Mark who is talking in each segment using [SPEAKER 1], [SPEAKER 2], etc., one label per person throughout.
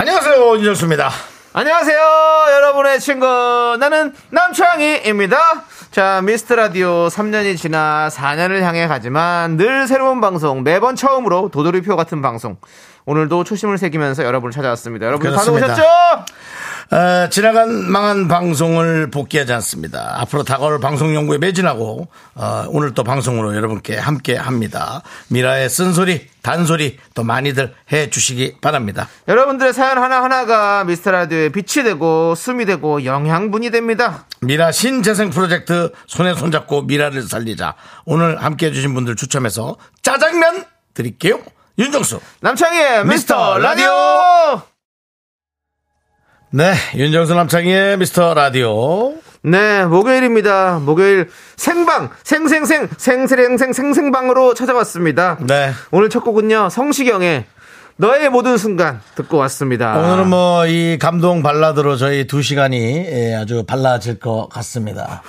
[SPEAKER 1] 안녕하세요 윤정수입니다.
[SPEAKER 2] 안녕하세요, 여러분의 친구. 나는 남창희입니다. 자, 미스트 라디오 3년이 지나 4년을 향해 가지만 늘 새로운 방송, 매번 처음으로 도돌이표 같은 방송. 오늘도 초심을 새기면서 여러분을 찾아왔습니다. 여러분 다들
[SPEAKER 1] 그렇습니다.
[SPEAKER 2] 오셨죠?
[SPEAKER 1] 어, 지나간 망한 방송을 복귀하지 않습니다. 앞으로 다가올 방송 연구에 매진하고 어, 오늘 또 방송으로 여러분께 함께합니다. 미라의 쓴소리, 단소리 또 많이들 해주시기 바랍니다.
[SPEAKER 2] 여러분들의 사연 하나하나가 미스트 라디오에 빛이 되고, 숨이 되고, 영양분이 됩니다.
[SPEAKER 1] 미라 신재생 프로젝트 손에 손잡고 미라를 살리자. 오늘 함께 해주신 분들 추첨해서 짜장면 드릴게요. 윤정수.
[SPEAKER 2] 남창희의
[SPEAKER 1] 미스터
[SPEAKER 2] 미스터 라디오!
[SPEAKER 1] 네, 윤정수 남창희의 미스터 라디오.
[SPEAKER 2] 네, 목요일입니다. 목요일 생방, 생생생, 생생생, 생생방으로 찾아왔습니다.
[SPEAKER 1] 네.
[SPEAKER 2] 오늘 첫 곡은요, 성시경의 너의 모든 순간 듣고 왔습니다.
[SPEAKER 1] 오늘은 뭐 이 감동 발라드로 저희 두 시간이 예, 아주 발라질 것 같습니다.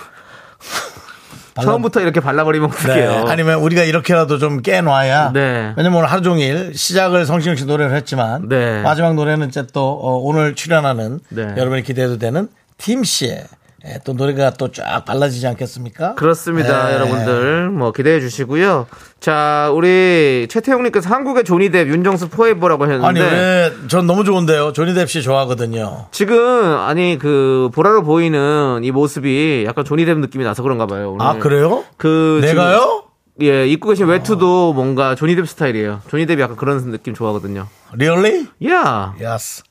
[SPEAKER 1] 발라-
[SPEAKER 2] 처음부터 이렇게 발라버리면
[SPEAKER 1] 네,
[SPEAKER 2] 어떡해요.
[SPEAKER 1] 아니면 우리가 이렇게라도 좀 깨놔야.
[SPEAKER 2] 네.
[SPEAKER 1] 왜냐면 오늘 하루 종일 시작을 성시경 씨 노래를 했지만
[SPEAKER 2] 네.
[SPEAKER 1] 마지막 노래는 이제 또 어, 오늘 출연하는
[SPEAKER 2] 네.
[SPEAKER 1] 여러분이 기대도 되는 팀 씨의 예, 또 노래가 또 쫙 발라지지 않겠습니까?
[SPEAKER 2] 그렇습니다,
[SPEAKER 1] 네.
[SPEAKER 2] 여러분들. 뭐 기대해 주시고요. 자, 우리 최태용님께서 한국의 조니뎁 윤정수 포에버라고 하셨는데.
[SPEAKER 1] 아니 왜 전 너무 좋은데요. 조니뎁 씨 좋아하거든요.
[SPEAKER 2] 지금 아니 그 보라로 보이는 이 모습이 약간 조니뎁 느낌이 나서 그런가 봐요. 오늘.
[SPEAKER 1] 아 그래요?
[SPEAKER 2] 네. 그 지금
[SPEAKER 1] 내가요? 어.
[SPEAKER 2] 예, 입고 계신 외투도 뭔가 조니뎁 스타일이에요. 조니뎁이 약간 그런 느낌 좋아하거든요.
[SPEAKER 1] Really?
[SPEAKER 2] 야,
[SPEAKER 1] Yes.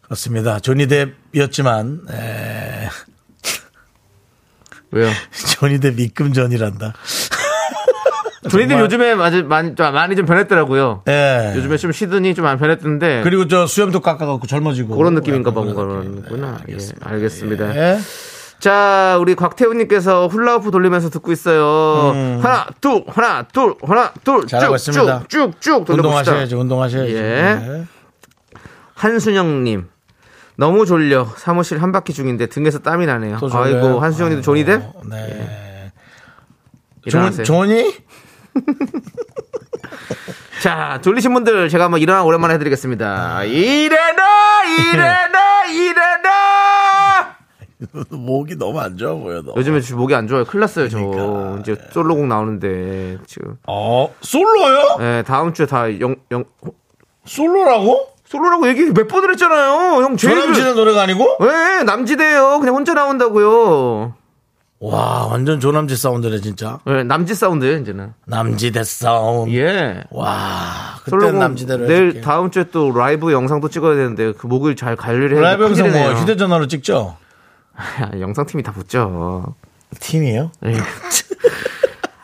[SPEAKER 1] 그렇습니다. 조니뎁이었지만 에,
[SPEAKER 2] 왜요?
[SPEAKER 1] 조니뎁 입금 전이란다. 아,
[SPEAKER 2] 조니뎁 요즘에 아주 많이, 좀- 많이 좀 변했더라고요.
[SPEAKER 1] 예.
[SPEAKER 2] 네. 요즘에 좀 시드니 좀 안 변했던데
[SPEAKER 1] 그리고 저 수염도 깎아갖고 젊어지고
[SPEAKER 2] 그런 느낌인가 봐 그런구나.
[SPEAKER 1] 네,
[SPEAKER 2] 예, 알겠습니다. 자, 우리 곽태우님께서 훌라후프 돌리면서 듣고 있어요. 하나, 둘, 하나, 둘, 하나, 둘,
[SPEAKER 1] 음. 잘하고
[SPEAKER 2] 쭉,
[SPEAKER 1] 있습니다.
[SPEAKER 2] 쭉, 쭉 돌려봅시다.
[SPEAKER 1] 운동하셔야죠. 운동하셔야죠.
[SPEAKER 2] 예.
[SPEAKER 1] 네.
[SPEAKER 2] 한순영님. 너무 졸려. 사무실 한 바퀴 중인데 등에서 땀이 나네요.
[SPEAKER 1] 또 졸려요?
[SPEAKER 2] 아이고, 한순영님도 존이 대?
[SPEAKER 1] 어, 네.
[SPEAKER 2] 일어나세요.
[SPEAKER 1] 존, 이
[SPEAKER 2] 자, 졸리신 분들 제가 한번 일어나 오랜만에
[SPEAKER 1] 아.
[SPEAKER 2] 해드리겠습니다. 일어나! 일어나! 일어나!
[SPEAKER 1] 목이 너무 안 좋아 보여. 너.
[SPEAKER 2] 요즘에 지금 목이 안 좋아요. 큰일 났어요, 저.
[SPEAKER 1] 그러니까.
[SPEAKER 2] 이제 솔로곡 나오는데, 지금.
[SPEAKER 1] 어 솔로요?
[SPEAKER 2] 네, 다음 주에 다 영, 영,
[SPEAKER 1] 솔로라고?
[SPEAKER 2] 솔로라고 얘기 몇 번을 했잖아요. 형, 제일.
[SPEAKER 1] 조남 씨는 노래가 아니고?
[SPEAKER 2] 왜 남지대요? 그냥 혼자 나온다고요.
[SPEAKER 1] 와 완전 조남지 사운드네 진짜
[SPEAKER 2] 예, 남지 사운드예요 이제는.
[SPEAKER 1] 남지대 사운드
[SPEAKER 2] 예.
[SPEAKER 1] 와 그때
[SPEAKER 2] 솔로곡
[SPEAKER 1] 남지대로
[SPEAKER 2] 내일
[SPEAKER 1] 해줄게.
[SPEAKER 2] 다음 주에 또 라이브 영상도 찍어야 되는데 그 목을 잘 관리를 해야
[SPEAKER 1] 라이브 영상 뭐
[SPEAKER 2] 큰일이네요.
[SPEAKER 1] 휴대전화로 찍죠?
[SPEAKER 2] 영상 팀이 다 붙죠. 예.
[SPEAKER 1] 팀이에요?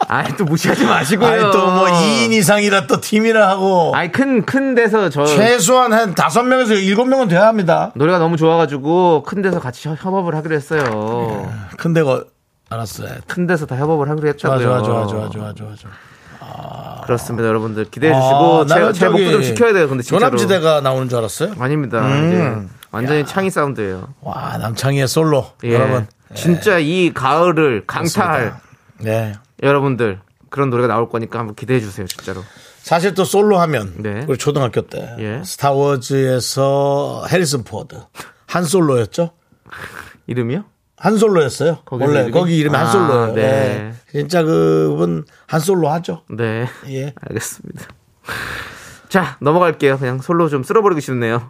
[SPEAKER 2] 아또 무시하지 마시고요.
[SPEAKER 1] 아니 또 뭐 2인 이상이라 또 팀이라 하고
[SPEAKER 2] 아니 큰큰 데서 저
[SPEAKER 1] 최소한 한 5명에서 7명은 돼야 합니다.
[SPEAKER 2] 노래가 너무 좋아가지고 큰 데서 같이 협- 협업을 하기로 했어요.
[SPEAKER 1] 근데 그 알았어요.
[SPEAKER 2] 큰 데서 다 협업을 하기로
[SPEAKER 1] 좋아
[SPEAKER 2] 했다고요.
[SPEAKER 1] 좋아 좋아 좋아 좋아 좋아 좋아.
[SPEAKER 2] 그렇습니다, 여러분들 어, 기대해 주시고
[SPEAKER 1] 아, 나는
[SPEAKER 2] 제, 제
[SPEAKER 1] 저기
[SPEAKER 2] 목도 좀 지켜야 돼요. 근데 진짜로.
[SPEAKER 1] 조남지대가 음. 나오는 줄 알았어요.
[SPEAKER 2] 아닙니다. 예. 완전히 창의 사운드예요.
[SPEAKER 1] 와 남창희의 솔로
[SPEAKER 2] 예.
[SPEAKER 1] 여러분. 예.
[SPEAKER 2] 진짜 이 가을을 강타할
[SPEAKER 1] 네.
[SPEAKER 2] 여러분들 그런 노래가 나올 거니까 한번 기대해 주세요, 진짜로.
[SPEAKER 1] 사실 또 솔로 하면
[SPEAKER 2] 네.
[SPEAKER 1] 우리 초등학교 때
[SPEAKER 2] 예.
[SPEAKER 1] 스타워즈에서 해리슨 포드 한 솔로였죠?
[SPEAKER 2] 이름이요?
[SPEAKER 1] 한 솔로였어요.
[SPEAKER 2] 거기
[SPEAKER 1] 원래
[SPEAKER 2] 이름이?
[SPEAKER 1] 거기 이름이 한
[SPEAKER 2] 아,
[SPEAKER 1] 솔로예요.
[SPEAKER 2] 네.
[SPEAKER 1] 네. 진짜 그분 한 솔로 하죠.
[SPEAKER 2] 네.
[SPEAKER 1] 예.
[SPEAKER 2] 알겠습니다. 자, 넘어갈게요. 그냥 솔로 좀 쓸어버리고 싶네요.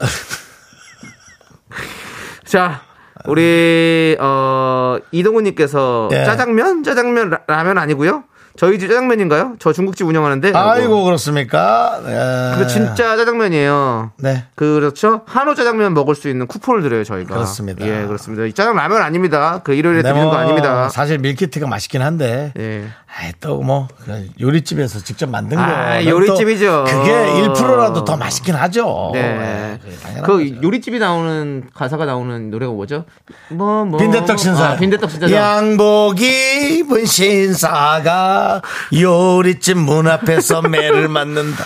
[SPEAKER 2] 자, 우리 어 이동훈 님께서
[SPEAKER 1] 예.
[SPEAKER 2] 짜장면? 짜장면 라, 면 아니고요. 저희 집 짜장면인가요? 저 중국집 운영하는데. 라고.
[SPEAKER 1] 아이고 그렇습니까? 예.
[SPEAKER 2] 그거 네. 진짜 짜장면이에요.
[SPEAKER 1] 네.
[SPEAKER 2] 그렇죠. 한우 짜장면 먹을 수 있는 쿠폰을 드려요 저희가.
[SPEAKER 1] 그렇습니다.
[SPEAKER 2] 예, 그렇습니다. 이 짜장 라면 아닙니다. 그 일요일에
[SPEAKER 1] 네,
[SPEAKER 2] 드리는
[SPEAKER 1] 뭐
[SPEAKER 2] 거 아닙니다.
[SPEAKER 1] 사실 밀키트가 맛있긴 한데.
[SPEAKER 2] 예.
[SPEAKER 1] 아이, 또 뭐, 그 요리집에서 직접 만든 거.
[SPEAKER 2] 아, 요리집이죠.
[SPEAKER 1] 그게 1%라도 더 맛있긴 하죠.
[SPEAKER 2] 네.
[SPEAKER 1] 예, 당연한
[SPEAKER 2] 그
[SPEAKER 1] 거죠.
[SPEAKER 2] 요리집이 나오는 가사가 나오는 노래가 뭐죠? 뭐 뭐.
[SPEAKER 1] 빈대떡 신사.
[SPEAKER 2] 아, 빈대떡 신사.
[SPEAKER 1] 양복 입은 신사가 요리집 문 앞에서 매를 맞는다.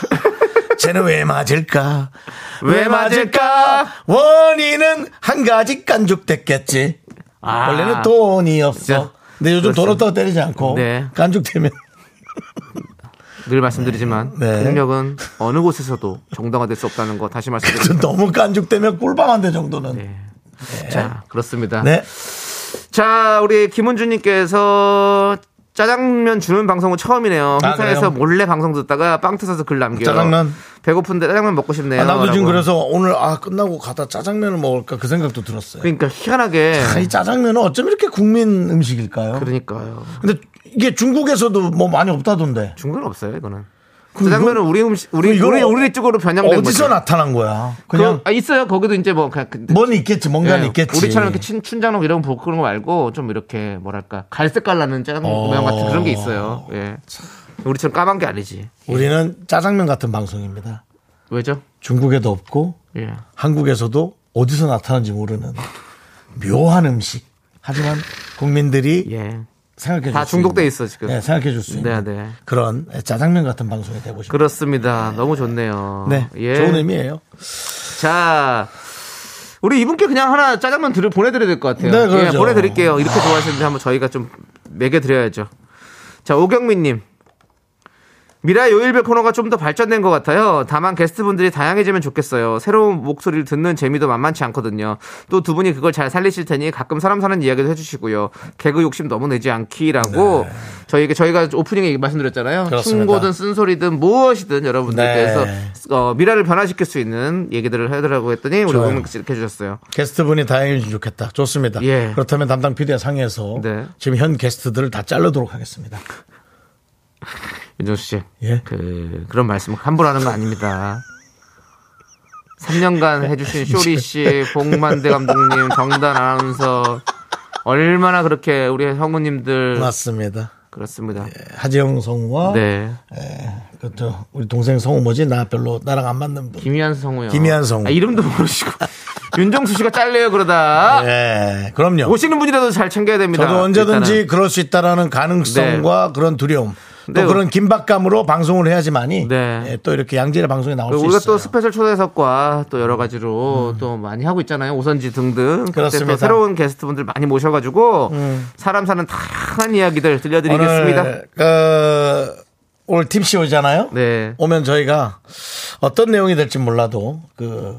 [SPEAKER 1] 쟤는 왜 맞을까?
[SPEAKER 2] 왜 맞을까?
[SPEAKER 1] 원인은 한 가지 깐죽됐겠지.
[SPEAKER 2] 아.
[SPEAKER 1] 원래는 돈이 없어.
[SPEAKER 2] 진짜.
[SPEAKER 1] 근데 요즘 돈
[SPEAKER 2] 그렇습니다.
[SPEAKER 1] 없다고 때리지 않고
[SPEAKER 2] 네.
[SPEAKER 1] 깐죽되면
[SPEAKER 2] 늘 말씀드리지만
[SPEAKER 1] 네.
[SPEAKER 2] 폭력은 어느 곳에서도 정당화될 수 없다는 거 다시 말씀드립니다.
[SPEAKER 1] 너무 깐죽되면 꿀밤 한 대 정도는. 네.
[SPEAKER 2] 자, 그렇습니다. 자, 우리 김은주님께서 짜장면 주는 방송은 처음이네요.
[SPEAKER 1] 아, 그래요?
[SPEAKER 2] 회사에서 몰래 방송 듣다가 빵 터져서 글 남겨요.
[SPEAKER 1] 짜장면?
[SPEAKER 2] 배고픈데 짜장면 먹고 싶네요.
[SPEAKER 1] 아, 나도 지금
[SPEAKER 2] 라고.
[SPEAKER 1] 그래서 오늘 아 끝나고 가다 짜장면을 먹을까 그 생각도 들었어요.
[SPEAKER 2] 그러니까 희한하게
[SPEAKER 1] 아, 이 짜장면은 어쩜 이렇게 국민 음식일까요?
[SPEAKER 2] 그러니까요.
[SPEAKER 1] 근데 이게 중국에서도 뭐 많이 없다던데.
[SPEAKER 2] 중국은 없어요, 이거는.
[SPEAKER 1] 그럼 그
[SPEAKER 2] 짜장면은 우리 음식 우리
[SPEAKER 1] 이거
[SPEAKER 2] 우리 우리 쪽으로 변형된
[SPEAKER 1] 어디서
[SPEAKER 2] 거죠.
[SPEAKER 1] 나타난 거야?
[SPEAKER 2] 그냥
[SPEAKER 1] 그냥
[SPEAKER 2] 아, 있어요. 거기도 이제 뭐 그냥 그-
[SPEAKER 1] 뭔 있겠지, 뭔가는
[SPEAKER 2] 예,
[SPEAKER 1] 있겠지.
[SPEAKER 2] 우리처럼 이렇게 춘, 춘장로 이런 복 그런 거 말고 좀 이렇게 뭐랄까 갈색깔 나는 짜장면
[SPEAKER 1] 어.
[SPEAKER 2] 모양 같은 그런 게 있어요. 예. 우리처럼 까만 게 아니지.
[SPEAKER 1] 우리는 짜장면 같은 방송입니다.
[SPEAKER 2] 왜죠?
[SPEAKER 1] 중국에도 없고
[SPEAKER 2] 예.
[SPEAKER 1] 한국에서도 어디서 나타난지 모르는 묘한 음식. 하지만 국민들이
[SPEAKER 2] 예.
[SPEAKER 1] 생각해
[SPEAKER 2] 다
[SPEAKER 1] 줄 수 있는.
[SPEAKER 2] 중독돼 있어, 지금.
[SPEAKER 1] 네, 생각해 줄 수
[SPEAKER 2] 네,
[SPEAKER 1] 있는
[SPEAKER 2] 네.
[SPEAKER 1] 그런 짜장면 같은 방송이 되고 싶어요.
[SPEAKER 2] 그렇습니다. 너무 좋네요.
[SPEAKER 1] 네,
[SPEAKER 2] 예.
[SPEAKER 1] 좋은 의미예요.
[SPEAKER 2] 자, 우리 이분께 그냥 하나 짜장면 들을 보내드려야 될 것 같아요.
[SPEAKER 1] 네, 그러죠.
[SPEAKER 2] 예, 보내드릴게요. 이렇게 좋아하시는데 한번 저희가 좀 매겨드려야죠. 자, 오경민님. 미라 요일별 코너가 좀 더 발전된 것 같아요. 다만 게스트분들이 다양해지면 좋겠어요. 새로운 목소리를 듣는 재미도 만만치 않거든요. 또 두 분이 그걸 잘 살리실 테니 가끔 사람 사는 이야기도 해주시고요. 개그 욕심 너무 내지 않기라고 저희에게 저희가 오프닝에 말씀드렸잖아요.
[SPEAKER 1] 네. 그렇습니다.
[SPEAKER 2] 충고든 쓴소리든 무엇이든 여러분들께서
[SPEAKER 1] 네.
[SPEAKER 2] 어, 미라를 변화시킬 수 있는 얘기들을 해달라고 했더니 우리
[SPEAKER 1] 좋아요.
[SPEAKER 2] 오경민 씨 이렇게 해주셨어요.
[SPEAKER 1] 게스트분이 다행이면 좋겠다. 좋습니다.
[SPEAKER 2] 예.
[SPEAKER 1] 그렇다면 담당 PD와 상의해서
[SPEAKER 2] 네. 그-
[SPEAKER 1] 지금 현 게스트들을 다 자르도록 하겠습니다.
[SPEAKER 2] 윤정수 씨.
[SPEAKER 1] 예.
[SPEAKER 2] 그, 그런 말씀을 함부로 하는 거 아닙니다. 3년간 해주신 쇼리 씨, 봉만대 감독님, 정단 아나운서. 얼마나 그렇게 우리 형우님들.
[SPEAKER 1] 맞습니다. 예.
[SPEAKER 2] 그렇습니다.
[SPEAKER 1] 하재영 성우와
[SPEAKER 2] 네.
[SPEAKER 1] 그것도 우리 동생 성우 뭐지? 나 별로 나랑 안 맞는 분.
[SPEAKER 2] 김희한 성우요.
[SPEAKER 1] 김희한 성우.
[SPEAKER 2] 아, 이름도 모르시고. 윤정수 씨가 잘려요, 그러다.
[SPEAKER 1] 예, 그럼요.
[SPEAKER 2] 오시는 분이라도 잘 챙겨야 됩니다.
[SPEAKER 1] 저도 언제든지
[SPEAKER 2] 일단은.
[SPEAKER 1] 그럴 수 있다라는 가능성과 그런 두려움 또
[SPEAKER 2] 네.
[SPEAKER 1] 그런 긴박감으로 방송을 해야지만이
[SPEAKER 2] 네.
[SPEAKER 1] 예, 또 이렇게 양질의 방송에 나올 수
[SPEAKER 2] 우리가
[SPEAKER 1] 있어요. 음.
[SPEAKER 2] 또 스페셜 초대석과 또 여러 가지로 또 많이 하고 있잖아요. 오선지 등등. 그때
[SPEAKER 1] 그렇습니다. 음.
[SPEAKER 2] 또 새로운 게스트분들 많이 모셔가지고 사람 사는 다양한 이야기들 들려드리겠습니다.
[SPEAKER 1] 오늘 그 오늘 팀씨 오잖아요.
[SPEAKER 2] 네.
[SPEAKER 1] 오면 저희가 어떤 내용이 될지 몰라도 그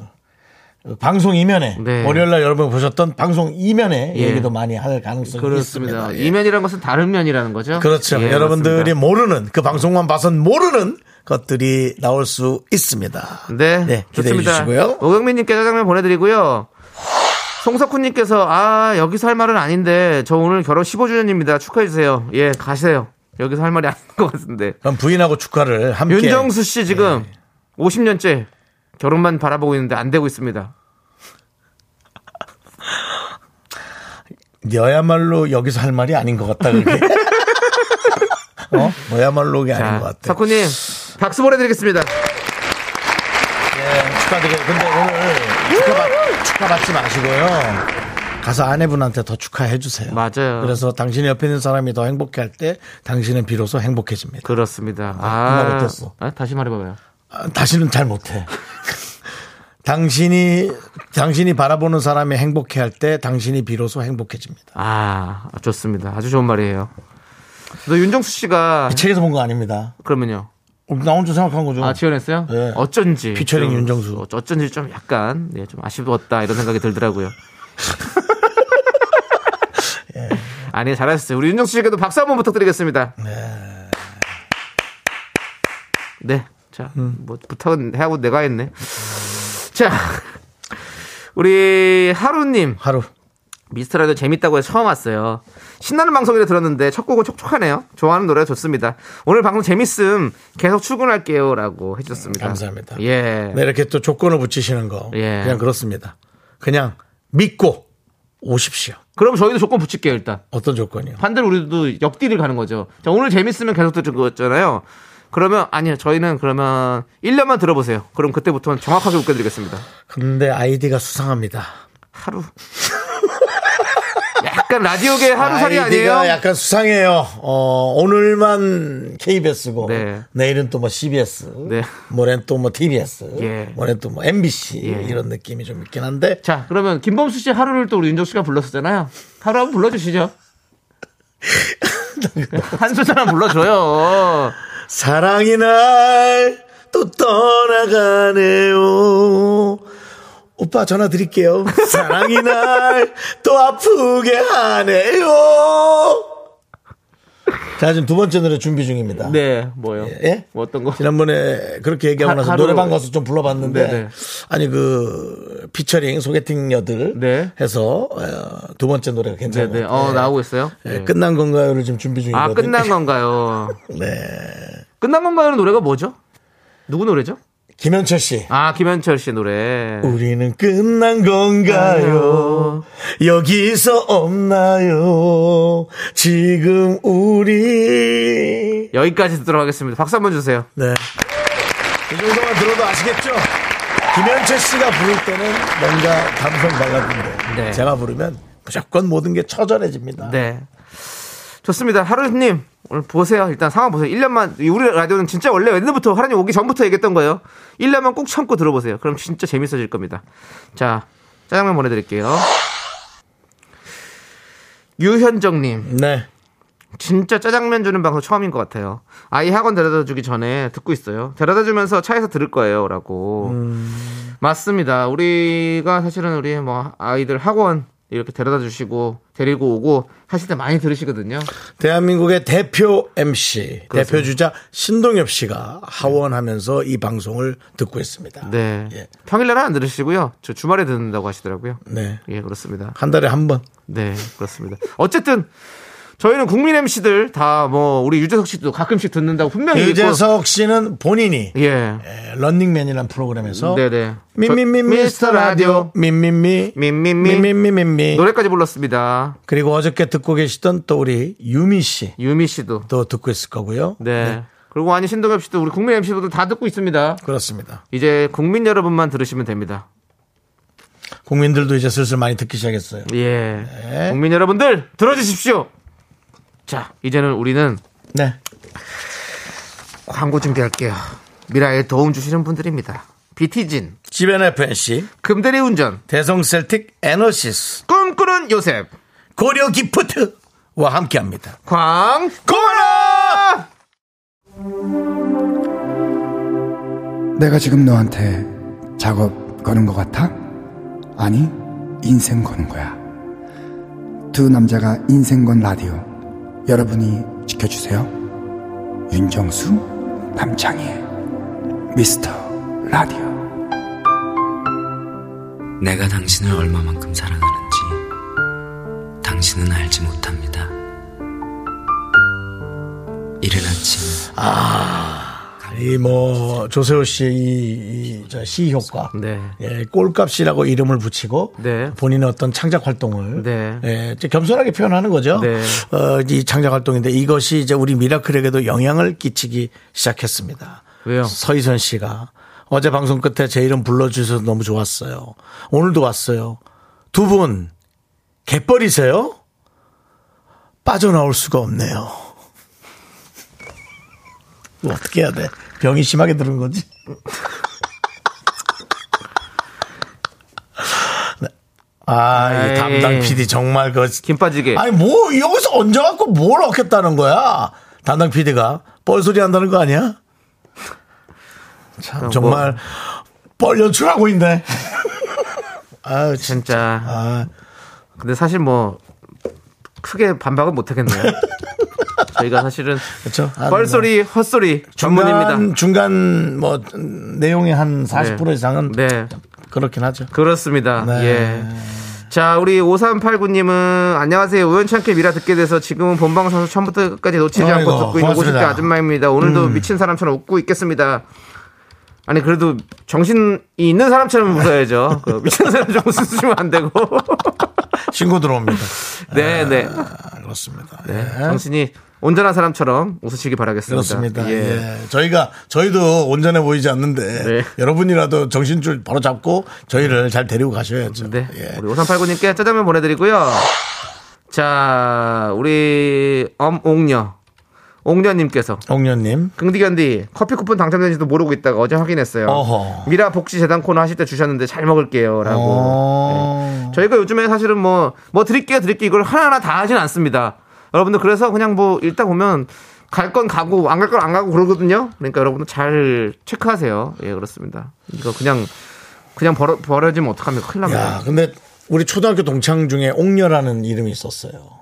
[SPEAKER 1] 방송 이면에
[SPEAKER 2] 네.
[SPEAKER 1] 월요일날 여러분 보셨던 방송 이면에
[SPEAKER 2] 예.
[SPEAKER 1] 얘기도 많이 할 가능성이
[SPEAKER 2] 그렇습니다.
[SPEAKER 1] 있습니다. 예.
[SPEAKER 2] 이면이라는 것은 다른 면이라는 거죠.
[SPEAKER 1] 그렇죠.
[SPEAKER 2] 예,
[SPEAKER 1] 여러분들이
[SPEAKER 2] 맞습니다.
[SPEAKER 1] 모르는 그 방송만 봐선 모르는 것들이 나올 수 있습니다.
[SPEAKER 2] 네,
[SPEAKER 1] 기대해
[SPEAKER 2] 좋습니다.
[SPEAKER 1] 주시고요.
[SPEAKER 2] 오경민님께 짜장면 보내드리고요. 송석훈님께서 아 여기서 할 말은 아닌데 저 오늘 결혼 15주년입니다. 축하해 주세요. 예 가세요. 여기서 할 말이 아닌 것 같은데.
[SPEAKER 1] 그럼 부인하고 축하를 함께 네.
[SPEAKER 2] 윤정수 씨 지금 50년째 결혼만 바라보고 있는데 안 되고 있습니다.
[SPEAKER 1] 너야말로 여기서 할 말이 아닌 것 같다 그게. 어? 너야말로 그게 아닌 것 같아.
[SPEAKER 2] 석훈님 박수 보내드리겠습니다.
[SPEAKER 1] 예, 축하드려요. 근데 오늘 축하받, 축하받지 마시고요. 가서 아내분한테 더 축하해 주세요.
[SPEAKER 2] 맞아요.
[SPEAKER 1] 그래서 당신 옆에 있는 사람이 더 행복해 할 때 당신은 비로소 행복해집니다.
[SPEAKER 2] 그렇습니다.
[SPEAKER 1] 그만
[SPEAKER 2] 아,
[SPEAKER 1] 어땠어?
[SPEAKER 2] 아, 다시 말해봐요.
[SPEAKER 1] 아, 다시는 잘 못해. 당신이 당신이 바라보는 사람이 행복해 할 때 당신이 비로소 행복해집니다.
[SPEAKER 2] 아 좋습니다. 아주 좋은 말이에요. 너 윤정수 씨가
[SPEAKER 1] 책에서 본 거 아닙니다.
[SPEAKER 2] 그러면요.
[SPEAKER 1] 나 혼자 생각한 거죠.
[SPEAKER 2] 아 지원했어요?
[SPEAKER 1] 네.
[SPEAKER 2] 어쩐지
[SPEAKER 1] 피처링
[SPEAKER 2] 좀,
[SPEAKER 1] 윤정수.
[SPEAKER 2] 어, 어쩐지 좀 약간 네, 좀 아쉬웠다 이런 생각이 들더라고요.
[SPEAKER 1] 예.
[SPEAKER 2] 아니 네, 잘하셨어요. 우리 윤정수 씨께도 박수 한번 부탁드리겠습니다. 네. 자, 뭐 부탁은 하고 내가 했네. 자, 우리 하루님
[SPEAKER 1] 하루
[SPEAKER 2] 미스터라도 재밌다고 해서 처음 왔어요. 신나는 방송이라 들었는데 첫 곡은 촉촉하네요. 좋아하는 노래 좋습니다. 오늘 방송 재밌음 계속 출근할게요라고 해주셨습니다.
[SPEAKER 1] 네, 감사합니다.
[SPEAKER 2] 예.
[SPEAKER 1] 네, 이렇게 또 조건을 붙이시는 거
[SPEAKER 2] 예.
[SPEAKER 1] 그냥 그렇습니다. 그냥 믿고 오십시오.
[SPEAKER 2] 그럼 저희도 조건 붙일게요 일단.
[SPEAKER 1] 어떤 조건이요?
[SPEAKER 2] 반대로 우리도 옆뒤를 가는 거죠. 자, 오늘 재밌으면 계속 듣는 거였잖아요. 그러면 아니요 저희는 그러면 1년만 들어보세요. 그럼 그때부터는 정확하게 웃겨드리겠습니다.
[SPEAKER 1] 근데 아이디가 수상합니다.
[SPEAKER 2] 하루. 약간 라디오계 하루살이 아니에요?
[SPEAKER 1] 아이디가 약간 수상해요. 어, 오늘만 KBS고
[SPEAKER 2] 네.
[SPEAKER 1] 내일은 또 뭐 CBS,
[SPEAKER 2] 네.
[SPEAKER 1] 모레는 또 뭐 TBS,
[SPEAKER 2] 예.
[SPEAKER 1] 모레는 또 뭐 MBC
[SPEAKER 2] 예.
[SPEAKER 1] 이런 느낌이 좀 있긴 한데
[SPEAKER 2] 자, 그러면 김범수 씨 하루를 또 우리 윤정 씨가 불렀었잖아요. 하루 한번 불러주시죠. 한 소절 한번 불러줘요.
[SPEAKER 1] 사랑이 날 또 떠나가네요. 오빠 전화 드릴게요. 사랑이 날 또 아프게 하네요. 자, 지금 두 번째 노래 준비 중입니다.
[SPEAKER 2] 네, 뭐요?
[SPEAKER 1] 예?
[SPEAKER 2] 뭐 어떤 거?
[SPEAKER 1] 지난번에 그렇게 얘기하고
[SPEAKER 2] 하-
[SPEAKER 1] 나서
[SPEAKER 2] 하루-
[SPEAKER 1] 노래방 가서 좀 불러봤는데
[SPEAKER 2] 네네.
[SPEAKER 1] 아니 그 피처링 소개팅녀들
[SPEAKER 2] 네.
[SPEAKER 1] 해서 어, 두 번째 노래가
[SPEAKER 2] 네,
[SPEAKER 1] 괜찮아요.
[SPEAKER 2] 네. 어, 나오고 있어요?
[SPEAKER 1] 예,
[SPEAKER 2] 네.
[SPEAKER 1] 끝난 건가요를 지금 준비 중이거든요.
[SPEAKER 2] 아, 끝난 건가요?
[SPEAKER 1] 뭐 네.
[SPEAKER 2] 끝난 건가요는 노래가 뭐죠? 누구 노래죠?
[SPEAKER 1] 예, 김현철 씨.
[SPEAKER 2] 아, 네. 김현철 씨 노래.
[SPEAKER 1] 우리는 끝난 건가요? 여기서 없나요? 지금 우리
[SPEAKER 2] 여기까지 듣도록 하겠습니다. 박수 한번 주세요.
[SPEAKER 1] 네. 이 정도만 들어도 아시겠죠? 김현철 씨가 부를 때는 뭔가 감성 발라드인데
[SPEAKER 2] 네.
[SPEAKER 1] 제가 부르면 무조건 모든 게 처절해집니다.
[SPEAKER 2] 네. 좋습니다. 하루님, 오늘 보세요. 일단 상황 보세요. 1년만, 우리 라디오는 진짜 원래 옛날부터, 하루님 오기 전부터 얘기했던 거예요. 1년만 꼭 참고 들어보세요. 그럼 진짜 재밌어질 겁니다. 자, 짜장면 보내드릴게요. 유현정님,
[SPEAKER 1] 네.
[SPEAKER 2] 진짜 짜장면 주는 방송 처음인 것 같아요. 아이 학원 데려다 주기 전에 듣고 있어요. 데려다 주면서 차에서 들을 거예요. 라고.
[SPEAKER 1] 음.
[SPEAKER 2] 맞습니다. 우리가 사실은 우리 뭐 아이들 학원 이렇게 데려다 주시고 데리고 오고 하실 때 많이 들으시거든요.
[SPEAKER 1] 대한민국의 대표 MC, 대표 주자 신동엽 씨가 하원하면서 이 방송을 듣고 있습니다.
[SPEAKER 2] 네.
[SPEAKER 1] 예.
[SPEAKER 2] 평일날은 안 들으시고요. 저 주말에 듣는다고 하시더라고요.
[SPEAKER 1] 네.
[SPEAKER 2] 예, 그렇습니다.
[SPEAKER 1] 한 달에 한 번.
[SPEAKER 2] 네, 그렇습니다. 어쨌든 저희는 국민 MC들 다 뭐 우리 유재석 씨도 가끔씩 듣는다고
[SPEAKER 1] 아,
[SPEAKER 2] 분명히 얘기했고.
[SPEAKER 1] 유재석 네. 씨는 본인이
[SPEAKER 2] 예.
[SPEAKER 1] 에, 런닝맨이라는 프로그램에서
[SPEAKER 2] 네네.
[SPEAKER 1] 미미미
[SPEAKER 2] 저-
[SPEAKER 1] 미스터 라디오 미미미
[SPEAKER 2] 민민미
[SPEAKER 1] 미미미미미
[SPEAKER 2] 노래까지 불렀습니다.
[SPEAKER 1] 그리고 어저께 듣고 계시던 또 우리 유미 씨
[SPEAKER 2] 유미 씨도.
[SPEAKER 1] 또 듣고 있을 거고요.
[SPEAKER 2] 네. 그리고 아니 신동엽 씨도 우리 국민 MC분들 다 듣고 있습니다.
[SPEAKER 1] 그렇습니다.
[SPEAKER 2] 이제 국민 여러분만 들으시면 됩니다.
[SPEAKER 1] 국민들도 이제 슬슬 많이 듣기 시작했어요.
[SPEAKER 2] 예. 국민 여러분들 들어주십시오. 자, 이제는 우리는
[SPEAKER 1] 네.
[SPEAKER 2] 광고 준비할게요. 미라에 도움 주시는 분들입니다. 비티진,
[SPEAKER 1] 지벤 FNC,
[SPEAKER 2] 금대리 운전,
[SPEAKER 1] 대성 셀틱 에너시스,
[SPEAKER 2] 꿈꾸는 요셉,
[SPEAKER 1] 고려 기프트와 함께 합니다.
[SPEAKER 2] 광고라!
[SPEAKER 3] 내가 지금 너한테 작업 거는 것 같아? 아니, 인생 거는 거야. 두 남자가 인생 건 라디오. 여러분이 지켜주세요. 윤정수, 남창희의 미스터 라디오.
[SPEAKER 4] 내가 당신을 얼마만큼 사랑하는지 당신은 알지 못합니다. 이른 아침
[SPEAKER 1] 이 뭐 조세호 씨의 시 효과.
[SPEAKER 2] 네.
[SPEAKER 1] 예, 꼴값이라고 이름을 붙이고
[SPEAKER 2] 네.
[SPEAKER 1] 본인의 어떤 창작 활동을
[SPEAKER 2] 네.
[SPEAKER 1] 예, 이제 겸손하게 표현하는 거죠.
[SPEAKER 2] 네.
[SPEAKER 1] 어, 이 창작 활동인데 이것이 이제 우리 미라클에게도 영향을 끼치기 시작했습니다.
[SPEAKER 2] 왜요?
[SPEAKER 1] 서희선 씨가 어제 방송 끝에 제 이름 불러주셔서 너무 좋았어요. 오늘도 왔어요. 두 분 개뻘이세요? 빠져나올 수가 없네요. 이거 어떻게 해야 돼? 병이 심하게 들은 거지? 네. 아, 이
[SPEAKER 2] 에이.
[SPEAKER 1] 담당 PD 정말 그
[SPEAKER 2] 김 빠지게.
[SPEAKER 1] 아니 뭐 여기서 얹어갖고 뭘 얻겠다는 거야? 담당 PD가 뻘소리 한다는 거 아니야?
[SPEAKER 2] 아, 뭐.
[SPEAKER 1] 참 정말 뻘 연출하고 있네. 아 진짜.
[SPEAKER 2] 진짜.
[SPEAKER 1] 아,
[SPEAKER 2] 근데 사실 뭐 크게 반박은 못 하겠네요. 저희가 사실은
[SPEAKER 1] 그렇죠.
[SPEAKER 2] 뻘소리, 헛소리
[SPEAKER 1] 중간
[SPEAKER 2] 전문입니다.
[SPEAKER 1] 중간 뭐 음, 내용의 한 40%
[SPEAKER 2] 네.
[SPEAKER 1] 이상은
[SPEAKER 2] 네.
[SPEAKER 1] 그렇긴 하죠.
[SPEAKER 2] 그렇습니다.
[SPEAKER 1] 네.
[SPEAKER 2] 예. 자, 우리 5389님은 안녕하세요. 우연찮게 미라 듣게 돼서 지금은 본방사수 처음부터 끝까지 놓치지 않고
[SPEAKER 1] 아이고,
[SPEAKER 2] 듣고 있는 50대
[SPEAKER 1] 고맙습니다. 음.
[SPEAKER 2] 아줌마입니다. 오늘도 미친 사람처럼 웃고 있겠습니다. 아니 그래도 정신이 있는 사람처럼 웃어야죠. 그 미친 사람처럼 웃으시면 안 되고.
[SPEAKER 1] 신고 들어옵니다.
[SPEAKER 2] 네, 네.
[SPEAKER 1] 아, 그렇습니다. 예.
[SPEAKER 2] 정신이 온전한 사람처럼 웃으시기 바라겠습니다.
[SPEAKER 1] 그렇습니다.
[SPEAKER 2] 예.
[SPEAKER 1] 예. 저희가 저희도 온전해 보이지 않는데
[SPEAKER 2] 네.
[SPEAKER 1] 여러분이라도 정신줄 바로 잡고 저희를 잘 데리고 가셔야죠.
[SPEAKER 2] 네.
[SPEAKER 1] 예.
[SPEAKER 2] 우리 5389님께 짜장면 보내드리고요. 자, 우리 엄옥녀. 옥녀님께서.
[SPEAKER 1] 홍련님
[SPEAKER 2] 긍디견디 커피 쿠폰 당첨된지도 모르고 있다가 어제 확인했어요.
[SPEAKER 1] 어허.
[SPEAKER 2] 미라 복지 재단 코너 하실 때 주셨는데 잘 먹을게요라고.
[SPEAKER 1] 어.
[SPEAKER 2] 네. 저희가 요즘에 사실은 뭐 뭐 드릴게요 드릴게요 이걸 하나하나 다 하진 않습니다. 여러분들 그래서 그냥 뭐 읽다 보면 갈 건 가고 안 갈 건 안 가고 그러거든요. 그러니까 여러분들 잘 체크하세요. 예 그렇습니다. 이거 그냥 그냥 버려, 버려지면 어떡합니까? 큰일 납니다.
[SPEAKER 1] 야, 근데 우리 초등학교 동창 중에 옥녀라는 이름이 있었어요.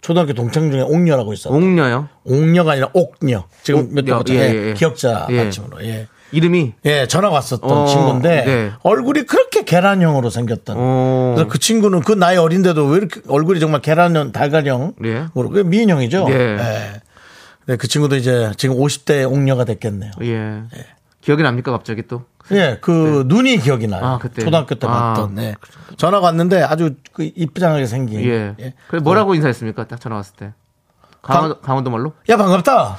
[SPEAKER 1] 초등학교 동창 중에 옥녀라고 있어. 요
[SPEAKER 2] 옥녀요.
[SPEAKER 1] 옥녀가 아니라 옥녀. 지금 몇
[SPEAKER 2] 옥녀,
[SPEAKER 1] 년부터
[SPEAKER 2] 예, 예, 예.
[SPEAKER 1] 기억자
[SPEAKER 2] 예.
[SPEAKER 1] 받침으로. 예.
[SPEAKER 2] 이름이
[SPEAKER 1] 예, 전화 왔었던
[SPEAKER 2] 어,
[SPEAKER 1] 친구인데
[SPEAKER 2] 네.
[SPEAKER 1] 얼굴이 그렇게 계란형으로 생겼던.
[SPEAKER 2] 어.
[SPEAKER 1] 그래서 그 친구는 그 나이 어린데도 왜 이렇게 얼굴이 정말 계란형, 달걀형,
[SPEAKER 2] 예.
[SPEAKER 1] 으로 그 미인형이죠.
[SPEAKER 2] 예.
[SPEAKER 1] 예. 근데 그 친구도 이제 지금 50대 옥녀가 됐겠네요.
[SPEAKER 2] 예. 기억이 납니까 갑자기 또?
[SPEAKER 1] 예, 그 눈이 기억이 나요.
[SPEAKER 2] 아, 그때.
[SPEAKER 1] 초등학교 때
[SPEAKER 2] 아.
[SPEAKER 1] 봤던. 예. 전화가 왔는데 아주 그 이쁘장하게 생긴.
[SPEAKER 2] 예.
[SPEAKER 1] 예.
[SPEAKER 2] 그래 뭐라고 인사했습니까? 딱 전화 왔을 때. 강원도, 강원도 말로?
[SPEAKER 1] 야 반갑다.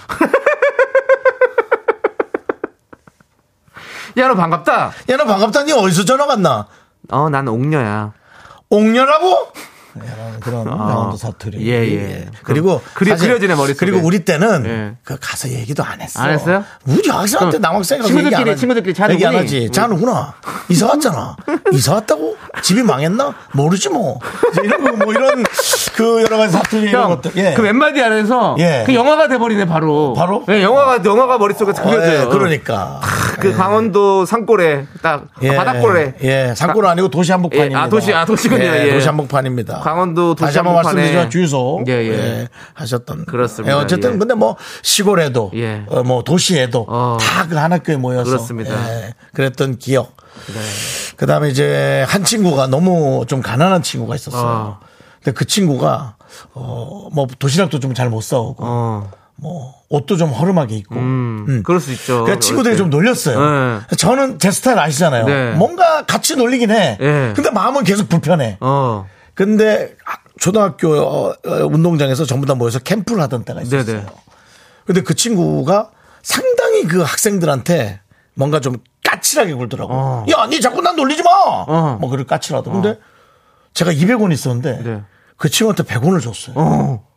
[SPEAKER 2] 야, 너 예, 반갑다.
[SPEAKER 1] 야 너 반갑다니 어디서 전화 왔나?
[SPEAKER 2] 어, 난 옥녀야.
[SPEAKER 1] 옥녀라고? 이런 그런 강원도 사투리.
[SPEAKER 2] 아. 예, 예.
[SPEAKER 1] 그리고
[SPEAKER 2] 그럼 그리- 그려지네, 머릿속에.
[SPEAKER 1] 그리고 우리 때는
[SPEAKER 2] 예.
[SPEAKER 1] 그 가서 얘기도 안 했어.
[SPEAKER 2] 안 했어요?
[SPEAKER 1] 우리 학생한테
[SPEAKER 2] 그럼
[SPEAKER 1] 남학생이랑
[SPEAKER 2] 친구들끼리,
[SPEAKER 1] 얘기 안 하지.
[SPEAKER 2] 친구들끼리 자
[SPEAKER 1] 얘기 안
[SPEAKER 2] 누구니?
[SPEAKER 1] 하지. 자 누구나 이사 왔잖아. 이사 왔다고? 집이 망했나? 모르지 뭐. 이제 이런 거 뭐 이런 그 여러 가지 사투리 이런
[SPEAKER 2] 형,
[SPEAKER 1] 것들. 예.
[SPEAKER 2] 그 웬마디 안 해서
[SPEAKER 1] 예.
[SPEAKER 2] 그 영화가 돼버리네, 바로.
[SPEAKER 1] 바로?
[SPEAKER 2] 예, 영화가, 영화가 머릿속에
[SPEAKER 1] 어,
[SPEAKER 2] 그려져요.
[SPEAKER 1] 예, 그러니까.
[SPEAKER 2] 그 강원도 산골에 딱
[SPEAKER 1] 예.
[SPEAKER 2] 아, 바닷골에
[SPEAKER 1] 예, 산골 아니고 도시 한복판입니다.
[SPEAKER 2] 예, 아, 도시, 아, 도시군요. 예.
[SPEAKER 1] 도시 한복판입니다.
[SPEAKER 2] 강원도 도시
[SPEAKER 1] 다시 한번
[SPEAKER 2] 한복판에-
[SPEAKER 1] 말씀드리지만 주유소
[SPEAKER 2] 예,
[SPEAKER 1] 예,
[SPEAKER 2] 예.
[SPEAKER 1] 하셨던
[SPEAKER 2] 그렇습니다.
[SPEAKER 1] 예, 어쨌든
[SPEAKER 2] 예.
[SPEAKER 1] 근데 뭐 시골에도
[SPEAKER 2] 예.
[SPEAKER 1] 어, 뭐 도시에도
[SPEAKER 2] 어.
[SPEAKER 1] 다 그 하나 교에 모여서
[SPEAKER 2] 그렇습니다.
[SPEAKER 1] 예, 그랬던 기억. 그다음에 이제 한 친구가 너무 좀 가난한 친구가 있었어요. 근데 그 친구가 어, 뭐 도시락도 좀 잘 못 싸오고
[SPEAKER 2] 어.
[SPEAKER 1] 뭐 옷도 좀 허름하게 입고
[SPEAKER 2] 음, 그럴 수 있죠.
[SPEAKER 1] 그러니까 친구들이 좀 놀렸어요. 저는 제 스타일 아시잖아요.
[SPEAKER 2] 네.
[SPEAKER 1] 뭔가 같이 놀리긴 해.
[SPEAKER 2] 예.
[SPEAKER 1] 근데 마음은 계속 불편해.
[SPEAKER 2] 어.
[SPEAKER 1] 근데 초등학교 어, 어, 운동장에서 전부 다 모여서 캠프를 하던 때가 있었어요.
[SPEAKER 2] 네네.
[SPEAKER 1] 근데 그 친구가 상당히 그 학생들한테 뭔가 좀 까칠하게 굴더라고.
[SPEAKER 2] 어.
[SPEAKER 1] 요 야, 니 자꾸 난 놀리지 마. 뭐 그걸 까칠하더. 근데 제가 200원 있었는데
[SPEAKER 2] 네.
[SPEAKER 1] 그 친구한테 100원을 줬어요.
[SPEAKER 2] 어.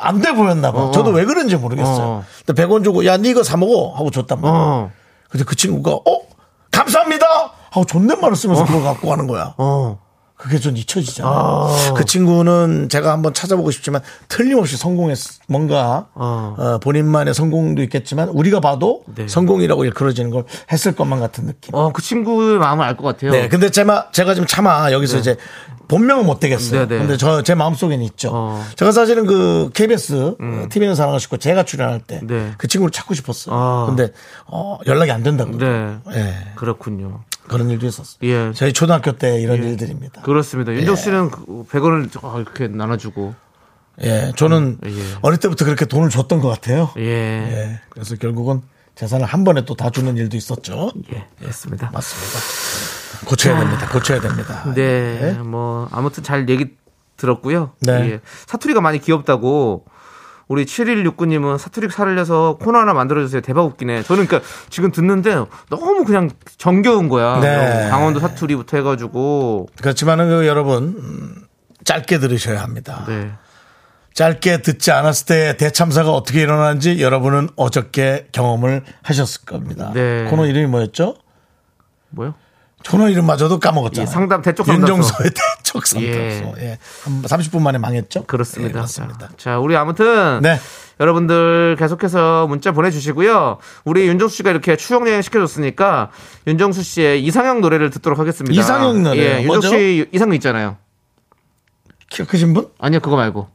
[SPEAKER 1] 안 돼 보였나 봐. 저도 왜 그런지 모르겠어요.
[SPEAKER 2] 어.
[SPEAKER 1] 근데 100원 주고 야, 니 이거 사 먹어 하고 줬단 말이야.
[SPEAKER 2] 어.
[SPEAKER 1] 근데 그 친구가 어 감사합니다 하고 존댓말을 쓰면서 그걸 갖고 가는 거야.
[SPEAKER 2] 어.
[SPEAKER 1] 그게 좀 잊혀지잖아. 요그 친구는 제가 한번 찾아보고 싶지만 틀림없이 성공했 뭔가
[SPEAKER 2] 어.
[SPEAKER 1] 어, 본인만의 성공도 있겠지만 우리가 봐도
[SPEAKER 2] 네.
[SPEAKER 1] 성공이라고 일컬어지는 걸 했을 것만 같은 느낌.
[SPEAKER 2] 어, 그 친구의 마음을 알 것 같아요.
[SPEAKER 1] 네, 근데 제마 제가 지금 차마 여기서 이제 본명은 못 되겠어요.
[SPEAKER 2] 네, 네.
[SPEAKER 1] 근데 저 제 마음속에는 있죠.
[SPEAKER 2] 어. 음.
[SPEAKER 1] 제가 사실은 그 KBS TV는 사랑을 싶고 제가 출연할 때 그
[SPEAKER 2] 네.
[SPEAKER 1] 친구를 찾고 싶었어요.
[SPEAKER 2] 아.
[SPEAKER 1] 근데 어, 연락이 안 된다고.
[SPEAKER 2] 네.
[SPEAKER 1] 예.
[SPEAKER 2] 그렇군요.
[SPEAKER 1] 그런 일도 있었어요.
[SPEAKER 2] 예.
[SPEAKER 1] 저희 초등학교 때 이런 일들입니다.
[SPEAKER 2] 그렇습니다. 윤정 씨는 그 100원을 이렇게 나눠주고.
[SPEAKER 1] 예, 저는
[SPEAKER 2] 예.
[SPEAKER 1] 어릴 때부터 그렇게 돈을 줬던 것 같아요.
[SPEAKER 2] 예.
[SPEAKER 1] 예, 그래서 결국은 재산을 한 번에 또 다 주는 일도 있었죠.
[SPEAKER 2] 예. 그렇습니다.
[SPEAKER 1] 맞습니다. 고쳐야 됩니다. 고쳐야 됩니다. 예.
[SPEAKER 2] 네, 뭐 아무튼 잘 얘기 들었고요.
[SPEAKER 1] 네.
[SPEAKER 2] 예. 사투리가 많이 귀엽다고 우리 7169님은 사투리 살려서 코너 하나 만들어주세요. 대박 웃기네. 저는 그러니까 지금 듣는데 너무 그냥 정겨운 거야.
[SPEAKER 1] 네.
[SPEAKER 2] 강원도 사투리부터 해가지고.
[SPEAKER 1] 그렇지만은 그 여러분 음, 짧게 들으셔야 합니다.
[SPEAKER 2] 네.
[SPEAKER 1] 짧게 듣지 않았을 때 대참사가 어떻게 일어나는지 여러분은 어저께 경험을 하셨을 겁니다.
[SPEAKER 2] 네.
[SPEAKER 1] 코너 이름이 뭐였죠?
[SPEAKER 2] 뭐요?
[SPEAKER 1] 코너 이름마저도 까먹었잖아요.
[SPEAKER 2] 예, 상담, 대쪽 상담소.
[SPEAKER 1] 윤정서의 대쪽 상담소. 예. 한 30분 만에 망했죠?
[SPEAKER 2] 그렇습니다.
[SPEAKER 1] 예, 그렇습니다.
[SPEAKER 2] 자, 자, 우리 아무튼
[SPEAKER 1] 네.
[SPEAKER 2] 여러분들 계속해서 문자 보내주시고요. 우리 윤정수 씨가 이렇게 추억 여행 시켜줬으니까 윤정수 씨의 이상형 노래를 듣도록 하겠습니다.
[SPEAKER 1] 이상형 노래요?
[SPEAKER 2] 예, 윤정수
[SPEAKER 1] 뭐죠?
[SPEAKER 2] 씨 이상형 있잖아요.
[SPEAKER 1] 키 크신 분?
[SPEAKER 2] 아니요, 그거 말고.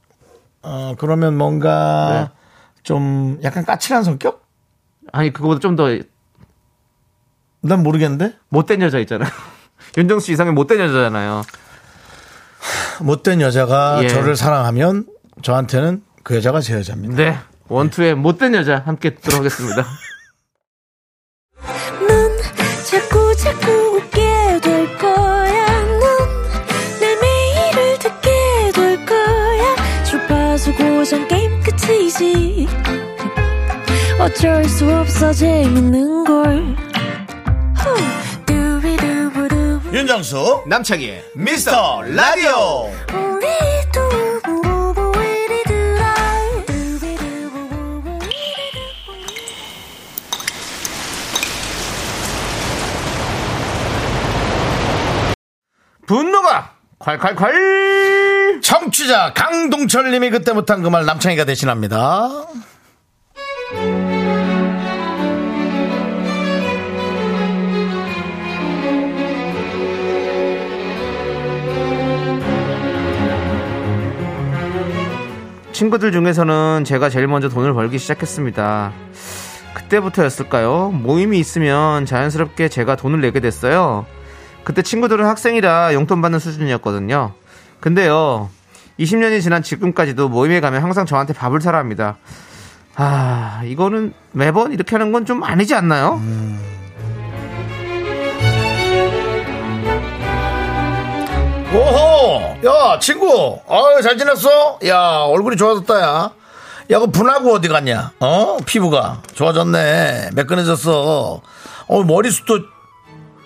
[SPEAKER 1] 어, 그러면 뭔가
[SPEAKER 2] 네.
[SPEAKER 1] 좀 약간 까칠한 성격?
[SPEAKER 2] 아니 그거보다 좀 더
[SPEAKER 1] 난 모르겠는데.
[SPEAKER 2] 못된 여자 있잖아. 윤정수 이상의 못된 여자잖아요.
[SPEAKER 1] 못된 여자가
[SPEAKER 2] 예.
[SPEAKER 1] 저를 사랑하면 저한테는 그 여자가 제 여자입니다.
[SPEAKER 2] 네. 원투의 못된 여자 함께 들어보겠습니다.
[SPEAKER 5] 넌 자꾸 자꾸 웃게 될 거야. 넌내 매일을 듣게 될 거야. 주파수 고정 게임 끝이지. 어쩔 수 없어 재밌는 걸. 후. 두비두부두.
[SPEAKER 1] 윤정수
[SPEAKER 2] 남창희의
[SPEAKER 1] 미스터 라디오
[SPEAKER 5] 우리 두부부부 우리 두라. 두비두부부부 우리 두부부.
[SPEAKER 2] 분노가 콸콸콸!
[SPEAKER 1] 청취자 강동철님이 그때 못한 그 말 남창희가 대신합니다.
[SPEAKER 2] 친구들 중에서는 제가 제일 먼저 돈을 벌기 시작했습니다. 그때부터였을까요? 모임이 있으면 자연스럽게 제가 돈을 내게 됐어요. 그때 친구들은 학생이라 용돈 받는 수준이었거든요. 근데요, 20년이 지난 지금까지도 모임에 가면 항상 저한테 밥을 사라 합니다. 아, 이거는 매번 이렇게 하는 건 좀 아니지 않나요?
[SPEAKER 1] 오호! 야, 친구! 어, 잘 지냈어? 야, 얼굴이 좋아졌다, 야. 야, 그 분하고 어디 갔냐? 어? 피부가. 좋아졌네. 매끈해졌어. 어, 머리숱도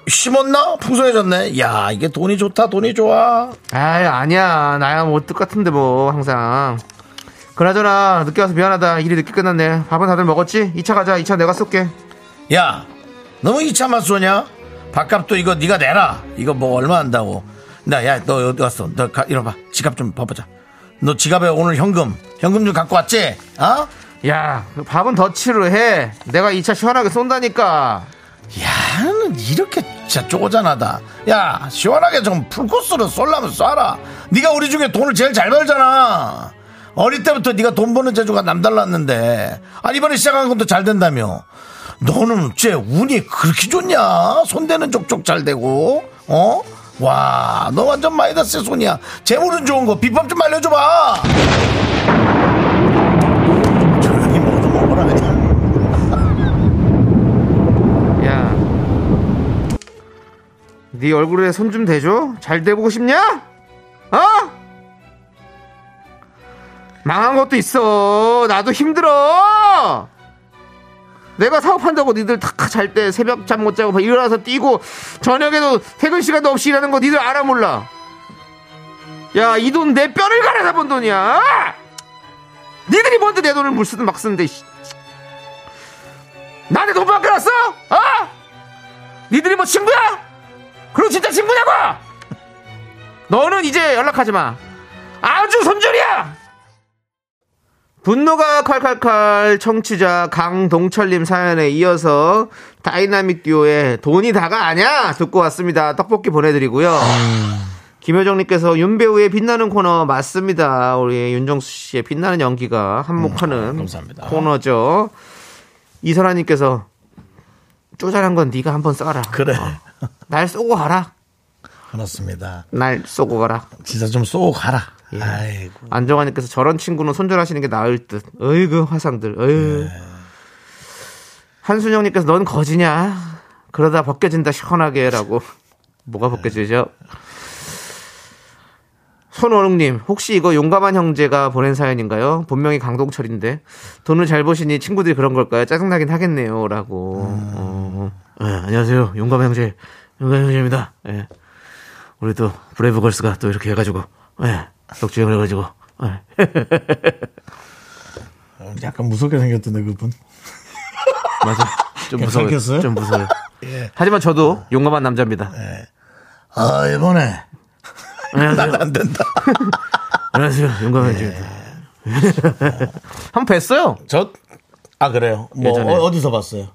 [SPEAKER 1] 심었나? 풍성해졌네. 야, 이게 돈이 좋다, 돈이 좋아.
[SPEAKER 2] 아이 아니야 나야 뭐 똑같은데 뭐 항상 그나저나 늦게 와서 미안하다 일이 늦게 끝났네 밥은 다들 먹었지? 2차 가자 2차 내가 쏠게
[SPEAKER 1] 야, 너무 이참만 쏘냐? 밥값도 이거 네가 내라. 이거 뭐 얼마 한다고. 나, 야, 너 어디 갔어? 너 가, 이리 봐. 지갑 좀 봐보자. 너 지갑에 오늘 현금, 현금 좀 갖고 왔지? 어?
[SPEAKER 2] 야 밥은 덧치로 해 내가 2차 시원하게 쏜다니까
[SPEAKER 1] 야, 는 이렇게 진짜 쪼잔하다. 야, 시원하게 좀 풀코스로 쏠라면 쏴라. 네가 우리 중에 돈을 제일 잘 벌잖아. 어릴 때부터 네가 돈 버는 재주가 남달랐는데, 아 이번에 시작한 것도 잘 된다며. 너는 쟤 운이 그렇게 좋냐? 손대는 족족 잘 되고, 어? 와, 너 완전 마이너스 손이야. 재물은 좋은 거 비법 좀 알려줘봐. 조용히 먹어도 먹어라 그냥.
[SPEAKER 2] 야네 네 얼굴에 손 좀 대줘 잘 돼보고 싶냐? 어? 망한 것도 있어 나도 힘들어 내가 사업한다고 니들 다 잘 때 새벽 잠 못 자고 일어나서 뛰고 저녁에도 퇴근 시간도 없이 일하는 거 니들 알아 몰라 야 이 돈 내 뼈를 갈아서 번 돈이야 어? 니들이 뭔데 내 돈을 물 쓰든 막 쓰는데 씨. 나한테 돈 받게 났어? 어? 니들이 뭐 친구야? 그럼 진짜 친구냐고? 너는 이제 연락하지 마. 아주 손절이야! 분노가 칼칼칼 청취자 강동철님 사연에 이어서 다이나믹 듀오의 돈이 다가 아냐 듣고 왔습니다. 떡볶이 보내드리고요. 김효정님께서 윤배우의 빛나는 코너 맞습니다. 우리 윤정수 씨의 빛나는 연기가 한몫하는
[SPEAKER 1] 음, 감사합니다.
[SPEAKER 2] 코너죠. 이설아님께서 쪼잔한 건 네가 한번 써라. 어,
[SPEAKER 1] 그래.
[SPEAKER 2] 날 쏘고 가라.
[SPEAKER 1] 어, 그렇습니다. 예.
[SPEAKER 2] 날 쏘고 가라.
[SPEAKER 1] 진짜 좀 쏘고 가라. 아이고.
[SPEAKER 2] 안정환님께서 저런 친구는 손절하시는 게 나을 듯. 어이구 화상들. 어이.
[SPEAKER 1] 네.
[SPEAKER 2] 한순영님께서 넌 거지냐? 그러다 벗겨진다 시원하게라고.
[SPEAKER 1] 네.
[SPEAKER 2] 뭐가 벗겨지죠? 손오릉님 혹시 이거 용감한 형제가 보낸 사연인가요? 본명이 강동철인데 돈을 잘 보시니 친구들이 그런 걸까요? 짜증나긴 하겠네요라고.
[SPEAKER 1] 음.
[SPEAKER 2] 어, 예, 안녕하세요 용감한 형제 용감한 형제입니다. 예. 우리 또 브레이브걸스가 또 이렇게 해가지고 예, 역주행을 해가지고 예.
[SPEAKER 1] 어, 약간 무섭게 생겼던데, 그분.
[SPEAKER 2] 맞아 좀 무서워요
[SPEAKER 1] 괜찮겠어요? 예.
[SPEAKER 2] 좀 무서워요 하지만 저도 용감한 남자입니다
[SPEAKER 1] 아, 이번에.
[SPEAKER 2] 안녕하세요
[SPEAKER 1] 안 된다.
[SPEAKER 2] 안녕하세요 용감한 남자입니다 네. 어. 한 번 뵀어요
[SPEAKER 1] 저, 아, 그래요? 뭐,
[SPEAKER 2] 예전에.
[SPEAKER 1] 어, 디서 봤어요?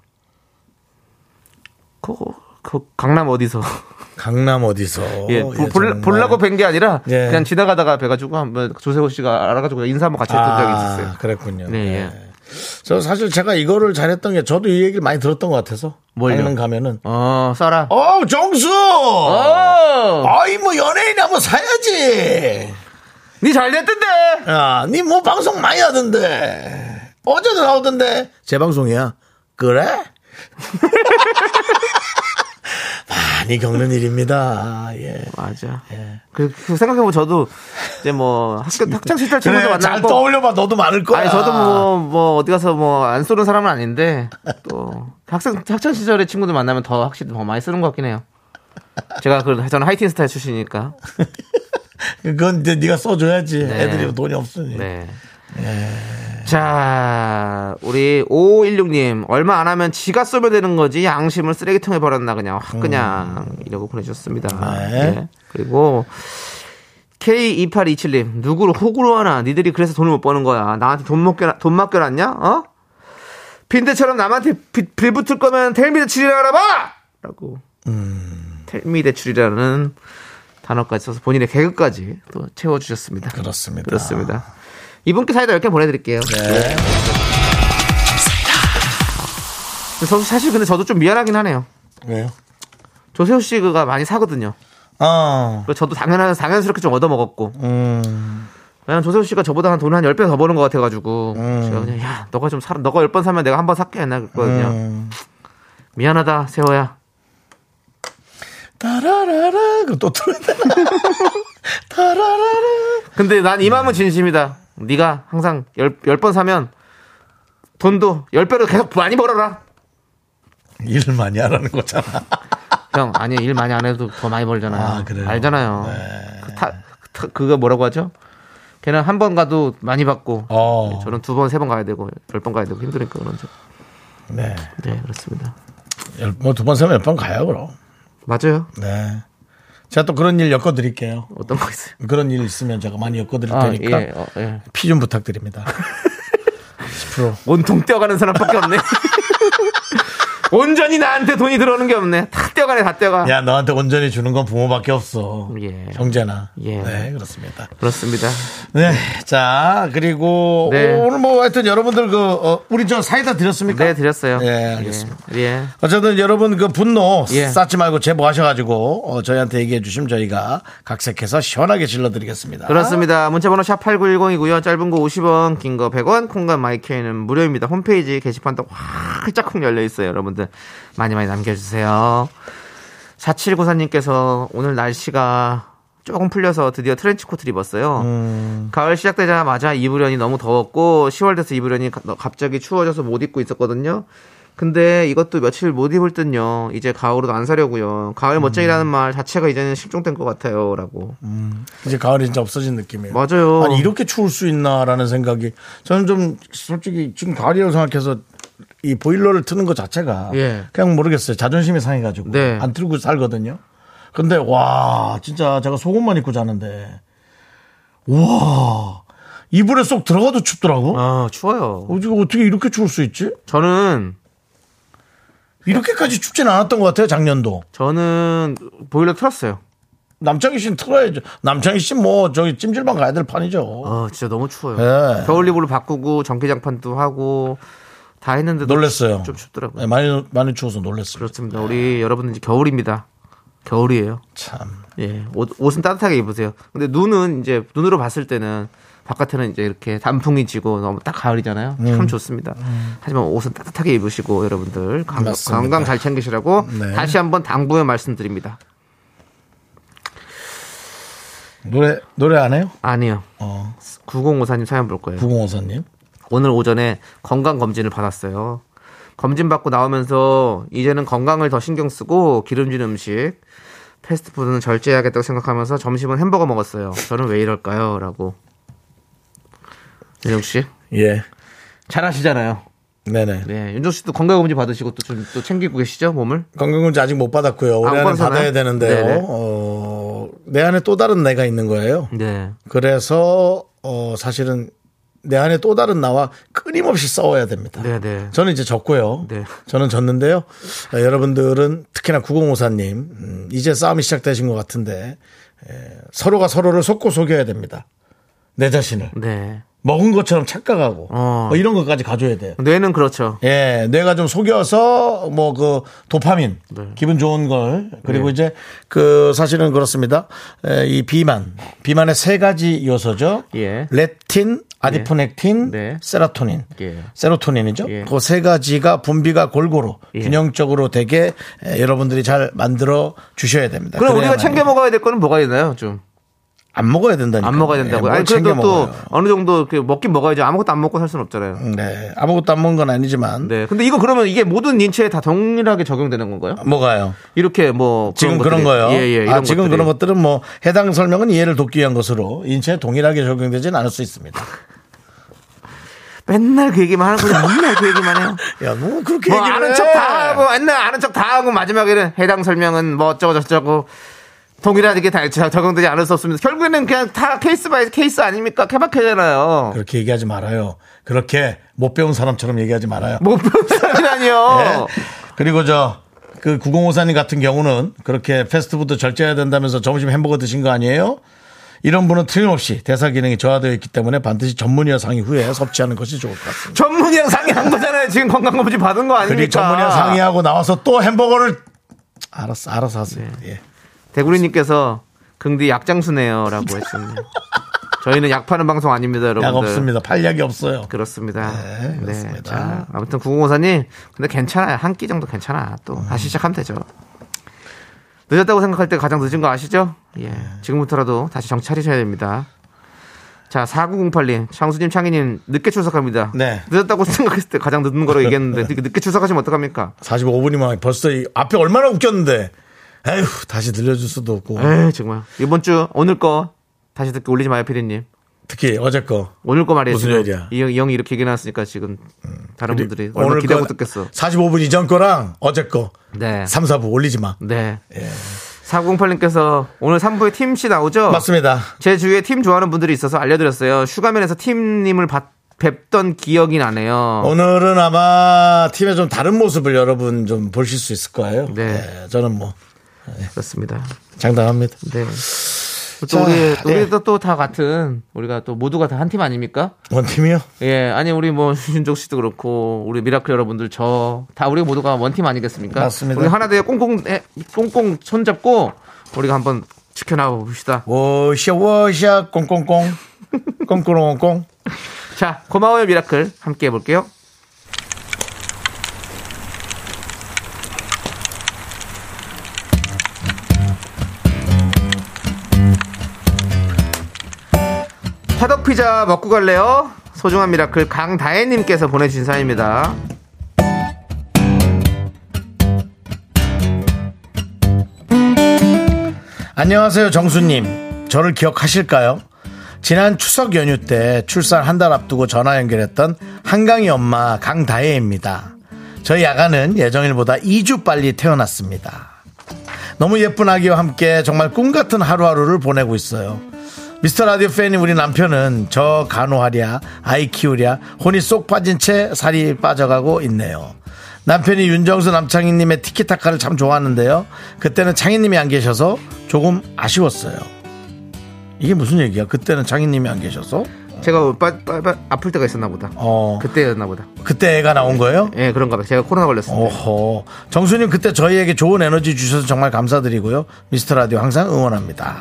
[SPEAKER 2] 그거 그 강남 어디서
[SPEAKER 1] 강남 어디서.
[SPEAKER 2] 예, 보- 볼, 보려고 뵌 게 아니라
[SPEAKER 1] 예.
[SPEAKER 2] 그냥 아. 지나가다가 뵈가지고 한번 조세호 씨가 알아가지고 인사 한번 같이 했던 적이 있었어요
[SPEAKER 1] 아, 그랬군요.
[SPEAKER 2] 네,
[SPEAKER 1] 네.
[SPEAKER 2] 예.
[SPEAKER 1] 저 사실 제가 이거를 잘했던 게 저도 이 얘기를 많이 들었던 것 같아서.
[SPEAKER 2] 뭘요?
[SPEAKER 1] 강릉 가면은.
[SPEAKER 2] 어, 써라.
[SPEAKER 1] 어, 정수!
[SPEAKER 2] 어.
[SPEAKER 1] 아이, 뭐, 연예인이야, 뭐, 사야지.
[SPEAKER 2] 니 잘됐던데.
[SPEAKER 1] 야, 니 뭐, 방송 많이 하던데. 어제도 나오던데. 제 방송이야. 그래? 많이 겪는 일입니다. 예.
[SPEAKER 2] 맞아. 그, 그 생각해보면 저도 이제 뭐 학교 학창 시절 친구도
[SPEAKER 1] 그래, 잘
[SPEAKER 2] 만나고
[SPEAKER 1] 떠올려봐. 너도 많을 거야.
[SPEAKER 2] 아니 저도 뭐 뭐 어디 가서 뭐 안 쏘는 사람은 아닌데 또 학생 학창 시절에 친구들 만나면 더 확실히 더 많이 쓰는 것 같긴 해요. 제가 그 저는 하이틴 스타일 출신이니까.
[SPEAKER 1] 그건 이제 네가 써줘야지.
[SPEAKER 2] 네.
[SPEAKER 1] 애들이 돈이 없으니.
[SPEAKER 2] 네. 자, 우리 5516님, 얼마 안 하면 지가 쏘면 되는 거지, 양심을 쓰레기통에 버렸나, 그냥, 확, 그냥, 이러고 보내주셨습니다.
[SPEAKER 1] 네.
[SPEAKER 2] 네. 그리고, K2827님, 누구를 호구로 하나, 니들이 그래서 돈을 못 버는 거야. 나한테 돈, 맡겨, 돈 맡겨놨냐? 어? 빈대처럼 남한테 비, 빌붙을 거면 텔미 대출이라 알아봐! 라고. 텔미 대출이라는 단어까지 써서 본인의 개그까지 또 채워주셨습니다.
[SPEAKER 1] 그렇습니다.
[SPEAKER 2] 그렇습니다. 이분께 사이다 10개 보내드릴게요. 네. 저 사실 근데 저도 좀 미안하긴 하네요.
[SPEAKER 1] 왜요?
[SPEAKER 2] 조세호 씨가 많이 사거든요.
[SPEAKER 1] 어.
[SPEAKER 2] 그래서 저도 당연한, 당연스럽게 좀 얻어먹었고.
[SPEAKER 1] 음.
[SPEAKER 2] 왜냐면 조세호 씨가 저보다 한 돈을 한 10배 더 버는 것 같아가지고.
[SPEAKER 1] 음.
[SPEAKER 2] 제가 그냥, 야, 너가 좀 사, 너가 10번 사면 내가 한 번 살게. 했나 그랬거든요.
[SPEAKER 1] 음.
[SPEAKER 2] 미안하다, 세호야.
[SPEAKER 1] 따라라라. 그또 틀어야 되나? 따라라라.
[SPEAKER 2] 근데 난
[SPEAKER 1] 네.
[SPEAKER 2] 이 마음은 진심이다. 네가 항상 10, 번 사면 돈도 10배로 계속 많이 벌어라.
[SPEAKER 1] 일을 많이 하라는 거잖아.
[SPEAKER 2] 형 아니 일 많이 안 해도 더 많이 벌잖아요.
[SPEAKER 1] 아, 그래요? 네.
[SPEAKER 2] 알잖아요. 그 타, 타- 그거 뭐라고 하죠? 걔는 한 번 가도 많이 받고
[SPEAKER 1] 어.
[SPEAKER 2] 네, 저는 두 번 세 번 가야 되고 열 번 가야 되고 힘드니까 그런죠.
[SPEAKER 1] 네.
[SPEAKER 2] 네 그렇습니다.
[SPEAKER 1] 뭐 두 번 세면 몇 번 가요, 그럼.
[SPEAKER 2] 맞아요.
[SPEAKER 1] 네. 제가 또 그런 일 엮어드릴게요.
[SPEAKER 2] 어떤 거 있어요?
[SPEAKER 1] 그런 일 있으면 제가 많이 엮어드릴
[SPEAKER 2] 아,
[SPEAKER 1] 테니까
[SPEAKER 2] 예, 어, 예.
[SPEAKER 1] 피 좀 부탁드립니다. 10%.
[SPEAKER 2] 온통 떼어가는 사람밖에 없네. 온전히 나한테 돈이 들어오는 게 없네. 다 떼어가네 다 떼어가.
[SPEAKER 1] 야, 너한테 온전히 주는 건 부모밖에 없어.
[SPEAKER 2] 예.
[SPEAKER 1] 형제나.
[SPEAKER 2] 예.
[SPEAKER 1] 네, 그렇습니다.
[SPEAKER 2] 그렇습니다.
[SPEAKER 1] 네. 자, 그리고
[SPEAKER 2] 네.
[SPEAKER 1] 오늘 뭐 하여튼 여러분들 그, 어, 우리 저 사이다 드렸습니까?
[SPEAKER 2] 네 드렸어요.
[SPEAKER 1] 예, 알겠습니다.
[SPEAKER 2] 예. 예.
[SPEAKER 1] 어쨌든 여러분 그 분노
[SPEAKER 2] 예.
[SPEAKER 1] 쌓지 말고 제보하셔가지고 어, 저희한테 얘기해 주시면 저희가 각색해서 시원하게 질러드리겠습니다.
[SPEAKER 2] 그렇습니다. 문자번호 샵 8910이고요. 짧은 거 50원, 긴 거 100원, 콩과 마이크는 무료입니다. 홈페이지 게시판도 활짝쿵 열려 있어요. 여러분들 많이 많이 남겨주세요. 4794님께서 오늘 날씨가 조금 풀려서 드디어 트렌치코트를 입었어요. 가을 시작되자마자 이불연이 너무 더웠고 10월 돼서 이불연이 가- 갑자기 추워져서 못 입고 있었거든요. 근데 이것도 며칠 못 입을 듯요. 이제 가을옷 안 사려고요. 가을 멋쟁이라는 말 자체가 이제는 실종된 것 같아요라고.
[SPEAKER 1] 이제 가을이 진짜 없어진 느낌이에요.
[SPEAKER 2] 맞아요.
[SPEAKER 1] 아니 이렇게 추울 수 있나라는 생각이 저는 좀 솔직히 지금 가을이라고 생각해서 이 보일러를 트는 것 자체가
[SPEAKER 2] 예.
[SPEAKER 1] 그냥 모르겠어요. 자존심이 상해가지고
[SPEAKER 2] 네.
[SPEAKER 1] 안 틀고 살거든요. 근데 와 진짜 제가 속옷만 입고 자는데 와 이불에 쏙 들어가도 춥더라고.
[SPEAKER 2] 아 추워요.
[SPEAKER 1] 어떻게 어떻게 이렇게 추울 수 있지?
[SPEAKER 2] 저는
[SPEAKER 1] 이렇게까지 춥진 않았던 것 같아요 작년도
[SPEAKER 2] 저는 보일러 틀었어요.
[SPEAKER 1] 남창희 씨는 틀어야죠 남창희 씨 뭐 저기 찜질방 가야 될 판이죠
[SPEAKER 2] 아 진짜 너무 추워요.
[SPEAKER 1] 예.
[SPEAKER 2] 겨울입으로 바꾸고 전기장판도 하고 다 했는데
[SPEAKER 1] 놀랬어요
[SPEAKER 2] 좀 춥더라고요.
[SPEAKER 1] 네, 많이 많이 추워서 놀랬어요
[SPEAKER 2] 그렇습니다. 우리 여러분 이제 겨울입니다. 겨울이에요.
[SPEAKER 1] 참
[SPEAKER 2] 예, 옷, 옷은 따뜻하게 입으세요. 근데 눈은 이제 눈으로 봤을 때는 바깥에는 이제 이렇게 단풍이 지고 너무 딱 가을이잖아요.
[SPEAKER 1] 음.
[SPEAKER 2] 참 좋습니다. 하지만 옷은 따뜻하게 입으시고 여러분들 강-
[SPEAKER 1] 맞습니다.
[SPEAKER 2] 건강 잘 챙기시라고
[SPEAKER 1] 네.
[SPEAKER 2] 다시 한번 당부의 말씀드립니다.
[SPEAKER 1] 노래 노래 안 해요?
[SPEAKER 2] 아니요.
[SPEAKER 1] 어
[SPEAKER 2] 9054님 사연 볼 거예요.
[SPEAKER 1] 구공호사님
[SPEAKER 2] 오늘 오전에 건강 검진을 받았어요. 검진 받고 나오면서 이제는 건강을 더 신경 쓰고 기름진 음식, 패스트푸드는 절제해야겠다고 생각하면서 점심은 햄버거 먹었어요. 저는 왜 이럴까요? 라고. 윤정 씨.
[SPEAKER 1] 예
[SPEAKER 2] 잘하시잖아요.
[SPEAKER 1] 네네
[SPEAKER 2] 네. 윤정 씨도 건강 검진 받으시고 또 좀 또 챙기고 계시죠? 몸을?
[SPEAKER 1] 건강검진 아직 못 받았고요 올해 안에
[SPEAKER 2] 받았나요?
[SPEAKER 1] 받아야
[SPEAKER 2] 네네.
[SPEAKER 1] 되는데요 어, 내 안에 또 다른 내가 있는 거예요
[SPEAKER 2] 네.
[SPEAKER 1] 그래서 어, 사실은 내 안에 또 다른 나와 끊임없이 싸워야 됩니다
[SPEAKER 2] 네, 네.
[SPEAKER 1] 저는 이제 졌고요.
[SPEAKER 2] 네.
[SPEAKER 1] 저는 졌는데요. 아, 여러분들은 특히나 9054님 음, 이제 싸움이 시작되신 것 예, 같은데 에, 서로가 서로를 속고 속여야 됩니다. 내 자신을
[SPEAKER 2] 네.
[SPEAKER 1] 먹은 것처럼 착각하고
[SPEAKER 2] 어.
[SPEAKER 1] 뭐 이런 것까지 가져야 돼.
[SPEAKER 2] 뇌는 그렇죠.
[SPEAKER 1] 예, 뇌가 좀 속여서 뭐 그 도파민
[SPEAKER 2] 네.
[SPEAKER 1] 기분 좋은 걸 그리고
[SPEAKER 2] 예.
[SPEAKER 1] 이제 그 사실은 그렇습니다. 에, 이 비만 비만의 세 가지 요소죠.
[SPEAKER 2] 예.
[SPEAKER 1] 렙틴, 아디포넥틴,
[SPEAKER 2] 네.
[SPEAKER 1] 세라토닌,
[SPEAKER 2] 예.
[SPEAKER 1] 세로토닌이죠.
[SPEAKER 2] 예.
[SPEAKER 1] 그 세 가지가 분비가 골고루
[SPEAKER 2] 예.
[SPEAKER 1] 균형적으로 되게 에, 여러분들이 잘 만들어 주셔야 됩니다.
[SPEAKER 2] 그럼 우리가
[SPEAKER 1] 그래야만
[SPEAKER 2] 챙겨 먹어야 될 거는 뭐가 있나요? 좀 안
[SPEAKER 1] 안 먹어야 된다니까.
[SPEAKER 2] 먹어야 된다고. 요 아니 그래도 또
[SPEAKER 1] 먹어요.
[SPEAKER 2] 어느 정도 이렇게 먹긴 먹어야죠. 아무것도 안 먹고 살 수는 없잖아요.
[SPEAKER 1] 네, 아무것도 안 먹은 건 아니지만
[SPEAKER 2] 네. 근데 이거 그러면 이게 모든 인체에 다 동일하게 적용되는 건가요?
[SPEAKER 1] 먹어요.
[SPEAKER 2] 이렇게 뭐
[SPEAKER 1] 지금 그런
[SPEAKER 2] 것들이-
[SPEAKER 1] 거예요.
[SPEAKER 2] 예, 예.
[SPEAKER 1] 아,
[SPEAKER 2] 이런
[SPEAKER 1] 지금
[SPEAKER 2] 것들이.
[SPEAKER 1] 그런 것들은 뭐 해당 설명은 이해를 돕기 위한 것으로 인체에 동일하게 적용되지는 않을 수 있습니다.
[SPEAKER 2] 맨날 그 얘기만 하는 거죠. 맨날 그 얘기만 해요.
[SPEAKER 1] 야, 뭐 그렇게
[SPEAKER 2] 뭐
[SPEAKER 1] 얘기를
[SPEAKER 2] 아는
[SPEAKER 1] 해.
[SPEAKER 2] 척 다 하고 맨날 아는 척 다 하고 마지막에는 해당 설명은 뭐 어쩌고 저쩌고 동일하게 다 적용되지 않을 수 없습니다. 결국에는 그냥 다 케이스 바이 케이스 아닙니까? 케바케잖아요.
[SPEAKER 1] 그렇게 얘기하지 말아요. 그렇게 못 배운 사람처럼 얘기하지 말아요.
[SPEAKER 2] 못본 사람이라니요.
[SPEAKER 1] 예. 그리고 저 그 9054님 같은 경우는 그렇게 패스트푸드 절제해야 된다면서 점심 햄버거 드신 거 아니에요? 이런 분은 틀림없이 대사 기능이 저하되어 있기 때문에 반드시 전문의와 상의 후에 섭취하는 것이 좋을 것 같습니다.
[SPEAKER 2] 전문의랑 상의한 거잖아요. 지금 건강검진 받은 거 아닙니까?
[SPEAKER 1] 그리고 전문의와 상의하고 나와서 또 햄버거를 알았어, 알아서 하세요.
[SPEAKER 2] 네.
[SPEAKER 1] 예.
[SPEAKER 2] 대구리님께서 긍디 약장수네요라고 했습니다. 저희는 약 파는 방송 아닙니다, 여러분들.
[SPEAKER 1] 약 없습니다. 팔약이 없어요.
[SPEAKER 2] 그렇습니다.
[SPEAKER 1] 네, 그렇습니다.
[SPEAKER 2] 자, 아무튼 9054님, 근데 괜찮아요. 한 끼 정도 괜찮아. 또
[SPEAKER 1] 음.
[SPEAKER 2] 다시 시작하면 되죠. 늦었다고 생각할 때 가장 늦은 거 아시죠? 예.
[SPEAKER 1] 네.
[SPEAKER 2] 지금부터라도 다시 정차리셔야 됩니다. 자, 4908님, 창수님, 창희님, 늦게 출석합니다.
[SPEAKER 1] 네.
[SPEAKER 2] 늦었다고 생각했을 때 가장 늦은 거로 얘기했는데, 늦게- 늦게 출석하시면 어떡합니까?
[SPEAKER 1] 45분이면 벌써 이 앞에 얼마나 웃겼는데. 에휴, 다시 들려줄 수도 없고.
[SPEAKER 2] 에이, 정말. 이번 주, 오늘 거, 다시 듣기 올리지 마요, 피디님.
[SPEAKER 1] 특히 어제 거.
[SPEAKER 2] 오늘 거 말이에요.
[SPEAKER 1] 무슨
[SPEAKER 2] 지금.
[SPEAKER 1] 요일이야?
[SPEAKER 2] 이 형이 렇게 얘기 나왔으니까 지금 다른 분들이 얼마나 기대하고 듣겠어.
[SPEAKER 1] 45분 이전 거랑 어제 거.
[SPEAKER 2] 네.
[SPEAKER 1] 3, 4부 올리지 마.
[SPEAKER 2] 네.
[SPEAKER 1] 예.
[SPEAKER 2] 4908님께서 오늘 3부에 팀씨 나오죠?
[SPEAKER 1] 맞습니다.
[SPEAKER 2] 제 주위에 팀 좋아하는 분들이 있어서 알려드렸어요. 슈가맨에서 팀님을 봤- 뵙던 기억이 나네요.
[SPEAKER 1] 오늘은 아마 팀의 좀 다른 모습을 여러분 좀 보실 수 있을 거예요.
[SPEAKER 2] 네.
[SPEAKER 1] 네, 저는 뭐
[SPEAKER 2] 그렇습니다.
[SPEAKER 1] 장담합니다.
[SPEAKER 2] 네. 또
[SPEAKER 1] 자,
[SPEAKER 2] 우리
[SPEAKER 1] 예.
[SPEAKER 2] 우리 또 다 같은 우리가 또 모두가 다 한 팀 아닙니까?
[SPEAKER 1] 원팀이요?
[SPEAKER 2] 예, 아니 우리 뭐 신종 씨도 그렇고 우리 미라클 여러분들 저 다 우리 모두가 원팀 아니겠습니까?
[SPEAKER 1] 맞습니다.
[SPEAKER 2] 우리 하나 되어 꽁꽁 에, 꽁꽁 손잡고 우리가 한번 지켜나 봅시다.
[SPEAKER 1] 워샤 워샤 꽁꽁꽁 꽁꽁꽁꽁
[SPEAKER 2] 자, 고마워요 미라클 함께 해볼게요. 화덕 피자 먹고 갈래요? 소중한 미라클 강다혜님께서 보내주신 사연입니다.
[SPEAKER 1] 안녕하세요, 정수님. 저를 기억하실까요? 지난 추석 연휴 때 출산 한 달 앞두고 전화 연결했던 한강이 엄마 강다혜입니다. 저희 아가는 예정일보다 2주 빨리 태어났습니다. 너무 예쁜 아기와 함께 정말 꿈 같은 하루하루를 보내고 있어요. 미스터 라디오 팬인 우리 남편은 저 간호하랴, 아이 키우랴, 혼이 쏙 빠진 채 살이 빠져가고 있네요. 남편이 윤정수 남창희님의 티키타카를 참 좋아하는데요. 그때는 창희님이 안 계셔서 조금 아쉬웠어요. 이게 무슨 얘기야? 그때는 창희님이 안 계셔서?
[SPEAKER 2] 제가 뭐 빠, 빠, 빠, 아플 때가 있었나 보다.
[SPEAKER 1] 어,
[SPEAKER 2] 그때였나 보다.
[SPEAKER 1] 그때 애가 나온 거예요?
[SPEAKER 2] 예, 그런가 봐요. 제가 코로나 걸렸을 때.
[SPEAKER 1] 오호. 정수님 그때 저희에게 좋은 에너지 주셔서 정말 감사드리고요. 미스터 라디오 항상 응원합니다.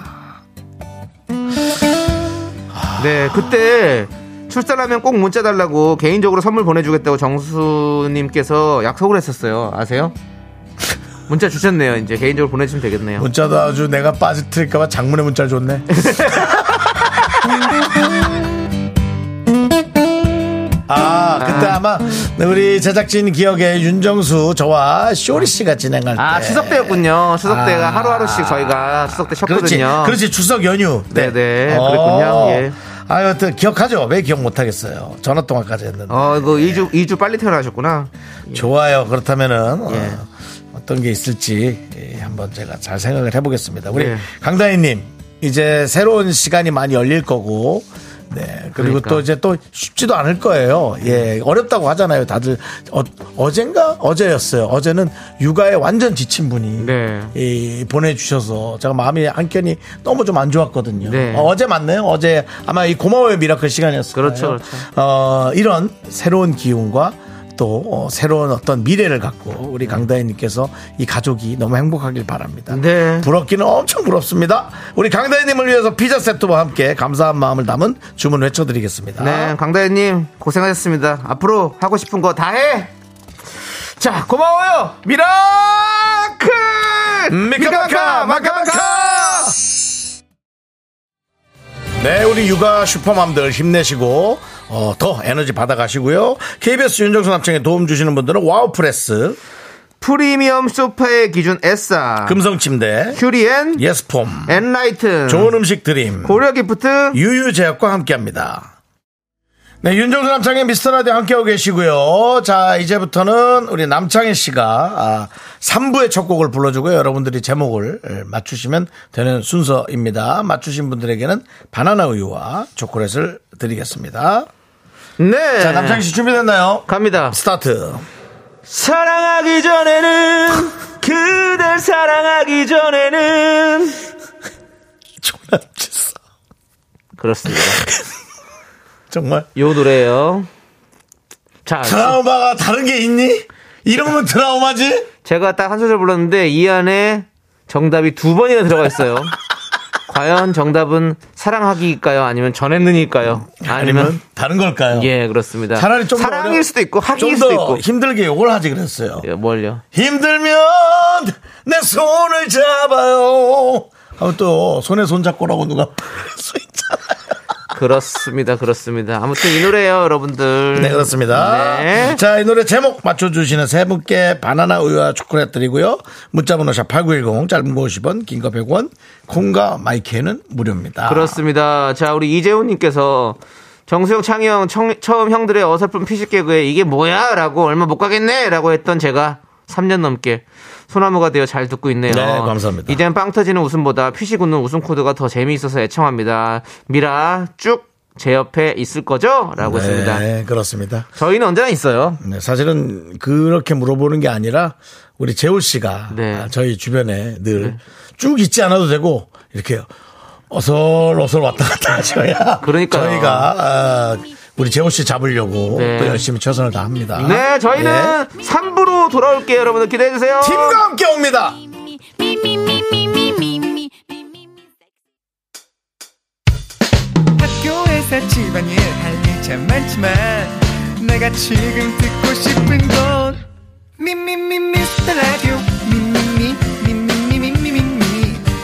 [SPEAKER 1] 어.
[SPEAKER 2] 네, 그때 출산하면 꼭 문자 달라고 개인적으로 선물 보내주겠다고 정수님께서 약속을 했었어요. 아세요? 문자 주셨네요. 이제 개인적으로 보내주시면 되겠네요.
[SPEAKER 1] 문자도 아주 내가 빠질까봐 장문의 문자를 줬네. 아, 그때 아마 우리 제작진 기억에 윤정수 저와 쇼리 씨가 진행할 때.
[SPEAKER 2] 아, 추석 때였군요. 추석 때가
[SPEAKER 1] 네. 아.
[SPEAKER 2] 하루하루씩 저희가 추석 때
[SPEAKER 1] 그렇지.
[SPEAKER 2] 쉬었거든요.
[SPEAKER 1] 그렇지. 추석 연휴. 어.
[SPEAKER 2] 네네, 그랬군요. 예.
[SPEAKER 1] 아, 여튼 기억하죠? 왜 기억 못하겠어요? 전화 통화까지 했는데.
[SPEAKER 2] 어, 이거 2주, 2주 빨리 태어나셨구나.
[SPEAKER 1] 예. 좋아요. 그렇다면은
[SPEAKER 2] 예.
[SPEAKER 1] 어, 떤게 있을지 예, 한번 제가 잘 생각을 해보겠습니다. 우리
[SPEAKER 2] 예.
[SPEAKER 1] 강다희님 이제 새로운 시간이 많이 열릴 거고 네. 그리고
[SPEAKER 2] 그러니까.
[SPEAKER 1] 또 이제 또 쉽지도 않을 거예요. 예. 어렵다고 하잖아요. 다들 어, 어젠가 어제였어요. 어제는 육아에 완전 지친 분이
[SPEAKER 2] 네.
[SPEAKER 1] 이, 보내주셔서 제가 마음이 한켠이 너무 좀 안 좋았거든요.
[SPEAKER 2] 네.
[SPEAKER 1] 어, 어제 맞나요? 어제 아마 이 고마워요 미라클 시간이었어요.
[SPEAKER 2] 그렇죠, 그렇죠.
[SPEAKER 1] 어, 이런 새로운 기운과 또 어, 새로운 어떤 미래를 갖고 우리 강다혜님께서 이 가족이 너무 행복하길 바랍니다.
[SPEAKER 2] 네.
[SPEAKER 1] 부럽기는 엄청 부럽습니다. 우리 강다혜님을 위해서 피자 세트와 함께 감사한 마음을 담은 주문 외쳐드리겠습니다.
[SPEAKER 2] 네, 강다혜님 고생하셨습니다. 앞으로 하고 싶은 거 다 해. 자, 고마워요. 미라클!
[SPEAKER 1] 미카마카 마카마카 네 우리 육아 슈퍼맘들 힘내시고 어, 더 에너지 받아가시고요 KBS 윤정수 남청에 도움 주시는 분들은 와우프레스
[SPEAKER 2] 프리미엄 소파의 기준 S사.
[SPEAKER 1] 금성침대
[SPEAKER 2] 큐리엔.
[SPEAKER 1] 예스폼
[SPEAKER 2] 엔라이튼.
[SPEAKER 1] 좋은 음식 드림
[SPEAKER 2] 고려 기프트.
[SPEAKER 1] 유유제약과 함께합니다. 네, 윤정수 남창의 미스터라디오 함께하고 계시고요. 자, 이제부터는 우리 남창희 씨가 아, 3부의 첫 곡을 불러주고요. 여러분들이 제목을 에, 맞추시면 되는 순서입니다. 맞추신 분들에게는 바나나 우유와 초콜릿을 드리겠습니다.
[SPEAKER 2] 네.
[SPEAKER 1] 자, 남창희 씨 준비됐나요?
[SPEAKER 2] 갑니다.
[SPEAKER 1] 스타트.
[SPEAKER 2] 사랑하기 전에는 그댈 사랑하기 전에는
[SPEAKER 1] 조남지사.
[SPEAKER 2] 그렇습니다.
[SPEAKER 1] 정말.
[SPEAKER 2] 요 노래예요. 자,
[SPEAKER 1] 드라마가 다른 게 있니? 이러면 드라마지?
[SPEAKER 2] 제가 딱 한 소절 불렀는데 이 안에 정답이 두 번이나 들어가 있어요. 과연 정답은 사랑하기일까요? 아니면 전했느니까요? 아니면
[SPEAKER 1] 아니면 다른 걸까요?
[SPEAKER 2] 예 그렇습니다.
[SPEAKER 1] 차라리 좀더
[SPEAKER 2] 사랑일
[SPEAKER 1] 어려-
[SPEAKER 2] 수도 있고 하기일
[SPEAKER 1] 좀
[SPEAKER 2] 수도
[SPEAKER 1] 더
[SPEAKER 2] 있고
[SPEAKER 1] 힘들게 욕을 하지 그랬어요.
[SPEAKER 2] 예, 뭘요?
[SPEAKER 1] 힘들면 내 손을 잡아요. 하면 또 손에 손 잡고라고 누가 할수 있잖아요.
[SPEAKER 2] 그렇습니다, 그렇습니다. 아무튼 이 노래예요, 여러분들.
[SPEAKER 1] 네 그렇습니다.
[SPEAKER 2] 음, 네.
[SPEAKER 1] 자 이 노래 제목 맞춰주시는 세 분께 바나나 우유와 초콜릿 드리고요. 문자번호 샵8910 짧은 거 50원 긴 거 100원 콩과 마이크는 무료입니다.
[SPEAKER 2] 그렇습니다. 자, 우리 이재훈님께서 정수영, 창희형 청- 처음 형들의 어설픈 피식 개그에 이게 뭐야? 라고 얼마 못 가겠네? 라고 했던 제가 3년 넘게 소나무가 되어 잘 듣고 있네요.
[SPEAKER 1] 네, 감사합니다.
[SPEAKER 2] 이젠 빵 터지는 웃음보다 피식 웃는 웃음 코드가 더 재미있어서 애청합니다. 미라 쭉 제 옆에 있을 거죠? 라고 했습니다.
[SPEAKER 1] 네 그렇습니다.
[SPEAKER 2] 저희는 언제나 있어요.
[SPEAKER 1] 네, 사실은 그렇게 물어보는 게 아니라 우리 재호 씨가
[SPEAKER 2] 네.
[SPEAKER 1] 아, 저희 주변에 늘 쭉 있지 않아도 되고 이렇게 어설어설 왔다 갔다 하셔야
[SPEAKER 2] 그러니까요.
[SPEAKER 1] 저희가 아, 우리 재호 씨 잡으려고
[SPEAKER 2] 네.
[SPEAKER 1] 또 열심히 최선을 다합니다.
[SPEAKER 2] 네,
[SPEAKER 1] 예.
[SPEAKER 2] 저희는 3부로 돌아올게요. 여러분들 기대해주세요.
[SPEAKER 1] 팀과 함께 옵니다.
[SPEAKER 6] 학교에서 집안일 할 일 참 많지만 내가 지금 듣고 싶은 건 미미미 미스터 라디오 미미미 미미미 미미미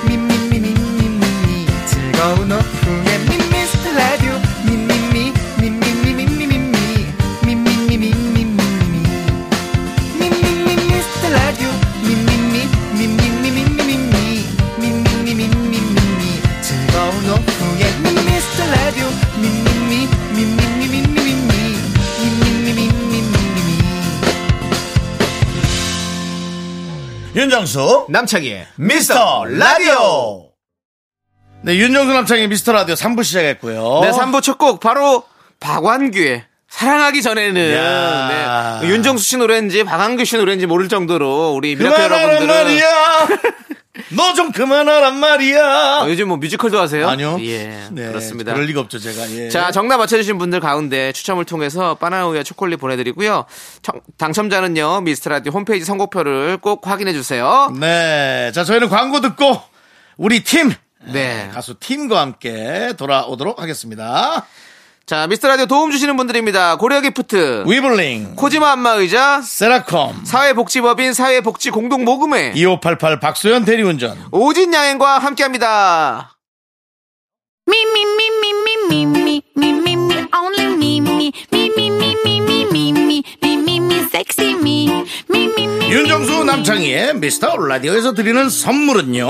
[SPEAKER 6] 미미미 미미미 즐거운 오후에 미스터 라디오 미미미 미미미 미미미 미미미 미미미
[SPEAKER 1] 윤정수
[SPEAKER 2] 남창희의
[SPEAKER 1] 미스터 라디오. 네, 윤정수 남창의 미스터 라디오 3부 시작했고요.
[SPEAKER 2] 네, 3부 첫 곡 바로 박완규의 사랑하기
[SPEAKER 1] 야.
[SPEAKER 2] 전에는 네, 윤정수 씨 노래인지 박완규 씨 노래인지 모를 정도로 우리 미라클
[SPEAKER 1] 그만하란
[SPEAKER 2] 여러분들은
[SPEAKER 1] 말이야. 너 좀 그만하란 말이야.
[SPEAKER 2] 어, 요즘 뭐 뮤지컬도 하세요?
[SPEAKER 1] 아니요.
[SPEAKER 2] 예,
[SPEAKER 1] 네,
[SPEAKER 2] 그렇습니다.
[SPEAKER 1] 그럴 리가 없죠, 제가. 예.
[SPEAKER 2] 자, 정답 맞춰주신 분들 가운데 추첨을 통해서 바나우유와 초콜릿 보내드리고요. 청- 당첨자는요, 미스트라디 홈페이지 선곡표를 꼭 확인해주세요.
[SPEAKER 1] 네. 자, 저희는 광고 듣고 우리 팀
[SPEAKER 2] 네.
[SPEAKER 1] 가수 팀과 함께 돌아오도록 하겠습니다.
[SPEAKER 2] 자, 미스트라디오 도움 주시는 분들입니다. 고려기프트,
[SPEAKER 1] 위블링,
[SPEAKER 2] 코지마 안마의자,
[SPEAKER 1] 세라콤,
[SPEAKER 2] 사회복지법인 사회복지 공동모금회,
[SPEAKER 1] 2588 박소연 대리운전,
[SPEAKER 2] 오진 양행과 함께합니다.
[SPEAKER 1] 윤정수 남창희의 미스터 라디오에서 드리는 선물은요.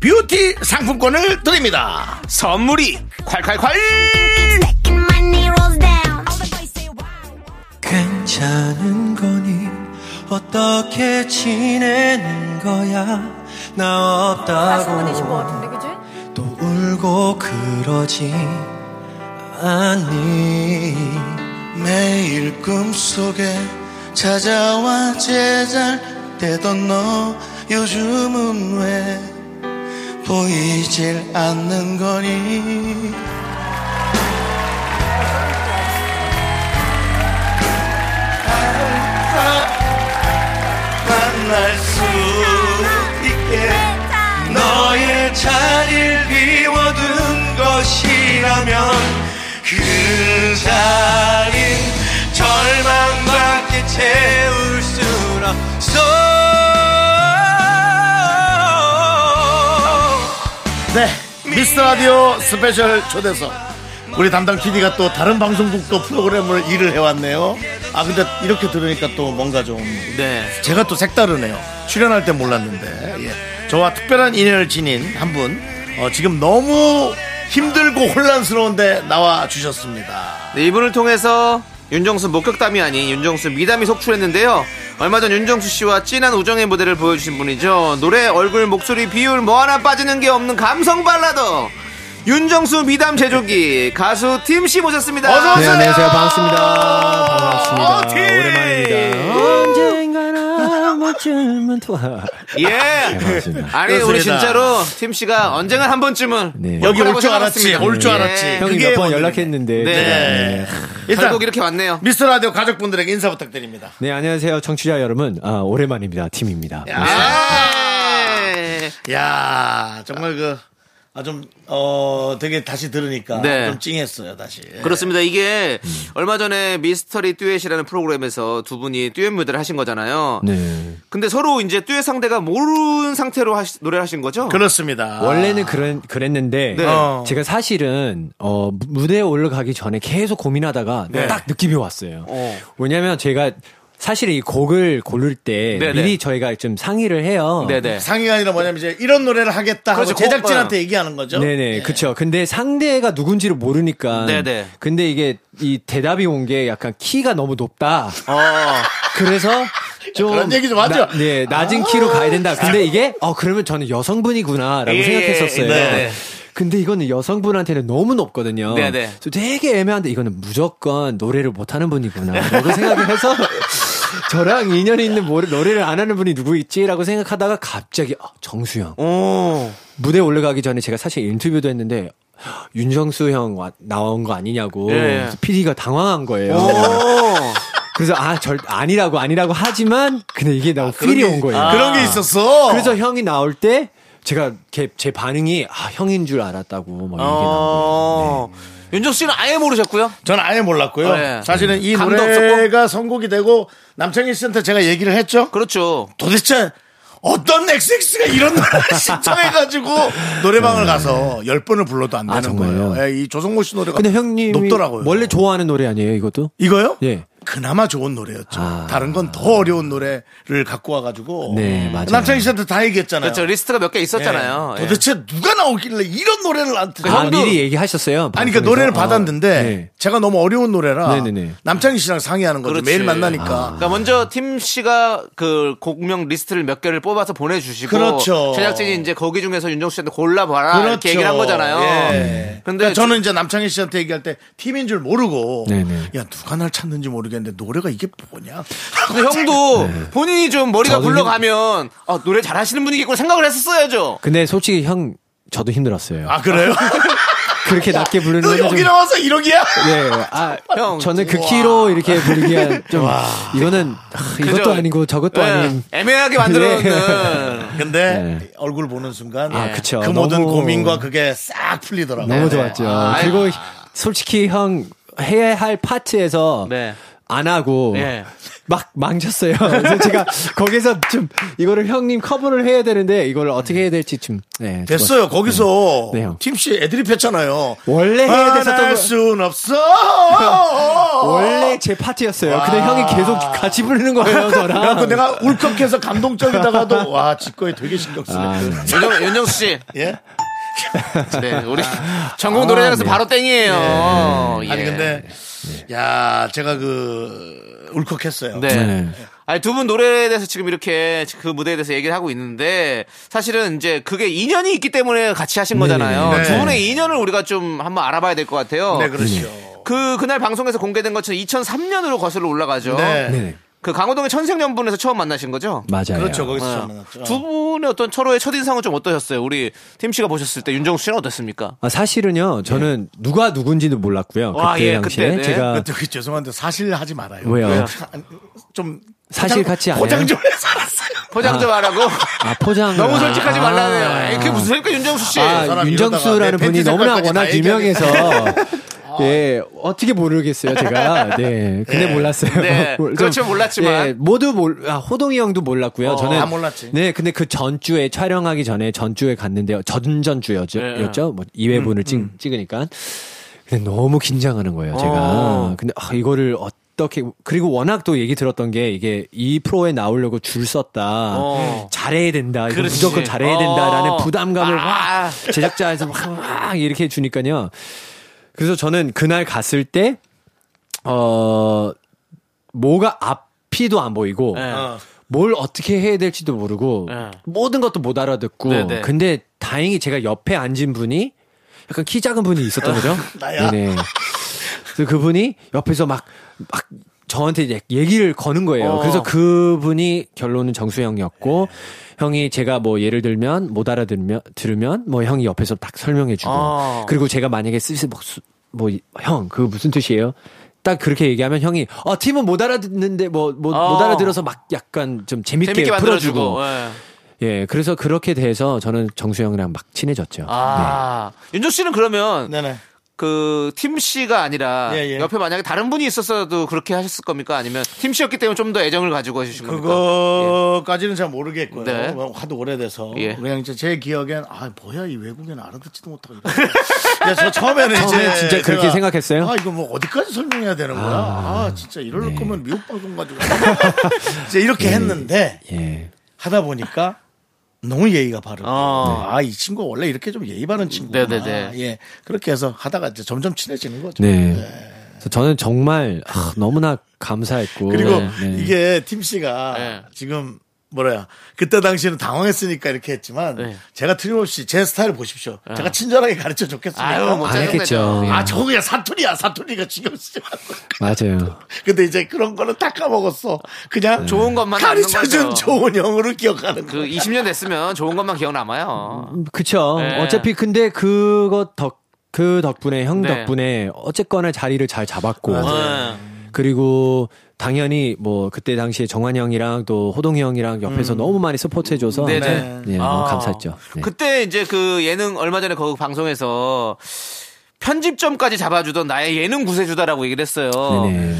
[SPEAKER 1] 뷰티 상품권을 드립니다
[SPEAKER 2] 선물이 콸콸콸
[SPEAKER 7] 괜찮은 거니 어떻게 지내는 거야 나 없다고 또 울고 그러지 않니 매일 꿈속에 찾아와 제잘되던 너 요즘은 왜 보이질 않는 거니 만날 수 있게 너의 자리를 비워둔 것이라면 그 자린 절망밖에 채울 순 없어
[SPEAKER 1] 네 미스터라디오 스페셜 초대석 우리 담당 PD가 또 다른 방송국도 프로그램을 일을 해왔네요 아 근데 이렇게 들으니까 또 뭔가 좀
[SPEAKER 2] 네
[SPEAKER 1] 제가 또 색다르네요. 출연할 때 몰랐는데. 예. 저와 특별한 인연을 지닌 한 분. 어, 지금 너무 힘들고 혼란스러운데 나와 주셨습니다.
[SPEAKER 2] 네, 이분을 통해서 윤정수 목격담이 아닌 윤정수 미담이 속출했는데요. 얼마 전 윤정수 씨와 진한 우정의 무대를 보여주신 분이죠. 노래, 얼굴, 목소리, 비율 뭐 하나 빠지는 게 없는 감성 발라더. 윤정수 미담 제조기 가수 팀 씨 모셨습니다.
[SPEAKER 1] 어서 오세요.
[SPEAKER 8] 네, 안녕하세요. 반갑습니다. 반갑습니다.
[SPEAKER 1] 어, 팀!
[SPEAKER 8] 언젠가나 한 번쯤은 또.
[SPEAKER 2] 예.
[SPEAKER 8] 네, 반갑습니다.
[SPEAKER 2] 아니 우리
[SPEAKER 1] 그렇습니다.
[SPEAKER 2] 진짜로 팀 씨가 언젠가 한 번쯤은
[SPEAKER 8] 네.
[SPEAKER 1] 여기 올
[SPEAKER 2] 오라고
[SPEAKER 1] 줄 알았지.
[SPEAKER 2] 생각했습니다.
[SPEAKER 1] 올 줄
[SPEAKER 2] 예.
[SPEAKER 1] 알았지.
[SPEAKER 8] 형이
[SPEAKER 1] 그게
[SPEAKER 8] 몇 번
[SPEAKER 1] 오늘이네.
[SPEAKER 8] 연락했는데.
[SPEAKER 2] 네.
[SPEAKER 1] 네. 일단
[SPEAKER 2] 결국 이렇게 왔네요.
[SPEAKER 1] 미스터 라디오 가족분들에게 인사 부탁드립니다.
[SPEAKER 8] 네, 안녕하세요. 청취자 여러분. 아, 오랜만입니다. 팀입니다.
[SPEAKER 2] 아. 예.
[SPEAKER 1] 야 정말 그, 아, 좀, 어, 되게 다시 들으니까
[SPEAKER 2] 네.
[SPEAKER 1] 좀 찡했어요, 다시. 예.
[SPEAKER 2] 그렇습니다. 이게 얼마 전에 미스터리 듀엣이라는 프로그램에서 두 분이 듀엣 무대를 하신 거잖아요.
[SPEAKER 8] 네.
[SPEAKER 2] 근데 서로 이제 듀엣 상대가 모르는 상태로 하시- 노래를 하신 거죠?
[SPEAKER 1] 그렇습니다.
[SPEAKER 8] 원래는 그런 그랬는데
[SPEAKER 2] 네.
[SPEAKER 1] 어.
[SPEAKER 8] 제가 사실은 어 무- 무대에 올라가기 전에 계속 고민하다가
[SPEAKER 1] 네.
[SPEAKER 8] 딱 느낌이 왔어요.
[SPEAKER 2] 어.
[SPEAKER 8] 왜냐면 제가 사실 이 곡을 고를 때
[SPEAKER 2] 네네.
[SPEAKER 8] 미리 저희가 좀 상의를 해요.
[SPEAKER 2] 네네.
[SPEAKER 1] 상의가 아니라 뭐냐면 이제 이런 노래를 하겠다 하고
[SPEAKER 2] 그렇죠,
[SPEAKER 1] 제작진한테
[SPEAKER 2] 그거요.
[SPEAKER 1] 얘기하는 거죠.
[SPEAKER 8] 어.
[SPEAKER 1] 예.
[SPEAKER 8] 네네, 그쵸. 근데 상대가 누군지를 모르니까.
[SPEAKER 2] 네네.
[SPEAKER 8] 근데 이게 이 대답이 온 게 약간 키가 너무 높다.
[SPEAKER 2] 어.
[SPEAKER 8] 그래서 좀.
[SPEAKER 1] 그런 얘기 좀 하죠. 아.
[SPEAKER 8] 나- 네, 낮은 키로 가야 된다. 근데 이게, 어, 그러면 저는 여성분이구나라고
[SPEAKER 2] 예,
[SPEAKER 8] 생각했었어요.
[SPEAKER 1] 네.
[SPEAKER 8] 근데 이거는 여성분한테는 너무 높거든요.
[SPEAKER 2] 네네.
[SPEAKER 8] 그래서 되게 애매한데 이거는 무조건 노래를 못하는 분이구나라고 생각을 해서 저랑 인연이 있는 뭐- 노래를 안 하는 분이 누구 있지라고 생각하다가 갑자기 아, 정수영
[SPEAKER 2] 오.
[SPEAKER 8] 무대 올라가기 전에 제가 사실 인터뷰도 했는데 윤정수 형 와- 나온 거 아니냐고
[SPEAKER 2] 예, 예.
[SPEAKER 8] PD가 당황한
[SPEAKER 1] 네.
[SPEAKER 8] 거예요.
[SPEAKER 2] 오.
[SPEAKER 8] 그래서 아 절 아니라고 아니라고 하지만 근데 이게 너무 필이 온 거예요.
[SPEAKER 1] 아, 그런 게 있었어.
[SPEAKER 8] 그래서 형이 나올 때 제가 걔- 제 반응이 아 형인 줄 알았다고 막 이게
[SPEAKER 2] 어. 윤정 씨는 아예 모르셨고요.
[SPEAKER 1] 전 아예 몰랐고요.
[SPEAKER 8] 어,
[SPEAKER 2] 네.
[SPEAKER 1] 사실은 이
[SPEAKER 2] 감도
[SPEAKER 1] 노래가 선곡이 되고 남창희 씨한테 제가 얘기를 했죠.
[SPEAKER 2] 그렇죠.
[SPEAKER 1] 도대체 어떤 XX가 이런 노래를 신청해가지고 노래방을 가서 열 번을 불러도 안
[SPEAKER 8] 아,
[SPEAKER 1] 되는
[SPEAKER 8] 정말요?
[SPEAKER 1] 거예요. 예, 이 조성모 씨 노래가
[SPEAKER 8] 근데 형님이
[SPEAKER 1] 높더라고요.
[SPEAKER 8] 원래 좋아하는 노래 아니에요 이것도?
[SPEAKER 1] 이거요?
[SPEAKER 8] 예.
[SPEAKER 1] 그나마 좋은 노래였죠.
[SPEAKER 8] 아.
[SPEAKER 1] 다른 건 더 어려운 노래를 갖고 와가지고
[SPEAKER 8] 네, 맞아요.
[SPEAKER 1] 남창희 씨한테 다 얘기했잖아요.
[SPEAKER 2] 그렇죠. 리스트가 몇 개 있었잖아요.
[SPEAKER 1] 예.
[SPEAKER 2] 예.
[SPEAKER 1] 도대체 누가 나오길래 이런 노래를 안
[SPEAKER 8] 아 미리 얘기하셨어요.
[SPEAKER 1] 아니 그러니까
[SPEAKER 8] 방송에서?
[SPEAKER 1] 노래를
[SPEAKER 8] 아,
[SPEAKER 1] 받았는데
[SPEAKER 8] 네.
[SPEAKER 1] 제가 너무 어려운 노래라
[SPEAKER 8] 네네네. 아.
[SPEAKER 1] 남창희 씨랑 상의하는 거죠
[SPEAKER 2] 그렇지.
[SPEAKER 1] 매일 만나니까
[SPEAKER 2] 그러니까 먼저 팀 씨가 그 곡명 리스트를 몇 개를 뽑아서 보내주시고
[SPEAKER 1] 그렇죠.
[SPEAKER 2] 제작진이 이제 거기 중에서 윤정 씨한테 골라봐라 그러니까 이렇게 얘기를 한 거잖아요.
[SPEAKER 1] 그렇죠. 예.
[SPEAKER 2] 근데
[SPEAKER 1] 그러니까 저는 이제 남창희 씨한테 얘기할 때 팀인 줄 모르고
[SPEAKER 8] 네네.
[SPEAKER 1] 야 누가 날 찾는지 모르겠는데 노래가 이게 뭐냐
[SPEAKER 2] 근데 형도 본인이 좀 머리가
[SPEAKER 8] 네. 저도
[SPEAKER 2] 굴러가면 아, 노래 잘하시는 분이겠구나 생각을 했었어야죠.
[SPEAKER 8] 근데 솔직히 형 저도 힘들었어요.
[SPEAKER 1] 아 그래요?
[SPEAKER 8] 그렇게 낮게 부르는
[SPEAKER 1] 너
[SPEAKER 8] 건
[SPEAKER 1] 여기
[SPEAKER 8] 좀-
[SPEAKER 1] 나와서 이러기야?
[SPEAKER 8] 예, 아,
[SPEAKER 2] 형,
[SPEAKER 8] 저는 그 키로 이렇게 부르기엔 좀, 이거는, 아, 이것도
[SPEAKER 2] 그죠?
[SPEAKER 8] 아니고 저것도
[SPEAKER 2] 예.
[SPEAKER 8] 아닌.
[SPEAKER 2] 애매하게 만들어놓는
[SPEAKER 1] 근데
[SPEAKER 8] 네.
[SPEAKER 1] 얼굴 보는 순간
[SPEAKER 8] 아, 그쵸.
[SPEAKER 1] 그 모든
[SPEAKER 8] 너무- 네.
[SPEAKER 1] 고민과 그게 싹
[SPEAKER 2] 네,
[SPEAKER 1] 풀리더라고요 네. 아,
[SPEAKER 8] 너무 좋았죠.
[SPEAKER 2] 아,
[SPEAKER 8] 그리고 솔직히 형, 해야 할 파트에서,
[SPEAKER 2] 네.
[SPEAKER 8] 안 하고
[SPEAKER 2] 예.
[SPEAKER 8] 막 망쳤어요. 그래서 제가 거기서 좀 이거를 형님 커버를 해야 되는데 이걸 어떻게 해야 될지 좀 네,
[SPEAKER 1] 됐어요. 거기서
[SPEAKER 8] 네, 형.
[SPEAKER 1] 팀씨 애드립 했잖아요.
[SPEAKER 8] 원래 해야 됐었던
[SPEAKER 1] 화날
[SPEAKER 8] 거-
[SPEAKER 1] 순 없어.
[SPEAKER 8] 원래 제 파트였어요. 근데 형이 계속 같이 부르는 거예요,
[SPEAKER 1] 그래갖고
[SPEAKER 8] 저랑.
[SPEAKER 1] 내가 울컥해서 감동적이다가도 와 집거에 되게 신경 쓰네.
[SPEAKER 8] 아, 네.
[SPEAKER 2] 윤정, 윤정수 씨.
[SPEAKER 1] 예?
[SPEAKER 2] 네, 우리 전국 노래장에서
[SPEAKER 8] 아, 네.
[SPEAKER 2] 바로 땡이에요. 예.
[SPEAKER 1] 아니 근데 야 제가 그 울컥했어요.
[SPEAKER 2] 네.
[SPEAKER 8] 네.
[SPEAKER 2] 아니 두 분 노래에 대해서 지금 이렇게 그 무대에 대해서 얘기를 하고 있는데 사실은 이제 그게 인연이 있기 때문에 같이 하신 거잖아요.
[SPEAKER 1] 네.
[SPEAKER 2] 두 분의 인연을 우리가 좀 한번 알아봐야 될 것 같아요.
[SPEAKER 1] 네 그렇죠.
[SPEAKER 2] 그 그날 방송에서 공개된 것처럼 2003년으로 거슬러 올라가죠.
[SPEAKER 1] 네.
[SPEAKER 8] 네네.
[SPEAKER 2] 그 강호동의 천생연분에서 처음 만나신 거죠?
[SPEAKER 8] 맞아요.
[SPEAKER 1] 그렇죠 거기서
[SPEAKER 2] 아,
[SPEAKER 1] 처음 만났죠.
[SPEAKER 2] 두 분의 어떤 서로의 첫인상은 좀 어떠셨어요? 우리 팀 씨가 보셨을 때 윤정수 씨는 어땠습니까?
[SPEAKER 8] 아, 사실은요, 저는 누가 누군지도 몰랐고요. 그때
[SPEAKER 2] 와, 예,
[SPEAKER 8] 당시에
[SPEAKER 2] 그때, 네.
[SPEAKER 8] 제가
[SPEAKER 1] 근데 되게 아, 죄송한데 사실 하지 말아요.
[SPEAKER 8] 왜요? 네. 왜요?
[SPEAKER 1] 좀
[SPEAKER 8] 사실 같이 안
[SPEAKER 1] 포장
[SPEAKER 8] 해요?
[SPEAKER 1] 좀 해서 알았어요.
[SPEAKER 2] 포장 좀 하라고.
[SPEAKER 8] 아, 포장
[SPEAKER 2] 너무 솔직하지
[SPEAKER 8] 아,
[SPEAKER 2] 말라네요. 에이, 그게 무슨 소리입니까 윤정수 씨?
[SPEAKER 8] 아,
[SPEAKER 1] 사람 이러다가
[SPEAKER 8] 윤정수라는
[SPEAKER 1] 내 팬티
[SPEAKER 8] 분이 너무나
[SPEAKER 1] 색깔까지
[SPEAKER 8] 워낙
[SPEAKER 1] 다 얘기하네.
[SPEAKER 8] 유명해서 예 어떻게 모르겠어요 제가 네 근데 몰랐어요
[SPEAKER 2] 네,
[SPEAKER 8] 좀, 예,
[SPEAKER 2] 그렇죠, 몰랐지만.
[SPEAKER 8] 모두 몰 아, 호동이 형도 몰랐고요 저는
[SPEAKER 1] 어, 다 몰랐지.
[SPEAKER 8] 네 근데 그 전주에 촬영하기 전에 전주에 갔는데요 전전주였죠
[SPEAKER 1] 네.
[SPEAKER 2] 예.
[SPEAKER 8] 였죠 뭐 2회분을
[SPEAKER 1] 음,
[SPEAKER 8] 찍, 찍으니까 근데 너무 긴장하는 거예요 제가
[SPEAKER 2] 어.
[SPEAKER 8] 근데 아, 이거를 어떻게 그리고 워낙 또 얘기 들었던 게 이게 이 프로에 나오려고 줄 썼다
[SPEAKER 2] 어.
[SPEAKER 8] 잘해야 된다 이거
[SPEAKER 2] 그렇지.
[SPEAKER 8] 무조건 잘해야 된다라는
[SPEAKER 2] 어.
[SPEAKER 8] 부담감을
[SPEAKER 2] 아.
[SPEAKER 8] 확 제작자에서 막, 막 이렇게 주니까요. 그래서 저는 그날 갔을 때, 어, 뭐가 앞이도 안 보이고,
[SPEAKER 2] 네.
[SPEAKER 8] 뭘 어떻게 해야 될지도 모르고,
[SPEAKER 2] 네.
[SPEAKER 8] 모든 것도 못 알아듣고,
[SPEAKER 2] 네, 네.
[SPEAKER 8] 근데 다행히 제가 옆에 앉은 분이 약간 키 작은 분이 있었던 거죠.
[SPEAKER 1] 나야.
[SPEAKER 8] 네네. 그래서 그분이 옆에서 막, 막 저한테 이제 얘기를 거는 거예요.
[SPEAKER 2] 어.
[SPEAKER 8] 그래서 그분이 결론은 정수 형이었고,
[SPEAKER 2] 네.
[SPEAKER 8] 형이 제가 뭐 예를 들면 못 알아들면, 들으면 뭐 형이 옆에서 딱 설명해주고,
[SPEAKER 2] 어.
[SPEAKER 8] 그리고 제가 만약에 쓰시, 뭐, 수- 뭐, 이- 형, 그거 무슨 뜻이에요? 딱 그렇게 얘기하면 형이, 어, 팀은 못 알아듣는데 뭐, 뭐,
[SPEAKER 2] 어.
[SPEAKER 8] 못 알아들어서 막 약간 좀 재밌게,
[SPEAKER 2] 재밌게
[SPEAKER 8] 풀어주고.
[SPEAKER 2] 만들어주고. 예.
[SPEAKER 8] 예, 그래서 그렇게 돼서 저는 정수 형이랑 막 친해졌죠.
[SPEAKER 2] 아 윤정 씨는 그러면
[SPEAKER 1] 네네.
[SPEAKER 2] 그 팀 씨가 아니라
[SPEAKER 1] 예, 예.
[SPEAKER 2] 옆에 만약에 다른 분이 있었어도 그렇게 하셨을 겁니까? 아니면 팀 씨였기 때문에 좀 더 애정을 가지고 해주신
[SPEAKER 1] 그러니까.
[SPEAKER 2] 겁니까?
[SPEAKER 1] 그거까지는 잘 모르겠고요.
[SPEAKER 2] 네.
[SPEAKER 1] 뭐 하도 오래돼서
[SPEAKER 2] 예.
[SPEAKER 1] 그냥 이제 제 기억엔 아 뭐야 이 외국인 알아듣지도 못하고. 그래서 저 처음에는 이제
[SPEAKER 8] 처음에 진짜 그렇게
[SPEAKER 1] 제가,
[SPEAKER 8] 생각했어요? 네.
[SPEAKER 1] 아 이거 뭐 어디까지 설명해야 되는 거야? 아, 진짜 이럴 거면 미국 방송 가지고 이제 이렇게 했는데
[SPEAKER 8] 예.
[SPEAKER 1] 하다 보니까 너무 예의가 바르고
[SPEAKER 2] 어.
[SPEAKER 1] 아 이 친구 원래 이렇게 좀 예의 바른 친구구나.
[SPEAKER 2] 네네네.
[SPEAKER 1] 예 그렇게 해서 하다가 이제 점점 친해지는 거죠.
[SPEAKER 8] 네. 그래서 저는 정말 아, 너무나 감사했고
[SPEAKER 1] 그리고
[SPEAKER 8] 네.
[SPEAKER 1] 이게 팀 씨가
[SPEAKER 2] 네.
[SPEAKER 1] 지금 뭐라야 그때 당시에는 당황했으니까 이렇게 했지만
[SPEAKER 2] 네.
[SPEAKER 1] 제가 틀림없이 제 스타일 보십시오. 제가 친절하게 가르쳐 줬겠습니까?
[SPEAKER 2] 아유 뭐
[SPEAKER 8] 안
[SPEAKER 2] 짜증내죠.
[SPEAKER 8] 했겠죠.
[SPEAKER 2] 예.
[SPEAKER 1] 아, 저거 그냥 사투리야. 사투리가 신경 쓰지 말고.
[SPEAKER 8] 맞아요.
[SPEAKER 1] 근데 이제 그런 거는 다 까먹었어. 그냥
[SPEAKER 2] 좋은 것만
[SPEAKER 1] 가르쳐
[SPEAKER 2] 남는
[SPEAKER 1] 준
[SPEAKER 2] 거죠.
[SPEAKER 1] 좋은 영어로 기억하는 거.
[SPEAKER 2] 그 20년 됐으면 좋은 것만 기억 남아요.
[SPEAKER 8] 그쵸.
[SPEAKER 2] 네.
[SPEAKER 8] 어차피 근데 그것 덕, 그 덕분에 형
[SPEAKER 2] 네.
[SPEAKER 8] 덕분에 어쨌거나 자리를 잘 잡았고
[SPEAKER 2] 예.
[SPEAKER 8] 그리고 당연히 뭐 그때 당시에 정환이 형이랑 또 호동이 형이랑 옆에서
[SPEAKER 1] 음.
[SPEAKER 8] 너무 많이 서포트해줘서
[SPEAKER 2] 네네.
[SPEAKER 8] 네, 네, 너무
[SPEAKER 2] 아.
[SPEAKER 8] 감사했죠. 네.
[SPEAKER 2] 그때 이제 그 예능 얼마 전에 거기 방송에서 편집점까지 잡아주던 나의 예능 구세주다라고 얘기를 했어요.
[SPEAKER 8] 네네.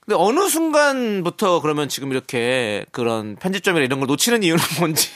[SPEAKER 2] 근데 어느 순간부터 그러면 지금 이렇게 그런 편집점이나 이런 걸 놓치는 이유는 뭔지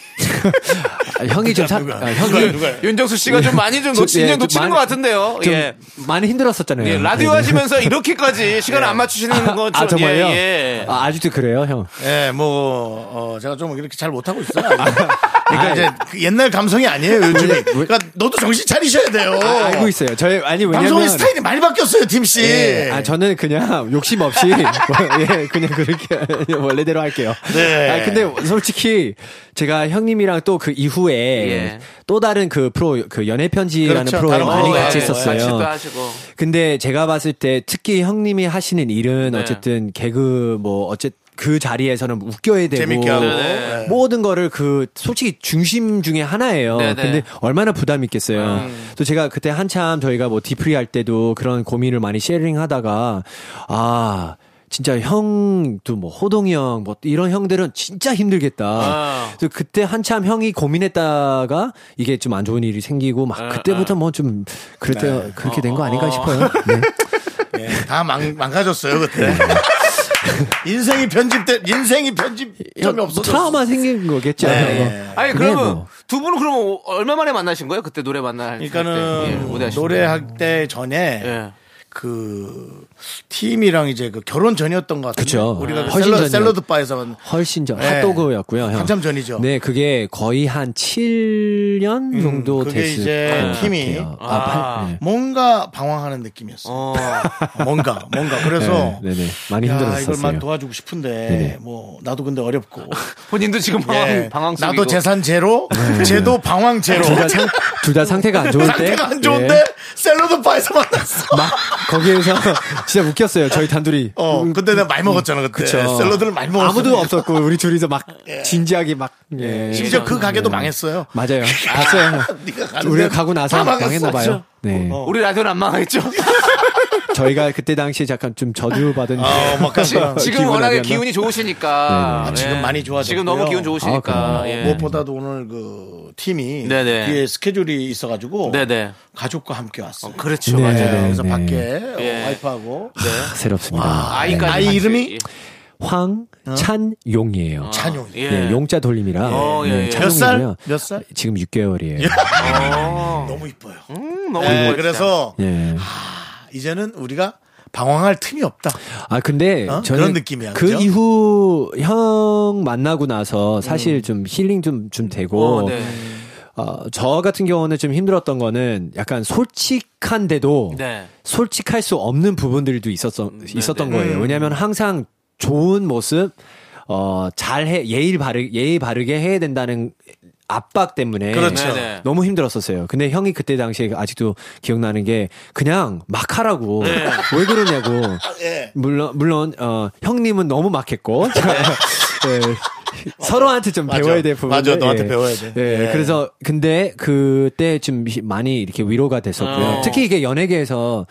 [SPEAKER 8] 아, 형이 좀 사,
[SPEAKER 1] 누가,
[SPEAKER 8] 아, 형이
[SPEAKER 1] 누가,
[SPEAKER 2] 윤정수 씨가 좀 많이 좀 놓치,
[SPEAKER 8] 예,
[SPEAKER 2] 인연
[SPEAKER 8] 좀
[SPEAKER 2] 놓치는
[SPEAKER 8] 많이-
[SPEAKER 2] 것 같은데요.
[SPEAKER 8] 좀
[SPEAKER 2] 예.
[SPEAKER 8] 많이 힘들었었잖아요.
[SPEAKER 2] 예, 라디오
[SPEAKER 8] 네.
[SPEAKER 2] 하시면서 이렇게까지 시간을 안 맞추시는 건
[SPEAKER 8] 아,
[SPEAKER 2] 좀,
[SPEAKER 8] 정말요?
[SPEAKER 2] 예, 예.
[SPEAKER 8] 아, 아직도 그래요, 형.
[SPEAKER 1] 예, 뭐, 어, 제가 좀 이렇게 잘 못하고 있어요. 그러니까 이제 그 옛날 감성이 아니에요, 요즘에. 그러니까 너도 정신 차리셔야 돼요.
[SPEAKER 8] 아, 알고 있어요. 저희 아니 왜냐면
[SPEAKER 1] 방송의 스타일이 많이 바뀌었어요, 팀씨.
[SPEAKER 8] 예, 아 저는 그냥 욕심 없이 예, 그냥 그렇게 원래대로 할게요.
[SPEAKER 1] 네.
[SPEAKER 8] 아 근데 솔직히 제가 형님이랑 또 그 이후에
[SPEAKER 2] 예.
[SPEAKER 8] 또 다른 그 프로 그 연애 편지라는
[SPEAKER 1] 그렇죠.
[SPEAKER 8] 프로에
[SPEAKER 1] 다른
[SPEAKER 8] 많이
[SPEAKER 1] 프로에
[SPEAKER 8] 같이
[SPEAKER 1] 예,
[SPEAKER 2] 어, 네, 같이도
[SPEAKER 8] 있었어요.
[SPEAKER 2] 하시고.
[SPEAKER 8] 근데 제가 봤을 때 특히 형님이 하시는 일은
[SPEAKER 2] 네.
[SPEAKER 8] 어쨌든 개그 뭐 어쨌 그 자리에서는 웃겨야 되고 뭐
[SPEAKER 1] 재밌게 하고. 네.
[SPEAKER 8] 모든 거를 그 솔직히 중심 중에 하나예요.
[SPEAKER 2] 네네.
[SPEAKER 8] 근데 얼마나 부담 있겠어요. 또 제가 그때 한참 저희가 뭐 디프리 할 때도 그런 고민을 많이 쉐어링 하다가 아 진짜 형도 뭐 호동이 형 뭐 이런 형들은 진짜 힘들겠다.
[SPEAKER 2] 아.
[SPEAKER 8] 그래서 그때 한참 형이 고민했다가 이게 좀 안 좋은 일이 생기고 막 그때부터 뭐 좀 그랬다 그렇게 된 거 아닌가 싶어요. 네.
[SPEAKER 1] 예, 다 망, 망가졌어요, 그때.
[SPEAKER 8] 네.
[SPEAKER 1] 인생이 편집된 인생이 편집점이 없어졌어.
[SPEAKER 8] 트라우마 생긴 거겠지.
[SPEAKER 1] 네.
[SPEAKER 8] 아마.
[SPEAKER 1] 네.
[SPEAKER 2] 아니
[SPEAKER 8] 그래,
[SPEAKER 2] 그러면
[SPEAKER 8] 뭐.
[SPEAKER 2] 두 분은 그럼 얼마 만에 만나신 거예요? 그때 노래 만날 때. 예,
[SPEAKER 1] 그러니까는
[SPEAKER 2] 무대하실
[SPEAKER 1] 노래할 때 전에
[SPEAKER 2] 때. 예.
[SPEAKER 1] 그 팀이랑 이제 그 결혼 전이었던 것 같아요.
[SPEAKER 8] 그쵸.
[SPEAKER 1] 우리가 그
[SPEAKER 8] 훨씬
[SPEAKER 1] 샐러드,
[SPEAKER 8] 전이요.
[SPEAKER 1] 샐러드 바에서 만
[SPEAKER 8] 훨씬 전
[SPEAKER 1] 네.
[SPEAKER 8] 핫도그였고요. 형.
[SPEAKER 1] 한참 전이죠. 음,
[SPEAKER 8] 네, 그게 거의 한 7년 정도
[SPEAKER 1] 그게
[SPEAKER 8] 됐을
[SPEAKER 1] 이제
[SPEAKER 8] 것
[SPEAKER 1] 팀이
[SPEAKER 8] 같아요.
[SPEAKER 2] 아.
[SPEAKER 8] 팔- 네.
[SPEAKER 1] 뭔가 방황하는 느낌이었어. 요
[SPEAKER 2] 어.
[SPEAKER 1] 뭔가 뭔가 그래서
[SPEAKER 8] 네, 네, 네. 많이
[SPEAKER 1] 야,
[SPEAKER 8] 힘들었었어요.
[SPEAKER 1] 이걸만 도와주고 싶은데
[SPEAKER 8] 네네.
[SPEAKER 1] 뭐 나도 근데 어렵고
[SPEAKER 2] 본인도 지금 방황
[SPEAKER 1] 예,
[SPEAKER 2] 방황 속이고.
[SPEAKER 1] 나도 재산 제로,
[SPEAKER 8] 네.
[SPEAKER 1] 제도 방황 제로.
[SPEAKER 8] 둘 다 상태가 안 좋을 때
[SPEAKER 1] 상태가 안 좋은데
[SPEAKER 8] 예.
[SPEAKER 1] 샐러드 바에서 만났어.
[SPEAKER 8] 막 거기에서 진짜 웃겼어요. 저희 단둘이
[SPEAKER 1] 어, 근데 내가 많이 먹었잖아 그때.
[SPEAKER 8] 음, 그쵸.
[SPEAKER 1] 샐러드를 많이 먹었어.
[SPEAKER 8] 아무도 없었고 우리 둘이서 막 진지하게 막 예.
[SPEAKER 1] 심지어 그 가게도 망했어요.
[SPEAKER 8] 맞아요. 아세요?
[SPEAKER 1] 네가 가는데
[SPEAKER 8] 우리가 가고 나서
[SPEAKER 1] 다 망했어. 어.
[SPEAKER 8] 망했나 봐요. 네.
[SPEAKER 2] 어. 우리 라디오는 안 망하겠죠?
[SPEAKER 8] 저희가 그때 당시에 약간 좀 저주받은
[SPEAKER 1] 아, 막 그런
[SPEAKER 2] 지금
[SPEAKER 8] 어, 기분
[SPEAKER 2] 워낙에
[SPEAKER 8] 아니었나?
[SPEAKER 2] 기운이 좋으시니까.
[SPEAKER 1] 아, 지금
[SPEAKER 2] 예.
[SPEAKER 1] 많이 좋아졌고요.
[SPEAKER 2] 지금 너무 기운 좋으시니까.
[SPEAKER 8] 아,
[SPEAKER 2] 예.
[SPEAKER 1] 무엇보다도 오늘 그 팀이
[SPEAKER 2] 네네.
[SPEAKER 1] 뒤에 스케줄이 있어가지고
[SPEAKER 2] 네네.
[SPEAKER 1] 가족과 함께 왔어요.
[SPEAKER 2] 그렇죠.
[SPEAKER 1] 네,
[SPEAKER 8] 네.
[SPEAKER 2] 맞아요.
[SPEAKER 1] 그래서
[SPEAKER 8] 네.
[SPEAKER 1] 밖에
[SPEAKER 2] 예. 네.
[SPEAKER 1] 어, 와이프하고
[SPEAKER 8] 아, 새롭습니다.
[SPEAKER 2] 아이까지.
[SPEAKER 1] 아이
[SPEAKER 2] 같이.
[SPEAKER 1] 이름이?
[SPEAKER 8] 황찬용이에요.
[SPEAKER 1] 어? 찬용.
[SPEAKER 2] 예.
[SPEAKER 8] 네, 용자 돌림이라. 네,
[SPEAKER 2] 어, 예, 예.
[SPEAKER 8] 찬용이고요.
[SPEAKER 1] 몇 살? 몇 살? 예?
[SPEAKER 8] 지금 6개월이에요. 어.
[SPEAKER 1] 너무 이뻐요.
[SPEAKER 2] 음, 너무
[SPEAKER 1] 네,
[SPEAKER 2] 멋있다.
[SPEAKER 1] 그래서
[SPEAKER 8] 예.
[SPEAKER 1] 이제는 우리가 방황할 틈이 없다.
[SPEAKER 2] 네,
[SPEAKER 8] 아 근데
[SPEAKER 1] 어?
[SPEAKER 8] 저는
[SPEAKER 1] 그런 느낌이야,
[SPEAKER 8] 그
[SPEAKER 1] 그죠?
[SPEAKER 8] 이후 형 만나고 나서 사실
[SPEAKER 1] 음.
[SPEAKER 8] 좀 힐링 좀 좀 되고
[SPEAKER 2] 어, 네.
[SPEAKER 8] 어, 저 같은 경우는 좀 힘들었던 거는 약간 솔직한데도
[SPEAKER 2] 네. 음,
[SPEAKER 8] 솔직할 수 없는 부분들도 있었어, 있었던
[SPEAKER 1] 음.
[SPEAKER 8] 거예요. 왜냐하면 항상 좋은 모습, 어, 잘해, 예의 바르, 예의 바르게 해야 된다는 압박 때문에.
[SPEAKER 1] 그렇죠.
[SPEAKER 2] 네네.
[SPEAKER 8] 너무 힘들었었어요. 근데 형이 그때 당시에 아직도 기억나는 게 그냥 막 하라고.
[SPEAKER 1] 네.
[SPEAKER 8] 왜 그러냐고.
[SPEAKER 1] 예.
[SPEAKER 8] 물론, 물론, 어, 형님은 너무 막 했고. 예. 서로한테 좀
[SPEAKER 1] 네. 맞아.
[SPEAKER 8] 배워야 될 부분.
[SPEAKER 1] 맞아, 너한테 배워야 돼.
[SPEAKER 8] 예.
[SPEAKER 1] 예.
[SPEAKER 8] 그래서 근데 그때 좀 히- 많이 이렇게 위로가 됐었고요.
[SPEAKER 2] 어.
[SPEAKER 8] 특히 이게 연예계에서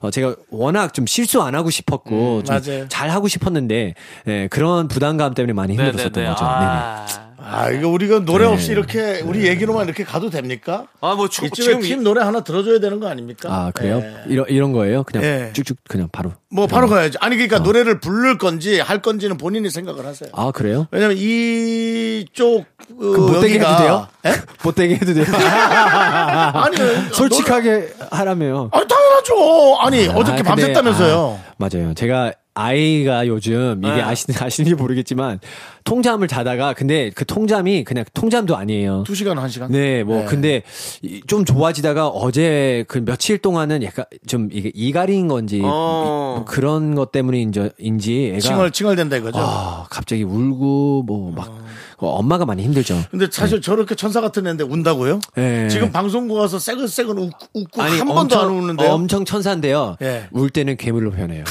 [SPEAKER 8] 어, 제가 워낙 좀 실수 안 하고 싶었고
[SPEAKER 1] 음, 맞아요.
[SPEAKER 8] 좀잘 하고 싶었는데 예, 그런 부담감 때문에 많이 힘들었었던
[SPEAKER 2] 네네네.
[SPEAKER 8] 거죠. 네네.
[SPEAKER 2] 아.
[SPEAKER 1] 아, 이거 우리가 노래 없이
[SPEAKER 8] 네.
[SPEAKER 1] 이렇게 우리 얘기로만 이렇게 가도 됩니까?
[SPEAKER 2] 아, 뭐, 주,
[SPEAKER 1] 이쯤에
[SPEAKER 2] 지금
[SPEAKER 1] 팀 노래 하나 들어줘야 되는 거 아닙니까?
[SPEAKER 8] 아 그래요?
[SPEAKER 1] 예.
[SPEAKER 8] 이런 이런 거예요? 그냥
[SPEAKER 1] 예.
[SPEAKER 8] 쭉쭉 그냥 바로.
[SPEAKER 1] 뭐 바로
[SPEAKER 8] 네.
[SPEAKER 1] 가야지. 아니 그러니까 노래를 부를 건지 할 건지는 본인이 생각을 하세요.
[SPEAKER 8] 아 그래요?
[SPEAKER 1] 왜냐면 이쪽 그
[SPEAKER 8] 그 못되게
[SPEAKER 1] 여기가-
[SPEAKER 8] 해도 돼요?
[SPEAKER 1] 예?
[SPEAKER 8] 못되게 해도 돼요?
[SPEAKER 1] 아니
[SPEAKER 8] 솔직하게 하라며요.
[SPEAKER 1] 아니 당연하죠. 아니 어저께
[SPEAKER 8] 아, 근데,
[SPEAKER 1] 밤샜다면서요. 네.
[SPEAKER 8] 아, 맞아요. 제가 아이가 요즘 이게 아시, 아시는지 모르겠지만 통잠을 자다가 근데 그 통잠이 그냥 통잠도 아니에요.
[SPEAKER 1] 두 시간 한 시간.
[SPEAKER 8] 네, 뭐
[SPEAKER 1] 네.
[SPEAKER 8] 근데 이- 좀 좋아지다가 어제 그 며칠 동안은 약간 좀 이게 이갈인 건지
[SPEAKER 2] 어.
[SPEAKER 8] 이- 뭐 그런 것 때문인지 인지 애가
[SPEAKER 1] 칭얼 칭얼된다 이거죠.
[SPEAKER 8] 아, 갑자기 울고 뭐 막 엄마가 많이 힘들죠.
[SPEAKER 1] 근데
[SPEAKER 8] 네.
[SPEAKER 1] 사실 저렇게 천사 같은 애인데 운다고요?
[SPEAKER 8] 예.
[SPEAKER 1] 지금 방송국 와서 새근새근 웃- 웃고 한 번도 안 우는데요.
[SPEAKER 8] 엄청 천사인데요.
[SPEAKER 1] 예.
[SPEAKER 8] 울 때는 괴물로 변해요.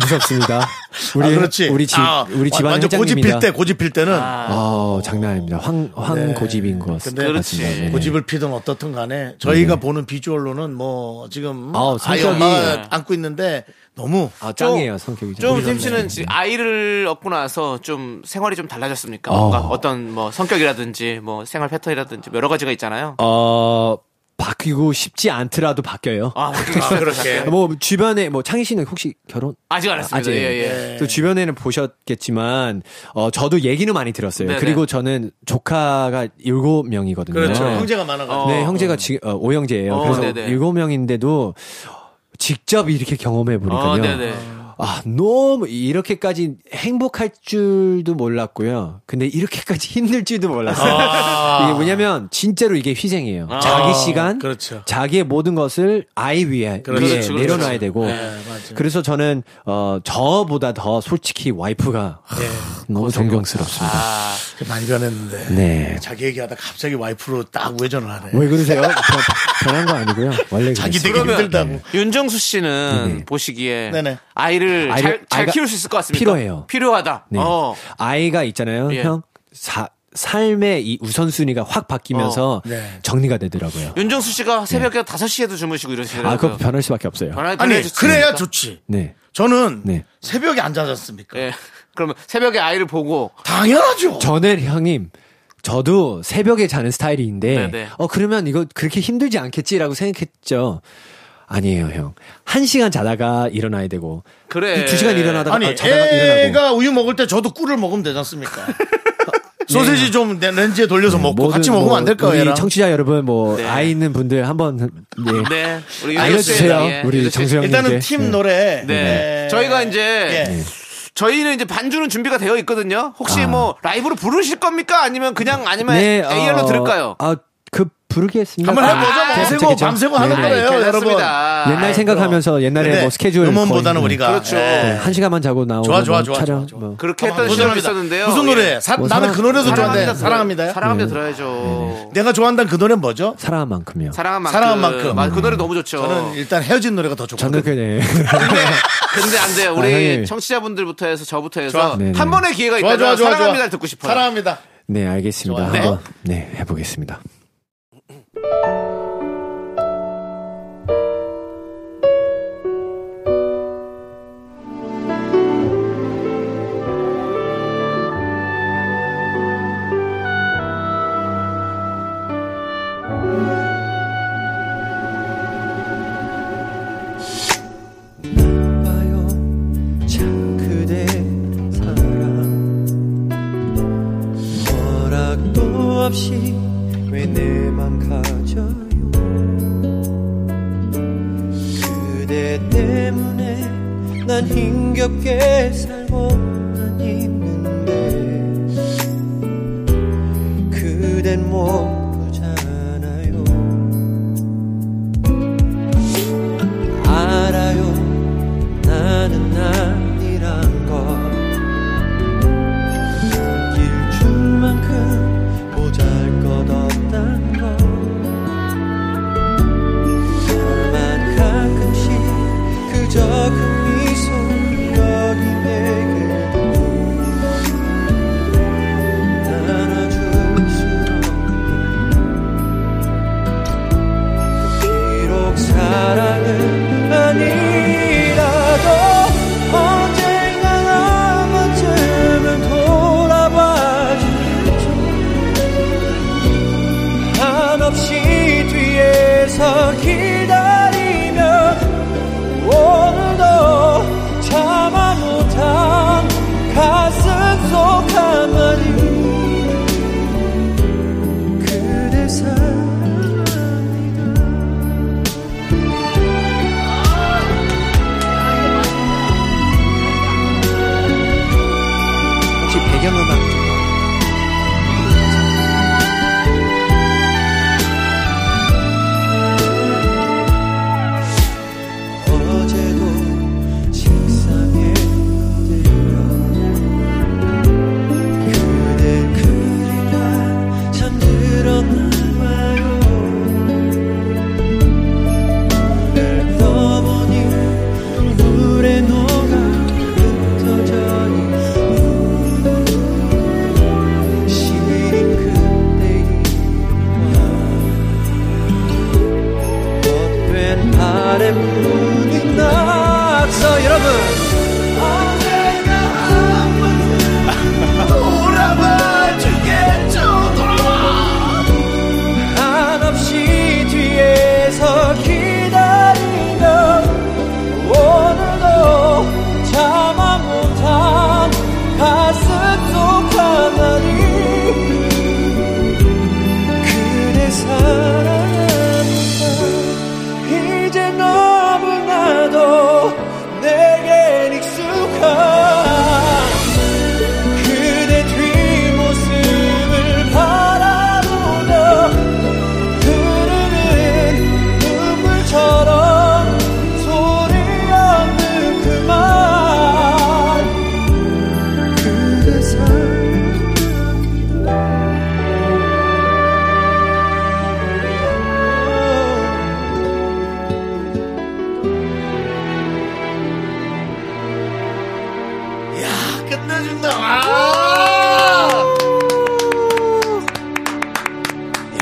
[SPEAKER 8] 무섭습니다. 우리
[SPEAKER 1] 아, 그렇지.
[SPEAKER 8] 우리 집
[SPEAKER 1] 아,
[SPEAKER 8] 우리 집안
[SPEAKER 1] 완전 고집필
[SPEAKER 8] 회장님이다.
[SPEAKER 1] 때 고집필 때는
[SPEAKER 8] 어, 장난 아닙니다. 황, 황 고집인 것 같습니다.
[SPEAKER 1] 근데
[SPEAKER 8] 네.
[SPEAKER 1] 고집을 피든 어떻든 간에 저희가 보는 비주얼로는 뭐 지금
[SPEAKER 8] 아,
[SPEAKER 1] 아, 이
[SPEAKER 8] 성격이-
[SPEAKER 1] 엄마가 안고 있는데 너무
[SPEAKER 8] 아,
[SPEAKER 2] 좀-
[SPEAKER 8] 짱이에요, 성격이.
[SPEAKER 2] 좀, 팀 씨는 지금 아이를 얻고 나서 좀 생활이 좀 달라졌습니까? 뭔가
[SPEAKER 8] 어.
[SPEAKER 2] 어떤 뭐 성격이라든지 뭐 생활 패턴이라든지 여러 가지가 있잖아요.
[SPEAKER 8] 어, 바뀌고 싶지 않더라도 바뀌어요.
[SPEAKER 2] 아, 바뀌었어요.
[SPEAKER 1] 그렇게.
[SPEAKER 8] 뭐, 주변에, 뭐, 창희 씨는 혹시 결혼?
[SPEAKER 2] 아직 안 했습니다.
[SPEAKER 8] 아직.
[SPEAKER 2] 예, 예.
[SPEAKER 8] 또 주변에는 보셨겠지만, 어, 저도 얘기는 많이 들었어요.
[SPEAKER 2] 네네.
[SPEAKER 8] 그리고 저는 조카가 일곱 명이거든요
[SPEAKER 1] 그렇죠. 형제가 많아가지고.
[SPEAKER 8] 네, 형제가 지금 어, 5형제예요.
[SPEAKER 2] 어,
[SPEAKER 8] 그래서
[SPEAKER 2] 네네.
[SPEAKER 8] 일곱 명인데도 직접 이렇게 경험해
[SPEAKER 2] 어,
[SPEAKER 8] 보니까요.
[SPEAKER 2] 네네.
[SPEAKER 8] 아, 너무 이렇게까지 행복할 줄도 몰랐고요. 근데 이렇게까지 힘들 줄도 몰랐어요. 이게 뭐냐면 진짜로 이게 희생이에요. 자기 시간,
[SPEAKER 1] 아. 그렇죠.
[SPEAKER 8] 자기의 모든 것을 아이 위해,
[SPEAKER 1] 그렇죠.
[SPEAKER 8] 위해
[SPEAKER 1] 그렇죠.
[SPEAKER 8] 내려놔야 되고. 그래서 저는 어, 저보다 더 솔직히 와이프가
[SPEAKER 1] 네,
[SPEAKER 8] 너무 존경스럽습니다.
[SPEAKER 2] 아,
[SPEAKER 1] 많이 변했는데.
[SPEAKER 8] 네. 뭐
[SPEAKER 1] 자기 얘기하다 갑자기 와이프로 딱 우회전을 하네.
[SPEAKER 8] 왜 그러세요? 변- 변한 거 아니고요. 원래
[SPEAKER 1] 자기
[SPEAKER 8] 그랬어요.
[SPEAKER 1] 되게 힘들다고.
[SPEAKER 2] 윤정수 씨는 보시기에
[SPEAKER 1] 네네.
[SPEAKER 2] 아이를
[SPEAKER 8] 네, 아이를-
[SPEAKER 2] 잘, 잘
[SPEAKER 8] 아이가
[SPEAKER 2] 키울 수 있을 것 같습니다.
[SPEAKER 8] 필요해요.
[SPEAKER 2] 필요하다.
[SPEAKER 8] 네.
[SPEAKER 2] 어.
[SPEAKER 8] 아이가 있잖아요,
[SPEAKER 2] 예.
[SPEAKER 8] 형. 사- 삶의 이 우선순위가 확 바뀌면서
[SPEAKER 1] 네.
[SPEAKER 8] 정리가 되더라고요.
[SPEAKER 2] 윤정수 씨가 새벽에 다 5시에도 주무시고 이러시더라고요.
[SPEAKER 8] 네. 아, 그거 변할 수밖에 없어요.
[SPEAKER 2] 변화-
[SPEAKER 1] 아니,
[SPEAKER 2] 변화해줬습니까?
[SPEAKER 1] 그래야 좋지.
[SPEAKER 8] 네.
[SPEAKER 1] 저는
[SPEAKER 8] 네.
[SPEAKER 1] 새벽에 안 잤습니까?
[SPEAKER 2] 예. 그러면 새벽에 아이를 보고
[SPEAKER 1] 당연하죠.
[SPEAKER 8] 전에 형님, 저도 새벽에 자는 스타일인데,
[SPEAKER 2] 네네.
[SPEAKER 8] 어, 그러면 이거 그렇게 힘들지 않겠지라고 생각했죠. 아니에요, 형. 한 시간 자다가 일어나야 되고.
[SPEAKER 2] 그래.
[SPEAKER 8] 이두 시간 일어나다가
[SPEAKER 1] 아니
[SPEAKER 8] 아, 자다가 일어나고.
[SPEAKER 1] 애가 우유 먹을 때 저도 꿀을 먹으면 되지 않습니까? 소세지 좀 내 렌즈에 돌려서 먹고
[SPEAKER 8] 예. 뭐든
[SPEAKER 1] 그 같이 먹으면
[SPEAKER 8] 뭐
[SPEAKER 1] 안 될까요,
[SPEAKER 8] 우리
[SPEAKER 1] 얘랑?
[SPEAKER 8] 청취자 여러분, 뭐
[SPEAKER 2] 네.
[SPEAKER 8] 아이 있는 분들 한번 예.
[SPEAKER 2] 네. 우리
[SPEAKER 8] 알려주세요.
[SPEAKER 2] 윤정 씨, 예,
[SPEAKER 8] 우리
[SPEAKER 2] 윤정 씨.
[SPEAKER 8] 정수영
[SPEAKER 1] 일단은
[SPEAKER 8] 예.
[SPEAKER 1] 팀 노래.
[SPEAKER 2] 네. 저희가 이제
[SPEAKER 8] 네.
[SPEAKER 1] 예.
[SPEAKER 2] 저희는 이제 반주는 준비가 되어 있거든요. 혹시
[SPEAKER 8] 아.
[SPEAKER 2] 뭐 라이브로 부르실 겁니까? 아니면 그냥
[SPEAKER 1] 네,
[SPEAKER 2] 아니면 AR로 들을까요?
[SPEAKER 8] 네, 아, 그 부르겠습니다.
[SPEAKER 1] 한번 해보죠. 뭐.
[SPEAKER 8] 아,
[SPEAKER 1] 밤새고,
[SPEAKER 8] 괜찮죠?
[SPEAKER 1] 밤새고
[SPEAKER 8] 네,
[SPEAKER 1] 하는
[SPEAKER 8] 네.
[SPEAKER 1] 거예요, 여러분.
[SPEAKER 2] 괜찮습니다.
[SPEAKER 8] 옛날
[SPEAKER 2] 아이,
[SPEAKER 8] 생각하면서 옛날에
[SPEAKER 1] 근데
[SPEAKER 8] 뭐 스케줄
[SPEAKER 1] 네. 음원보다는
[SPEAKER 8] 거의
[SPEAKER 1] 우리가
[SPEAKER 2] 그렇죠.
[SPEAKER 8] 네, 한 시간만 자고 나오고
[SPEAKER 1] 좋아, 좋아, 좋아, 좋아,
[SPEAKER 8] 촬영
[SPEAKER 1] 좋아.
[SPEAKER 8] 뭐.
[SPEAKER 2] 그렇게
[SPEAKER 1] 한번
[SPEAKER 2] 했던
[SPEAKER 1] 도전합니다.
[SPEAKER 2] 시절이 있었는데요.
[SPEAKER 1] 무슨
[SPEAKER 2] 예.
[SPEAKER 1] 노래? 사-
[SPEAKER 8] 뭐
[SPEAKER 1] 나는 그
[SPEAKER 8] 사랑-
[SPEAKER 1] 노래도 좋아한데
[SPEAKER 2] 사랑합니다.
[SPEAKER 1] 사랑합니다.
[SPEAKER 8] 음.
[SPEAKER 2] 사랑합니다
[SPEAKER 8] 네,
[SPEAKER 2] 들어야죠.
[SPEAKER 1] 내가 좋아한다는 그 노래는 뭐죠?
[SPEAKER 8] 사랑한 만큼요.
[SPEAKER 2] 사랑한 만큼.
[SPEAKER 1] 사랑한 만큼. 음.
[SPEAKER 2] 아, 그 노래 너무 좋죠.
[SPEAKER 1] 저는 일단 헤어진 노래가 더
[SPEAKER 8] 저는
[SPEAKER 1] 좋거든요.
[SPEAKER 8] 그냥
[SPEAKER 2] 근데, 근데 안 돼요.
[SPEAKER 8] 아,
[SPEAKER 2] 우리
[SPEAKER 8] 형님.
[SPEAKER 2] 청취자분들부터 해서 저부터
[SPEAKER 1] 좋아.
[SPEAKER 2] 해서
[SPEAKER 8] 네네.
[SPEAKER 2] 한 번의 기회가
[SPEAKER 1] 좋아, 좋아,
[SPEAKER 2] 있다면
[SPEAKER 1] 좋아,
[SPEAKER 2] 사랑합니다
[SPEAKER 1] 좋아.
[SPEAKER 2] 를 듣고 싶어요.
[SPEAKER 1] 사랑합니다.
[SPEAKER 8] 네, 알겠습니다.
[SPEAKER 1] 좋아요.
[SPEAKER 8] 한번 네, 해보겠습니다. 봐요 참 그대 사랑 허락도 없이 왜 내 맘 가져요 그대 때문에 난 힘겹게 살고만 있는데 그댄 못 보잖아요 알아요 나는 아니란 걸 길줄 만큼 보잘것없단 걸 다만 가끔씩 그저 그 미소 여기 내게도 나눠줄 수 없는 비록 사랑은 아니라도 언젠간 한 번쯤은 돌아봐 주죠 한없이 뒤에서 기다리면 오늘도 참아 못한 가슴 속 한마디 그대 사랑이다 혹시 배경음악 어제도 책상에 엎드려 그대 그림만 참 늘어나와요 오늘 떠보니 물에 녹아 흩어져니 시린 그때와 어떤 바람이 낙서 여러분 어, 언제나 한번 돌아봐 주겠죠 돌아봐 한없이 뒤에서 기다리면 오늘도 참아 못한 가슴 속 하나니 그대 사랑합니다 이제 너무나도 내겐 익숙한 그대 뒷모습을 바라보며 흐르는 눈물처럼 소리 없는 그말 그대 사랑
[SPEAKER 1] 끝내준다. 아!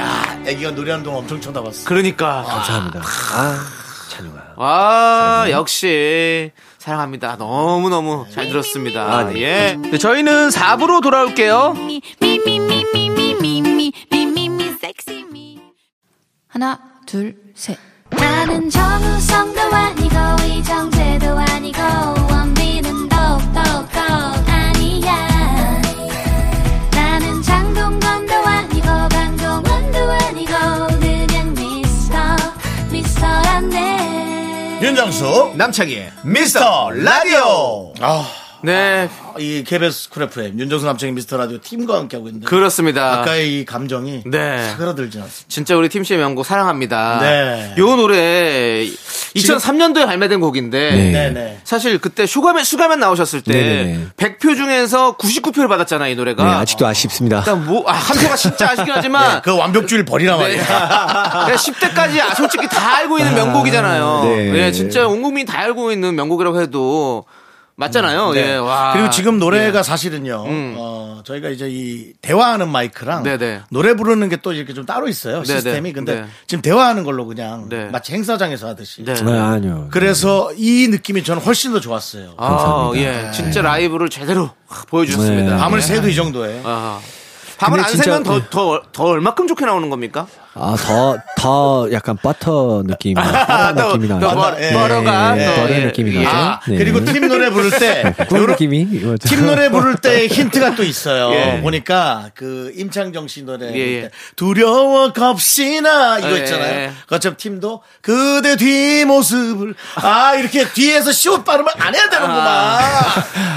[SPEAKER 1] 야, 애기가 노래하는 동안 엄청 쳐다봤어.
[SPEAKER 2] 그러니까.
[SPEAKER 8] 감사합니다 아 찬우가
[SPEAKER 2] 아, 역시. 사랑합니다. 너무너무 잘 들었습니다. 예. 네, 저희는 4부로 돌아올게요.
[SPEAKER 5] Me, me, me, me, me, me, me, me, me, me, me, sexy me.
[SPEAKER 9] 하나, 둘, 셋.
[SPEAKER 5] 나는 정우성도 아니고 이정재도 아니고 원빈은 더욱더 아니야 나는 장동건도 아니고 강동원도 아니고 그냥 미스터 미스터란데
[SPEAKER 1] 윤정수
[SPEAKER 2] 남창희의
[SPEAKER 1] 미스터 라디오. 아,
[SPEAKER 2] 네
[SPEAKER 1] 이 KBS 쿨 FM 윤정수 남창희 미스터 라디오 팀과 함께 하고 있는데
[SPEAKER 2] 그렇습니다.
[SPEAKER 1] 아까의 이 감정이
[SPEAKER 2] 네.
[SPEAKER 1] 사그라들지 않습니다.
[SPEAKER 2] 진짜 우리 팀씨의 명곡 사랑합니다.
[SPEAKER 1] 네.
[SPEAKER 2] 요 노래 2003년도에 발매된 곡인데
[SPEAKER 1] 네, 네.
[SPEAKER 2] 사실 그때 슈가맨 슈가맨 나오셨을 때
[SPEAKER 8] 네네네.
[SPEAKER 2] 100표 중에서 99표를 받았잖아 이 노래가.
[SPEAKER 8] 네, 아직도 아쉽습니다.
[SPEAKER 2] 일단 뭐, 아, 한 표가 진짜 아쉽긴 하지만
[SPEAKER 1] 그 완벽주의를 버리라
[SPEAKER 2] 네.
[SPEAKER 1] 말이야.
[SPEAKER 2] 그냥 10대까지 아, 솔직히 다 알고 있는 명곡이잖아요.
[SPEAKER 8] 네.
[SPEAKER 2] 예, 진짜 온 국민이 다 알고 있는 명곡이라고 해도 맞잖아요.
[SPEAKER 1] 네.
[SPEAKER 2] 예, 와. 예. 음.
[SPEAKER 1] 그리고 지금 노래가 사실은요. 어, 저희가 이제 이 대화하는 마이크랑
[SPEAKER 2] 네네.
[SPEAKER 1] 노래 부르는 게 또 이렇게 좀 따로 있어요.
[SPEAKER 2] 네네.
[SPEAKER 1] 시스템이. 근데
[SPEAKER 2] 네.
[SPEAKER 1] 지금 대화하는 걸로 그냥
[SPEAKER 2] 네.
[SPEAKER 1] 마치 행사장에서 하듯이.
[SPEAKER 2] 네.
[SPEAKER 8] 아, 아니요.
[SPEAKER 1] 그래서 이 느낌이 저는 훨씬 더 좋았어요.
[SPEAKER 2] 아, 예. 진짜 라이브를 제대로 보여주셨습니다.
[SPEAKER 8] 네.
[SPEAKER 2] 예.
[SPEAKER 1] 네. 밤을 새도 이 정도에.
[SPEAKER 2] 아. 밤을
[SPEAKER 8] 근데
[SPEAKER 2] 안
[SPEAKER 8] 진짜-
[SPEAKER 2] 새면
[SPEAKER 1] 그
[SPEAKER 2] 더, 더, 더 얼마큼 좋게 나오는 겁니까?
[SPEAKER 8] 아, 더, 더 약간 버터 느낌,
[SPEAKER 1] 아,
[SPEAKER 8] 버터
[SPEAKER 2] 더-
[SPEAKER 8] 느낌이
[SPEAKER 2] 더
[SPEAKER 8] 나요.
[SPEAKER 2] 버- 버터가
[SPEAKER 8] 네,
[SPEAKER 2] 더,
[SPEAKER 8] 버터
[SPEAKER 2] 예,
[SPEAKER 8] 느낌이
[SPEAKER 2] 예.
[SPEAKER 8] 나죠.
[SPEAKER 1] 아,
[SPEAKER 8] 네.
[SPEAKER 1] 그리고 팀 노래 부를 때.
[SPEAKER 8] 꿀
[SPEAKER 1] 요런-
[SPEAKER 8] 느낌이 이거 저-
[SPEAKER 1] 팀 노래 부를 때 힌트가 또 있어요.
[SPEAKER 2] 예.
[SPEAKER 1] 보니까 그 임창정 씨 노래
[SPEAKER 2] 예, 예.
[SPEAKER 1] 때 두려워 겁시나 이거
[SPEAKER 2] 예,
[SPEAKER 1] 있잖아요.
[SPEAKER 2] 예.
[SPEAKER 1] 그것처럼 팀도 그대 뒷모습을 아 이렇게 뒤에서 시옷 발음을 안 해야 되는구만.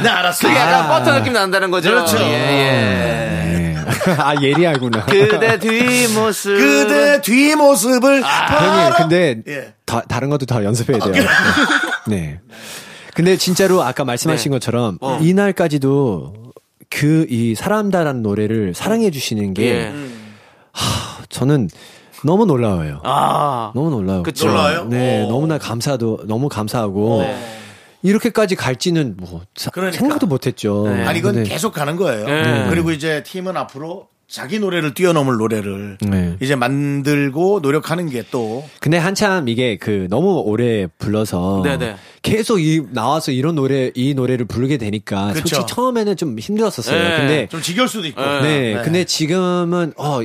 [SPEAKER 1] 네 알았어.
[SPEAKER 2] 아. 그게 약간 뭐
[SPEAKER 1] 아.
[SPEAKER 2] 버터 느낌 난다는 거죠.
[SPEAKER 1] 그렇죠.
[SPEAKER 2] 예, 예.
[SPEAKER 8] 네. 아, 예리하구나.
[SPEAKER 2] 그대 뒷모습.
[SPEAKER 1] 네. 그대 뒷모습을
[SPEAKER 2] 아,
[SPEAKER 1] 바라-
[SPEAKER 8] 아, 형님, 근데
[SPEAKER 1] 예. 아,
[SPEAKER 8] 다, 다른 것도 다 연습해야 돼요. 네. 근데 진짜로 아까 말씀하신
[SPEAKER 2] 네.
[SPEAKER 8] 것처럼
[SPEAKER 1] 어.
[SPEAKER 8] 이날까지도 그 이 사람다라는 노래를 사랑해 주시는 게
[SPEAKER 2] 예.
[SPEAKER 1] 음.
[SPEAKER 8] 저는 너무 놀라워요.
[SPEAKER 2] 아.
[SPEAKER 8] 너무 놀라요.
[SPEAKER 2] 그쵸.
[SPEAKER 1] 놀라워요?
[SPEAKER 8] 네,
[SPEAKER 1] 오. 네.
[SPEAKER 8] 너무나 감사도 너무 감사하고 이렇게까지 갈지는 뭐 사-
[SPEAKER 1] 그러니까.
[SPEAKER 8] 생각도 못했죠.
[SPEAKER 2] 네.
[SPEAKER 1] 아니 이건
[SPEAKER 8] 근데-
[SPEAKER 1] 계속 가는 거예요. 네.
[SPEAKER 2] 예.
[SPEAKER 1] 그리고 이제 팀은 앞으로 자기 노래를 뛰어넘을 노래를
[SPEAKER 8] 네.
[SPEAKER 1] 이제 만들고 노력하는 게또
[SPEAKER 8] 근데 한참 이게 그 너무 오래 불러서
[SPEAKER 2] 네네.
[SPEAKER 8] 계속 이 나와서 이런 노래 이 노래를 부르게 되니까
[SPEAKER 1] 그쵸.
[SPEAKER 8] 솔직히 처음에는 좀 힘들었었어요.
[SPEAKER 2] 네.
[SPEAKER 8] 근데
[SPEAKER 1] 좀 지겨울 수도 있고.
[SPEAKER 8] 네, 근데 지금은 어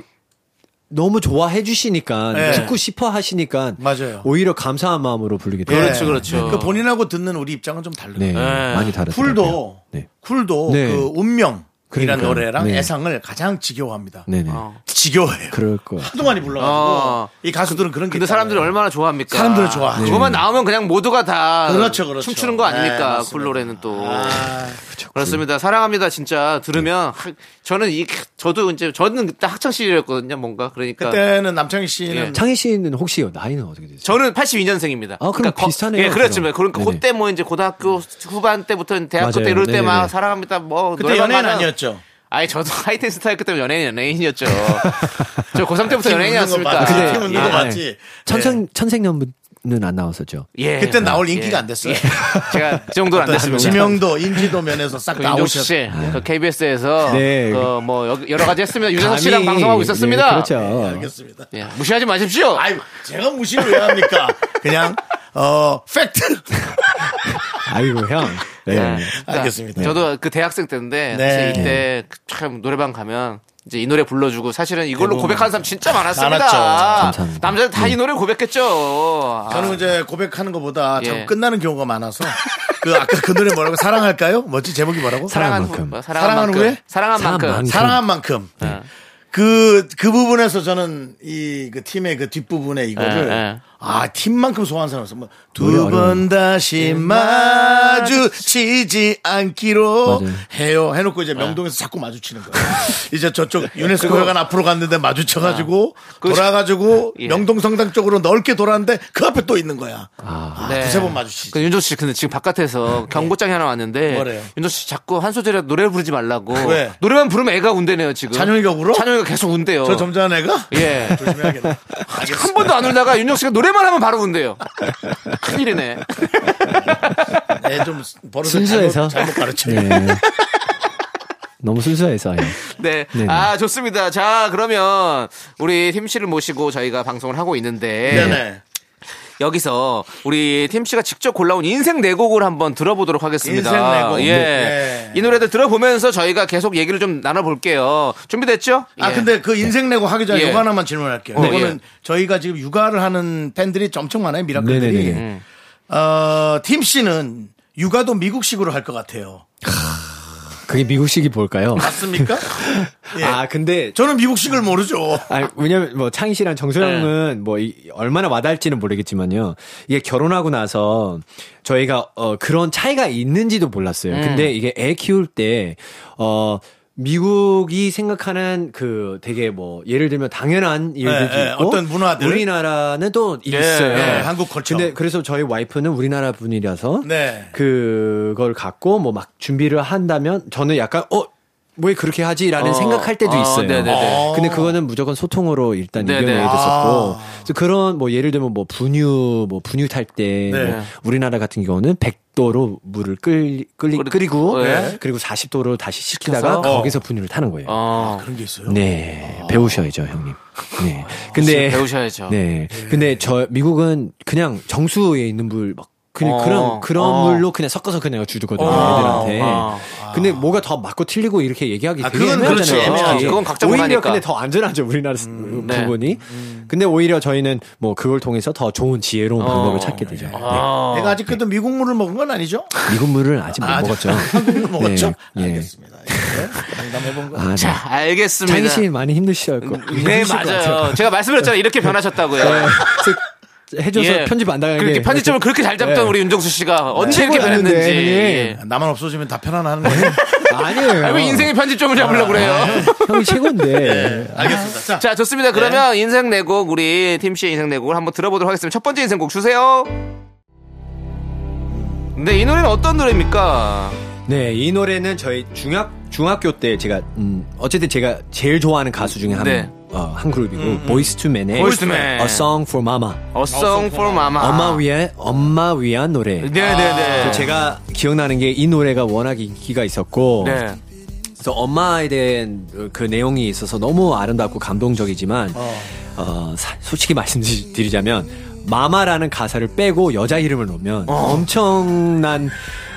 [SPEAKER 8] 너무 좋아해 주시니까
[SPEAKER 1] 네.
[SPEAKER 8] 듣고 싶어 하시니까
[SPEAKER 1] 맞아요.
[SPEAKER 8] 오히려 감사한 마음으로 부르게 돼요.
[SPEAKER 2] 그렇죠, 그렇죠.
[SPEAKER 1] 그 본인하고 듣는 우리 입장은 좀 달라요.
[SPEAKER 8] 네,
[SPEAKER 2] 네.
[SPEAKER 8] 많이 다르죠.
[SPEAKER 1] 쿨도
[SPEAKER 8] 네.
[SPEAKER 1] 쿨도
[SPEAKER 8] 네.
[SPEAKER 1] 그 운명이라는
[SPEAKER 8] 그러니까요.
[SPEAKER 1] 노래랑
[SPEAKER 8] 네.
[SPEAKER 1] 애상을 가장 지겨워합니다.
[SPEAKER 8] 네, 네.
[SPEAKER 2] 어.
[SPEAKER 1] 지겨워해요.
[SPEAKER 8] 그럴 거.
[SPEAKER 1] 하도 많이 불러가지고
[SPEAKER 2] 어.
[SPEAKER 1] 이 가수들은 그런 게.
[SPEAKER 2] 근데
[SPEAKER 1] 있잖아요.
[SPEAKER 2] 사람들이 얼마나 좋아합니까?
[SPEAKER 1] 사람들을 좋아하죠.
[SPEAKER 2] 그것만 나오면 그냥 모두가 다
[SPEAKER 1] 그렇죠, 그렇죠.
[SPEAKER 2] 춤추는 거
[SPEAKER 1] 네,
[SPEAKER 2] 아닙니까?
[SPEAKER 1] 맞습니다.
[SPEAKER 2] 굴 노래는 또.
[SPEAKER 1] 아,
[SPEAKER 2] 그렇습니다. 사랑합니다. 진짜 들으면
[SPEAKER 1] 네.
[SPEAKER 2] 하- 저는 이 저도 이제 저는 그때 학창 시절이었거든요. 뭔가 그러니까 예.
[SPEAKER 1] 그때는 남창희 씨는
[SPEAKER 8] 창희 씨는 혹시 나이는 어떻게 되세요?
[SPEAKER 2] 저는 82년생입니다.
[SPEAKER 8] 아, 그럼 비슷하네요,
[SPEAKER 2] 예,
[SPEAKER 1] 그렇죠.
[SPEAKER 2] 그렇지만
[SPEAKER 8] 그럼.
[SPEAKER 2] 그러니까 그때 뭐 이제
[SPEAKER 1] 음.
[SPEAKER 2] 고등학교 후반 때부터 대학교 때
[SPEAKER 8] 맞아요.
[SPEAKER 2] 이럴 때 막
[SPEAKER 8] 네네네.
[SPEAKER 2] 사랑합니다. 뭐
[SPEAKER 1] 그때
[SPEAKER 2] 노래방
[SPEAKER 1] 연예인
[SPEAKER 2] 가면-
[SPEAKER 1] 아니었죠.
[SPEAKER 2] 아니 저도 하이텐 스타였기 때문에 연예인 연예인이었죠. 저 고3 때부터
[SPEAKER 1] 아, 팀 웃는 거
[SPEAKER 2] 연예인이었습니까?
[SPEAKER 1] 맞지,
[SPEAKER 8] 근데-
[SPEAKER 1] 팀 웃는 거
[SPEAKER 8] 예.
[SPEAKER 1] 맞지.
[SPEAKER 8] 천생
[SPEAKER 2] 네.
[SPEAKER 8] 천생연분은 안 나왔었죠.
[SPEAKER 2] 예.
[SPEAKER 1] 그때 나올 인기가 안 됐어요.
[SPEAKER 2] 제가 그 정도는 안 됐습니다.
[SPEAKER 1] 지명도 인지도 면에서 싹
[SPEAKER 2] 그 윤정수
[SPEAKER 1] 나오셨어요.
[SPEAKER 2] 씨, 그 KBS에서
[SPEAKER 8] 네.
[SPEAKER 2] 그 뭐 여- 여러 가지 했습니다. 유재석
[SPEAKER 8] 감히-
[SPEAKER 2] 씨랑 방송하고 있었습니다.
[SPEAKER 8] 예, 그렇죠.
[SPEAKER 1] 알겠습니다.
[SPEAKER 2] 예, 무시하지 마십시오.
[SPEAKER 1] 아유, 제가 무시를 왜 합니까? 그냥 어 팩트.
[SPEAKER 8] 아이고 형. 네.
[SPEAKER 1] 알겠습니다.
[SPEAKER 2] 저도 그 대학생 때인데
[SPEAKER 1] 네.
[SPEAKER 2] 사실 이때 참 노래방 가면 이제 이 노래 불러주고 사실은 이걸로
[SPEAKER 1] 대부분
[SPEAKER 2] 고백하는 사람 진짜
[SPEAKER 1] 많았죠.
[SPEAKER 2] 많았습니다.
[SPEAKER 8] 감사합니다.
[SPEAKER 2] 남자들 다 이 노래 고백했죠. 아,
[SPEAKER 1] 저는 이제 고백하는 것보다
[SPEAKER 2] 예.
[SPEAKER 1] 자꾸 끝나는 경우가 많아서 그 아까 그 노래 뭐라고 사랑할까요? 뭐지 제목이 뭐라고?
[SPEAKER 2] 사랑한
[SPEAKER 8] 사랑한 만큼.
[SPEAKER 2] 후- 사랑한
[SPEAKER 1] 사랑한
[SPEAKER 2] 만큼.
[SPEAKER 1] 후에?
[SPEAKER 2] 사랑한 만큼.
[SPEAKER 8] 사랑한
[SPEAKER 1] 사랑한 만큼.
[SPEAKER 8] 네.
[SPEAKER 1] 그, 그 부분에서 저는 이 그 팀의 그 뒷부분에 이거를
[SPEAKER 2] 예, 예.
[SPEAKER 1] 아, 팀만큼 소화한 사람 없어. 뭐,
[SPEAKER 8] 네, 노래 네.
[SPEAKER 1] 두 번 다시 마주치지 않기로
[SPEAKER 8] 맞아요. 네.
[SPEAKER 1] 해요. 해놓고 이제 명동에서 자꾸 마주치는 거예요. 이제 저쪽 유네스코 회관 앞으로 갔는데 마주쳐가지고
[SPEAKER 8] 아. 그
[SPEAKER 1] 돌아가지고
[SPEAKER 8] 네.
[SPEAKER 2] 예.
[SPEAKER 1] 명동 성당 쪽으로 넓게 돌았는데 그 앞에 또 있는 거야. 아,
[SPEAKER 2] 네.
[SPEAKER 1] 두세 번 마주치지.
[SPEAKER 2] 그 윤조 씨 근데 지금 바깥에서 경고장이 하나 왔는데
[SPEAKER 1] 뭐래요?
[SPEAKER 2] 윤조 씨 자꾸 한 소절이라도 노래를 부르지 말라고
[SPEAKER 1] 왜?
[SPEAKER 2] 노래만 부르면 애가 운대네요 지금
[SPEAKER 1] 찬영이가 울어?
[SPEAKER 2] 찬영이가 계속 운대요
[SPEAKER 1] 저 점잖은 애가?
[SPEAKER 2] 예.
[SPEAKER 1] 조심해야겠다.
[SPEAKER 2] 한 번도 안 울다가 윤정 씨가 노래만 하면 바로 운대요. 큰일이네.
[SPEAKER 1] 네, 좀 버릇을
[SPEAKER 8] 순수해서
[SPEAKER 1] 잘못, 잘못 가르쳐요.
[SPEAKER 8] 네. 너무 순수해서 형.
[SPEAKER 2] 네.
[SPEAKER 8] 네.
[SPEAKER 2] 아, 좋습니다. 자, 그러면 우리 팀 씨를 모시고 저희가 방송을 하고 있는데
[SPEAKER 1] 네네.
[SPEAKER 2] 여기서 우리 팀 씨가 직접 골라온 인생 네 곡을 한번 들어보도록 하겠습니다.
[SPEAKER 1] 인생 네 곡.
[SPEAKER 2] 예.
[SPEAKER 1] 네.
[SPEAKER 2] 이 노래들 들어보면서 저희가 계속 얘기를 좀 나눠볼게요. 준비됐죠?
[SPEAKER 1] 아
[SPEAKER 2] 예.
[SPEAKER 1] 근데 그 인생 내고 하기 전에
[SPEAKER 2] 예.
[SPEAKER 1] 요거 하나만 질문할게요.
[SPEAKER 2] 어,
[SPEAKER 1] 이거는 저희가 지금 육아를 하는 팬들이 엄청 많아요 미라클들이.
[SPEAKER 8] 네네네.
[SPEAKER 1] 어, 팀 씨는 육아도 미국식으로 할 것 같아요.
[SPEAKER 8] 그게 미국식이 뭘까요?
[SPEAKER 1] 맞습니까? 예.
[SPEAKER 8] 아 근데
[SPEAKER 1] 저는 미국식을 모르죠.
[SPEAKER 8] 아니, 왜냐면 뭐 창희 씨랑 정소영은 뭐 이- 얼마나 와닿을지는 모르겠지만요. 이게 결혼하고 나서 저희가 어 그런 차이가 있는지도 몰랐어요. 근데 이게 애 키울 때어 미국이 생각하는 그 되게 뭐 예를 들면 당연한 일들도
[SPEAKER 1] 예, 예,
[SPEAKER 8] 있고
[SPEAKER 1] 어떤 문화들.
[SPEAKER 8] 우리나라는 또 있어요.
[SPEAKER 1] 예, 한국 컬처.
[SPEAKER 8] 근데 그래서 저희 와이프는 우리나라 분이라서
[SPEAKER 1] 네.
[SPEAKER 8] 그걸 갖고 뭐 막 준비를 한다면 저는 약간 어 왜 그렇게 하지라는
[SPEAKER 2] 어,
[SPEAKER 8] 생각할 때도
[SPEAKER 2] 어,
[SPEAKER 8] 있어요.
[SPEAKER 2] 네네네.
[SPEAKER 8] 근데 그거는 무조건 소통으로 일단
[SPEAKER 2] 네네.
[SPEAKER 8] 이겨내야 됐었고
[SPEAKER 1] 아.
[SPEAKER 8] 그래서 그런 뭐 예를 들면 뭐 분유 뭐 분유 탈 때
[SPEAKER 1] 네.
[SPEAKER 8] 우리나라 같은 경우는 100도로 물을 끌, 끌리,
[SPEAKER 2] 끓이-
[SPEAKER 8] 끓이고
[SPEAKER 2] 네.
[SPEAKER 8] 그리고 40도로 다시 식히다가
[SPEAKER 2] 식혀서?
[SPEAKER 8] 거기서 분유를 타는 거예요.
[SPEAKER 2] 어.
[SPEAKER 1] 그런 게 있어요.
[SPEAKER 8] 네 배우셔야죠 형님. 네 근데
[SPEAKER 2] 배우셔야죠.
[SPEAKER 8] 네. 근데
[SPEAKER 2] 음.
[SPEAKER 8] 저 미국은 그냥 정수에 있는 물 막 그냥
[SPEAKER 2] 어.
[SPEAKER 8] 그런 그런
[SPEAKER 2] 어.
[SPEAKER 8] 물로 그냥 섞어서 그냥 주거든요
[SPEAKER 2] 어.
[SPEAKER 8] 애들한테.
[SPEAKER 2] 어.
[SPEAKER 8] 근데 뭐가 더 맞고 틀리고 이렇게 얘기하기
[SPEAKER 1] 아,
[SPEAKER 8] 되게
[SPEAKER 1] 그건
[SPEAKER 8] 애매하잖아요.
[SPEAKER 1] 그렇죠. 애매하죠.
[SPEAKER 2] 그건 각자
[SPEAKER 8] 오히려
[SPEAKER 2] 문화니까.
[SPEAKER 8] 근데 더 안전하죠 우리나라 음,
[SPEAKER 2] 네.
[SPEAKER 8] 부분이. 근데 오히려 저희는 뭐 그걸 통해서 더 좋은 지혜로운 방법을 찾게 되죠.
[SPEAKER 2] 어.
[SPEAKER 1] 네. 내가 아직까지 미국물을 먹은 건 아니죠?
[SPEAKER 8] 네. 미국 물을 아직 못
[SPEAKER 1] 아,
[SPEAKER 8] 먹었죠.
[SPEAKER 1] 한국물 먹었죠?
[SPEAKER 8] 그렇죠. 네. 예.
[SPEAKER 1] 알겠습니다. 예. 장담해본 거.
[SPEAKER 8] 아,
[SPEAKER 2] 자,
[SPEAKER 8] 자,
[SPEAKER 2] 알겠습니다.
[SPEAKER 8] 장희 씨 많이 힘드실 거.
[SPEAKER 2] 네, 맞아요. 제가 말씀드렸잖아요. 이렇게 변하셨다고요.
[SPEAKER 8] 해줘서
[SPEAKER 2] 네. 예.
[SPEAKER 8] 편집 안 당하게.
[SPEAKER 2] 그렇게 네. 편집점을 그렇게 잘 잡던
[SPEAKER 8] 예.
[SPEAKER 2] 우리 윤정수 씨가 언제
[SPEAKER 8] 최고
[SPEAKER 2] 이렇게
[SPEAKER 8] 났는데,
[SPEAKER 2] 변했는지.
[SPEAKER 8] 형님.
[SPEAKER 2] 예.
[SPEAKER 1] 나만 없어지면 다 편안하는 거예요.
[SPEAKER 8] 아니에요.
[SPEAKER 2] 아, 왜 인생의 편집점을 잡으려고 그래요?
[SPEAKER 8] 형이 최고인데.
[SPEAKER 2] 네.
[SPEAKER 1] 알겠습니다. 자,
[SPEAKER 2] 자, 좋습니다. 그러면 인생 네 내곡 우리 팀 씨의 인생 네 내곡을 한번 들어보도록 하겠습니다. 첫 번째 인생 곡 주세요. 네, 이 노래는 어떤 노래입니까?
[SPEAKER 8] 네, 이 노래는 저희 중학 중학교 때 제가 음, 어쨌든 제가 제일 좋아하는 가수 중에 한,
[SPEAKER 2] 네. 음.
[SPEAKER 8] 어, 한 그룹이고 보이스 투맨의
[SPEAKER 2] 보이스 투 맨.
[SPEAKER 8] A Song for Mama.
[SPEAKER 2] A Song for Mama.
[SPEAKER 8] 엄마 위에 엄마 위한 노래.
[SPEAKER 2] 아. 네, 네, 네.
[SPEAKER 8] 그래서 제가 기억나는 게 이 노래가 워낙 인기가 있었고
[SPEAKER 2] 네.
[SPEAKER 8] 그래서 엄마에 대한 그 내용이 있어서 너무 아름답고 감동적이지만 어. 사- 솔직히 말씀드리자면 마마라는 가사를 빼고 여자 이름을 넣으면 엄청난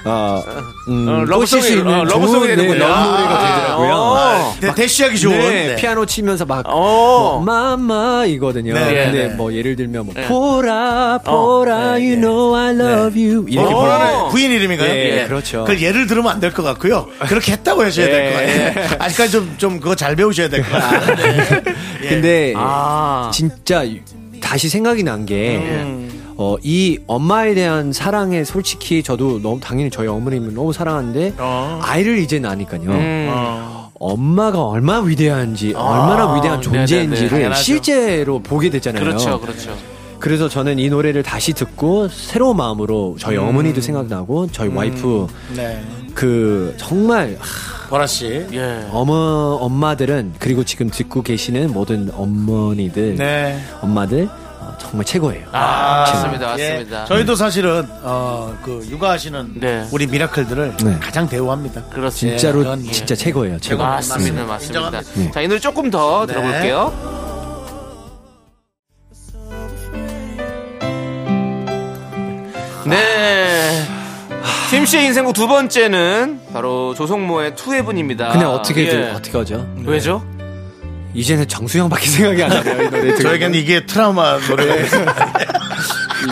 [SPEAKER 8] 어, 음,
[SPEAKER 2] 어, 러브송이,
[SPEAKER 8] 꼬실 수 있는
[SPEAKER 2] 어, 러브송이
[SPEAKER 8] 좋은, 네,
[SPEAKER 2] 되는군요.
[SPEAKER 8] 러브 노래가
[SPEAKER 2] 아,
[SPEAKER 8] 되더라고요.
[SPEAKER 2] 어.
[SPEAKER 1] 대- 대쉬하기 좋은.
[SPEAKER 8] 네,
[SPEAKER 1] 네.
[SPEAKER 8] 피아노 치면서 막
[SPEAKER 2] 어.
[SPEAKER 8] 뭐, 마마이거든요.
[SPEAKER 1] 네,
[SPEAKER 8] 근데
[SPEAKER 1] 네.
[SPEAKER 8] 뭐 예를 들면 뭐 보라
[SPEAKER 2] 어.
[SPEAKER 8] 보라
[SPEAKER 2] 네,
[SPEAKER 8] you know I love you 이렇게
[SPEAKER 1] 어,
[SPEAKER 8] 부르는
[SPEAKER 1] 보라는 부인 이름인가요?
[SPEAKER 8] 예, 그렇죠.
[SPEAKER 1] 그걸 예를 들으면 안 될 것 같고요. 그렇게 했다고 하셔야 될 것
[SPEAKER 2] 예.
[SPEAKER 1] 같아요. 아직까지 좀, 좀 그거 잘 배우셔야 될 것 같아요. 네. 예.
[SPEAKER 8] 근데
[SPEAKER 2] 아.
[SPEAKER 8] 진짜 다시 생각이 난 게,
[SPEAKER 2] 음.
[SPEAKER 8] 어, 이 엄마에 대한 사랑에 솔직히 저도 너무, 당연히 저희 어머님을 너무 사랑하는데, 아이를 이제 낳으니까요.
[SPEAKER 2] 음.
[SPEAKER 8] 엄마가 얼마나 위대한지, 얼마나 위대한 존재인지를
[SPEAKER 2] 아. 네네네, 당연하죠.
[SPEAKER 8] 실제로 보게 되잖아요.
[SPEAKER 2] 그렇죠, 그렇죠.
[SPEAKER 8] 래서 저는 이 노래를 다시 듣고 새로운 마음으로 저희 어머니도 생각나고 저희
[SPEAKER 2] 음.
[SPEAKER 8] 와이프
[SPEAKER 1] 네.
[SPEAKER 8] 그 정말
[SPEAKER 1] 보라 씨.
[SPEAKER 2] 예.
[SPEAKER 8] 어머 엄마들은 그리고 지금 듣고 계시는 모든 어머니들
[SPEAKER 1] 네.
[SPEAKER 8] 엄마들 어, 정말 최고예요.
[SPEAKER 2] 아, 맞습니다, 맞습니다.
[SPEAKER 1] 예. 저희도 사실은, 어, 그, 육아하시는
[SPEAKER 2] 네.
[SPEAKER 1] 우리 미라클들을
[SPEAKER 8] 네.
[SPEAKER 1] 가장 대우합니다.
[SPEAKER 2] 그렇습니다.
[SPEAKER 8] 진짜로
[SPEAKER 1] 그건 예.
[SPEAKER 8] 진짜 최고예요. 최고.
[SPEAKER 2] 아, 맞습니다,
[SPEAKER 1] 맞습니다.
[SPEAKER 2] 맞습니다.
[SPEAKER 8] 네.
[SPEAKER 2] 자, 이 노래 조금 더 들어볼게요. 네. 팀 씨의 인생곡 두 번째는 바로 조성모의 투해분입니다.
[SPEAKER 8] 그냥 어떻게 들-
[SPEAKER 2] 예.
[SPEAKER 8] 어떻게 하죠?
[SPEAKER 2] 왜죠?
[SPEAKER 8] 이제는 정수영밖에 생각이 안 나요. 이 노래 들으면.
[SPEAKER 1] 저에겐 이게 트라우마
[SPEAKER 2] 네.
[SPEAKER 1] 노래.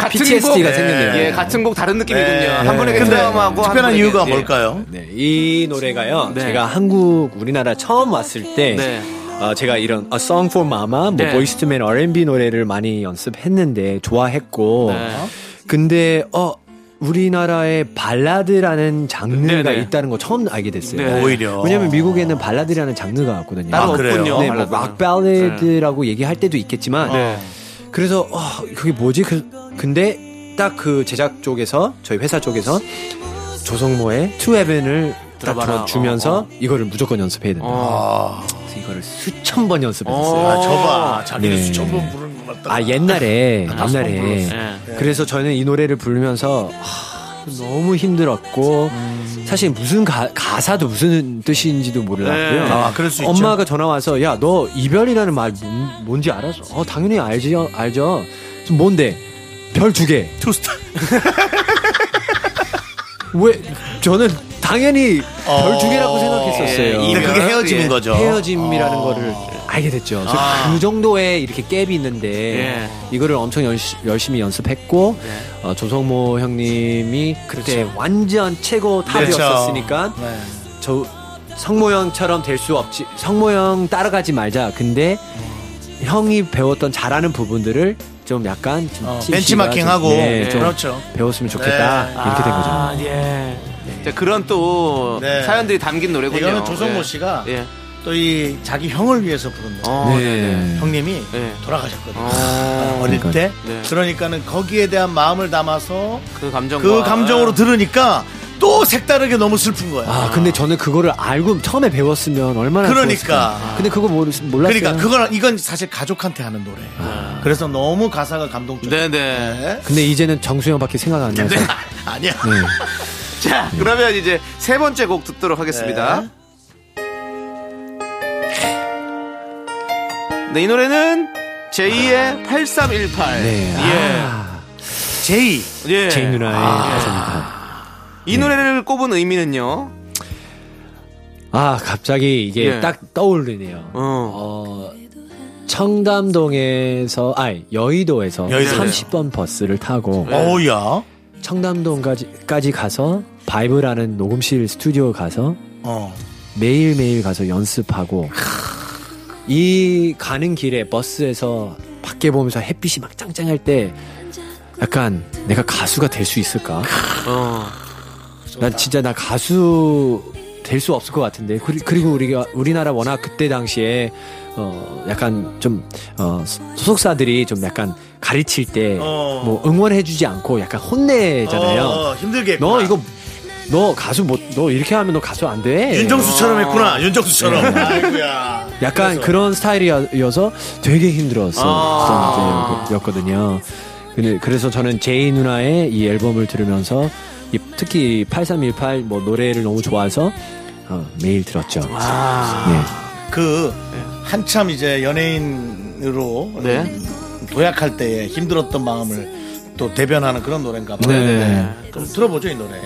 [SPEAKER 8] PTSD가
[SPEAKER 2] 곡,
[SPEAKER 8] 생겼네요.
[SPEAKER 2] 예, 같은 곡 다른 느낌이군요.
[SPEAKER 1] 네.
[SPEAKER 2] 한 분에게
[SPEAKER 1] 근데
[SPEAKER 2] 트라우마하고 한
[SPEAKER 1] 특별한
[SPEAKER 2] 분에게-
[SPEAKER 1] 이유가
[SPEAKER 2] 예.
[SPEAKER 1] 뭘까요?
[SPEAKER 8] 네, 이 노래가요.
[SPEAKER 2] 네.
[SPEAKER 8] 제가 한국 우리나라 처음 왔을 때
[SPEAKER 2] 네.
[SPEAKER 8] 어, 제가 이런 A Song for Mama, 뭐
[SPEAKER 2] 네.
[SPEAKER 8] 보이스투맨 R&B 노래를 많이 연습했는데 좋아했고
[SPEAKER 2] 네.
[SPEAKER 8] 근데 어 우리나라에 발라드라는 장르가
[SPEAKER 2] 네, 네.
[SPEAKER 8] 있다는 거 처음 알게 됐어요.
[SPEAKER 2] 네.
[SPEAKER 1] 오히려.
[SPEAKER 8] 왜냐면 미국에는 발라드라는 장르가 없거든요.
[SPEAKER 2] 따로
[SPEAKER 1] 아, 그래요?
[SPEAKER 2] 없군요. 네.
[SPEAKER 8] 네,
[SPEAKER 2] 발라드는.
[SPEAKER 8] 뭐락 발라드라고 얘기할 때도 있겠지만 그래서 어, 그게 뭐지? 그, 근데 딱 그 제작 쪽에서 저희 회사 쪽에서 조성모의 투 헤븐을 딱
[SPEAKER 2] 들어봐라.
[SPEAKER 8] 주면서
[SPEAKER 2] 어, 어.
[SPEAKER 8] 이거를 무조건 연습해야 된다.
[SPEAKER 1] 아,
[SPEAKER 8] 그래서 이거를 수천 번
[SPEAKER 1] 아,
[SPEAKER 8] 연습했어요.
[SPEAKER 2] 어.
[SPEAKER 1] 저봐. 자기는
[SPEAKER 8] 네.
[SPEAKER 1] 수천번 부르는 것 같다.
[SPEAKER 8] 아 옛날에
[SPEAKER 1] 불렀어.
[SPEAKER 8] 옛날에
[SPEAKER 1] 네.
[SPEAKER 2] 예.
[SPEAKER 8] 그래서 저는 이 노래를 부르면서 하, 너무 힘들었고
[SPEAKER 1] 음.
[SPEAKER 8] 사실 무슨 가, 가사도 무슨 뜻인지도 몰랐고요.
[SPEAKER 2] 네.
[SPEAKER 1] 아, 그럴 수 있죠.
[SPEAKER 8] 엄마가 전화 와서 야 너 이별이라는 말 뭔- 뭔지 알아? 어 당연히 알지 알죠. 그래서 뭔데? 별 두 개.
[SPEAKER 1] 투스타.
[SPEAKER 8] 왜 저는 당연히 별 두 개라고
[SPEAKER 2] 예,
[SPEAKER 8] 생각했었어요. 예.
[SPEAKER 1] 근데 그게 헤어짐인 거죠. 아.
[SPEAKER 8] 헤어짐이라는 거를 알게 됐죠. 그래서 그 정도의 이렇게 갭이 있는데
[SPEAKER 1] 예.
[SPEAKER 8] 이거를 엄청 연시- 열심히 연습했고 어, 조성모 형님이 그때
[SPEAKER 1] 그렇죠.
[SPEAKER 8] 완전 최고 탑이었었으니까
[SPEAKER 2] 네.
[SPEAKER 8] 저 성모 형처럼 될 수 없지. 성모 형 따라가지 말자. 근데
[SPEAKER 1] 음.
[SPEAKER 8] 형이 배웠던 잘하는 부분들을 좀 약간 좀 찜씨가
[SPEAKER 1] 어, 벤치마킹하고.
[SPEAKER 8] 좀, 네, 좀
[SPEAKER 1] 그렇죠.
[SPEAKER 8] 배웠으면 좋겠다
[SPEAKER 1] 네.
[SPEAKER 8] 이렇게 된 거죠.
[SPEAKER 2] 아, 예. 자, 그런 또
[SPEAKER 1] 네.
[SPEAKER 2] 사연들이 담긴 노래군요.
[SPEAKER 1] 이거는 조성모
[SPEAKER 2] 예.
[SPEAKER 1] 씨가
[SPEAKER 2] 예.
[SPEAKER 1] 또 이 자기 형을 위해서 부른 거.
[SPEAKER 2] 어, 네.
[SPEAKER 1] 형님이
[SPEAKER 2] 네.
[SPEAKER 1] 돌아가셨거든요.
[SPEAKER 2] 어,
[SPEAKER 1] 어릴
[SPEAKER 8] 그러니까요.
[SPEAKER 1] 때.
[SPEAKER 2] 네.
[SPEAKER 1] 그러니까는 거기에 대한 마음을 담아서
[SPEAKER 2] 그 감정.
[SPEAKER 1] 그 감정으로 들으니까 또 색다르게 너무 슬픈 거야.
[SPEAKER 8] 아, 근데 저는 그거를 알고 처음에 배웠으면 얼마나
[SPEAKER 1] 그러니까.
[SPEAKER 8] 좋았을까. 근데 그거 모르, 몰랐어요.
[SPEAKER 1] 그러니까
[SPEAKER 8] 아.
[SPEAKER 1] 그건 이건 사실 가족한테 하는 노래예요. 그래서 너무 가사가 감동적.
[SPEAKER 2] 네네.
[SPEAKER 8] 근데 이제는 정수영밖에 생각 안 나서.
[SPEAKER 1] 아니야.
[SPEAKER 8] 네.
[SPEAKER 2] 자, 그러면 이제 세 번째 곡 듣도록 하겠습니다. 네, 이 노래는 제2의 8318.
[SPEAKER 8] 네.
[SPEAKER 2] 예.
[SPEAKER 8] 아,
[SPEAKER 1] 제이.
[SPEAKER 2] 예.
[SPEAKER 8] 제 누나의 가사입니다.
[SPEAKER 2] 이 노래를 꼽은 의미는요.
[SPEAKER 8] 아, 갑자기 이게
[SPEAKER 2] 예.
[SPEAKER 8] 딱 떠오르네요.
[SPEAKER 2] 어.
[SPEAKER 8] 어, 청담동에서, 아니, 여의도에서
[SPEAKER 1] 여의도에서.
[SPEAKER 8] 30번 버스를 타고
[SPEAKER 1] 어우야.
[SPEAKER 8] 청담동까지 까지 가서 바이브라는 녹음실 스튜디오 가서
[SPEAKER 1] 어.
[SPEAKER 8] 매일매일 가서 연습하고 이 가는 길에 버스에서 밖에 보면서 햇빛이 막 짱짱할 때 약간 내가 가수가 될 수 있을까?
[SPEAKER 2] 어.
[SPEAKER 8] 난 진짜 나 가수 될 수 없을 것 같은데 그리- 그리고 우리가 우리나라 워낙 그때 당시에 어 약간 좀 어, 소속사들이 좀 약간 가르칠 때
[SPEAKER 1] 어.
[SPEAKER 8] 뭐 응원해주지 않고 약간 혼내잖아요.
[SPEAKER 1] 어, 힘들게.
[SPEAKER 8] 너
[SPEAKER 1] 했구나.
[SPEAKER 8] 이거 너 가수 못 너 이렇게 하면 너 가수 안 돼.
[SPEAKER 1] 윤정수처럼 했구나. 윤정수처럼.
[SPEAKER 8] 네.
[SPEAKER 1] 아이고야.
[SPEAKER 8] 약간 그런 스타일이어서 되게
[SPEAKER 2] 아.
[SPEAKER 8] 힘들었었던 때였거든요. 근데 그래서 저는 제이 누나의 이 앨범을 들으면서 이- 특히 8318 뭐 노래를 너무 좋아해서 어, 매일 들었죠. 예.
[SPEAKER 1] 그
[SPEAKER 8] 네.
[SPEAKER 1] 한참 이제 연예인으로
[SPEAKER 2] 네.
[SPEAKER 1] 도약할 때에 힘들었던 마음을 또 대변하는 그런 노래인가 봐요.
[SPEAKER 8] 네.
[SPEAKER 1] 네. 그럼 들어보죠, 이 노래.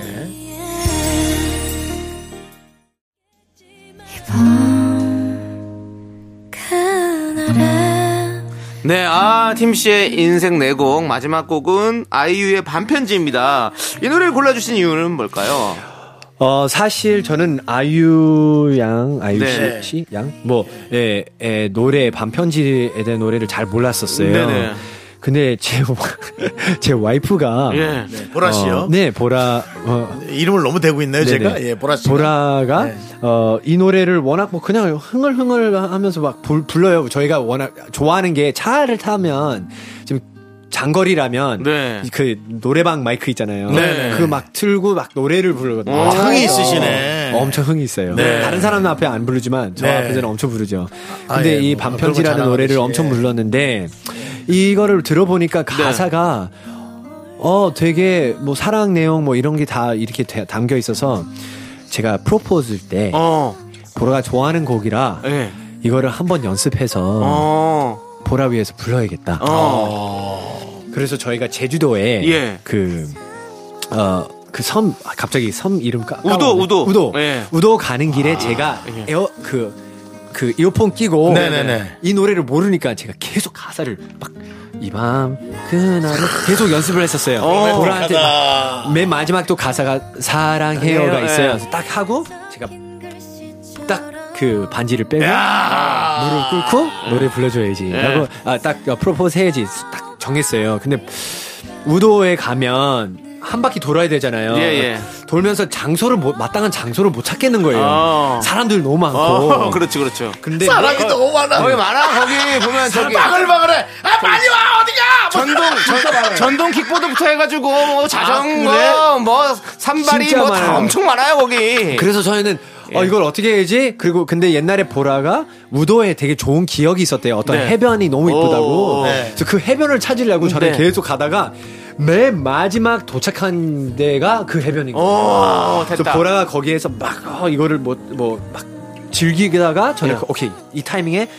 [SPEAKER 5] 그날에
[SPEAKER 2] 네, 아, 팀씨의 인생 네 내곡 마지막 곡은 아이유의 반편지입니다. 이 노래를 골라주신 이유는 뭘까요?
[SPEAKER 8] 어 사실 저는 아이유 양 아이유
[SPEAKER 2] 네.
[SPEAKER 8] 씨 양뭐 예, 예, 노래 반편지에 대한 노래를 잘 몰랐었어요.
[SPEAKER 2] 네네.
[SPEAKER 8] 근데 제 제 와이프가
[SPEAKER 2] 예.
[SPEAKER 1] 보라 씨요.
[SPEAKER 8] 어, 네 보라 어,
[SPEAKER 1] 이름을 너무 대고 있네요, 제가. 네.
[SPEAKER 8] 네네.
[SPEAKER 1] 예, 보라 씨.
[SPEAKER 8] 보라가 어, 이 노래를 워낙 뭐 그냥 흥얼흥얼 하면서 막 불, 불러요. 저희가 워낙 좋아하는 게 차를 타면 지금 장거리라면
[SPEAKER 2] 네.
[SPEAKER 8] 그 노래방 마이크 있잖아요.
[SPEAKER 2] 네네.
[SPEAKER 8] 그 막 틀고 막 노래를 부르거든요.
[SPEAKER 2] 어,
[SPEAKER 8] 차에서.
[SPEAKER 1] 흥이 있으시네.
[SPEAKER 8] 어, 엄청 흥이 있어요.
[SPEAKER 1] 네.
[SPEAKER 8] 다른 사람 앞에 안 부르지만 저
[SPEAKER 1] 네.
[SPEAKER 8] 앞에서는 엄청 부르죠.
[SPEAKER 1] 아,
[SPEAKER 8] 근데
[SPEAKER 1] 예,
[SPEAKER 8] 이
[SPEAKER 1] 뭐, 그런
[SPEAKER 8] 반편지라는
[SPEAKER 1] 거
[SPEAKER 8] 노래를
[SPEAKER 1] 잘하듯이,
[SPEAKER 8] 엄청
[SPEAKER 1] 예.
[SPEAKER 8] 불렀는데 이거를
[SPEAKER 1] 네.
[SPEAKER 8] 들어보니까 가사가 어, 되게 뭐 사랑 내용 뭐 이런 게 다 이렇게 대- 담겨 있어서 제가 프로포즈 때
[SPEAKER 2] 어,
[SPEAKER 8] 보라가 좋아하는 곡이라
[SPEAKER 1] 네.
[SPEAKER 2] 예.
[SPEAKER 8] 이거를 한번 연습해서
[SPEAKER 2] 어,
[SPEAKER 8] 보라 위해서 불러야겠다.
[SPEAKER 2] 어.
[SPEAKER 8] 그래서 저희가 제주도에
[SPEAKER 2] 예.
[SPEAKER 8] 그, 어, 그 섬, 아, 갑자기 섬 이름 까,
[SPEAKER 2] 우도,
[SPEAKER 8] 까먹었네.
[SPEAKER 2] 우도.
[SPEAKER 8] 우도.
[SPEAKER 2] 예.
[SPEAKER 8] 우도 가는 길에 제가 에어, 그, 그 이어폰 끼고
[SPEAKER 1] 네네네.
[SPEAKER 8] 이 노래를 모르니까 제가 계속 가사를 막 이 밤 그날을 계속 연습을 했었어요. 보라한테 막
[SPEAKER 1] 아,
[SPEAKER 8] 맨 마지막 또 가사가 사랑해요가
[SPEAKER 2] 예.
[SPEAKER 8] 있어요. 그래서 딱 하고 제가 딱 그 반지를 빼고 무릎
[SPEAKER 2] 예.
[SPEAKER 8] 꿇고 노래 불러줘야지. 라고 아 딱 프로포즈 해야지 딱 정했어요. 근데 우도에 가면 한 바퀴 돌아야 되잖아요.
[SPEAKER 2] 예, 예.
[SPEAKER 8] 돌면서 장소를 못- 마땅한 장소를 못 찾겠는 거예요.
[SPEAKER 2] 어.
[SPEAKER 8] 사람들 너무 많고.
[SPEAKER 2] 어, 그렇지, 그렇죠.
[SPEAKER 8] 근데
[SPEAKER 1] 사람이 너무 많아.
[SPEAKER 2] 거기 많아, 거기 보면 저기.
[SPEAKER 1] 바글바글해. 아, 빨리 와, 어디가! 뭐
[SPEAKER 2] 전동, 전, 전동 킥보드부터 해가지고, 뭐, 자전거,
[SPEAKER 1] 아,
[SPEAKER 2] 뭐, 산발이,
[SPEAKER 8] 진짜
[SPEAKER 2] 뭐, 다
[SPEAKER 8] 많아요.
[SPEAKER 2] 엄청 많아요,
[SPEAKER 1] 예.
[SPEAKER 2] 거기.
[SPEAKER 8] 그래서 저희는 어, 이걸 어떻게 해야지? 그리고 근데 옛날에 보라가 우도에 되게 좋은 기억이 있었대요. 어떤
[SPEAKER 2] 네.
[SPEAKER 8] 해변이 너무
[SPEAKER 2] 오.
[SPEAKER 8] 이쁘다고.
[SPEAKER 1] 네.
[SPEAKER 8] 그래서 그 해변을 찾으려고 저는
[SPEAKER 2] 네.
[SPEAKER 8] 계속 가다가 맨 마지막 도착한 데가 그 해변인 거예요.
[SPEAKER 2] 오,
[SPEAKER 8] 그래서
[SPEAKER 2] 어, 됐다.
[SPEAKER 8] 아, 보라가 거기에서 막 어, 이거를 뭐 뭐 막 즐기다가 저는
[SPEAKER 1] 예.
[SPEAKER 2] 네.
[SPEAKER 8] 그- 오케이 이 타이밍에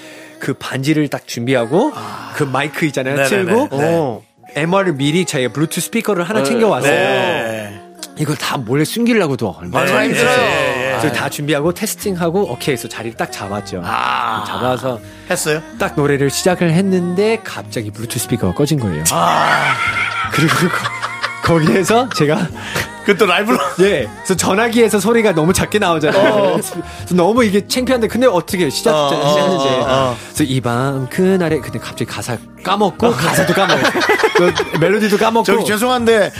[SPEAKER 8] 그 반지를 딱 준비하고 그 마이크 있잖아요.
[SPEAKER 1] 네네네.
[SPEAKER 8] 틀고
[SPEAKER 1] 네.
[SPEAKER 2] 오.
[SPEAKER 8] MR을 미리 자기가 블루투스 스피커를 하나 챙겨와서
[SPEAKER 1] 네.
[SPEAKER 8] 이걸 다 몰래 숨기려고도 얼마나
[SPEAKER 1] 맞아요.
[SPEAKER 8] 힘들어요.
[SPEAKER 1] 예, 예, 예.
[SPEAKER 8] 그래서 다 준비하고 테스팅하고 오케이 해서 자리를 딱 잡았죠.
[SPEAKER 1] 아.
[SPEAKER 8] 잡아서
[SPEAKER 1] 했어요?
[SPEAKER 8] 딱 노래를 시작을 했는데 갑자기 블루투스 스피커가 꺼진 거예요.
[SPEAKER 1] 아.
[SPEAKER 8] 그리고 거, 기에서 제가
[SPEAKER 1] 그또 라이브로.
[SPEAKER 8] 예, 그래서 전화기에서 소리가 너무 작게 나오잖아요. 그래서 너무 이게 창피한데 근데 어떻게 시작
[SPEAKER 1] 어,
[SPEAKER 8] 시작했는지.
[SPEAKER 1] 어, 어, 어.
[SPEAKER 8] 그래서 이밤 그날에 근데 갑자기 가사 까먹고 가사도 까먹고 그 멜로디도 까먹고.
[SPEAKER 1] 저기 죄송한데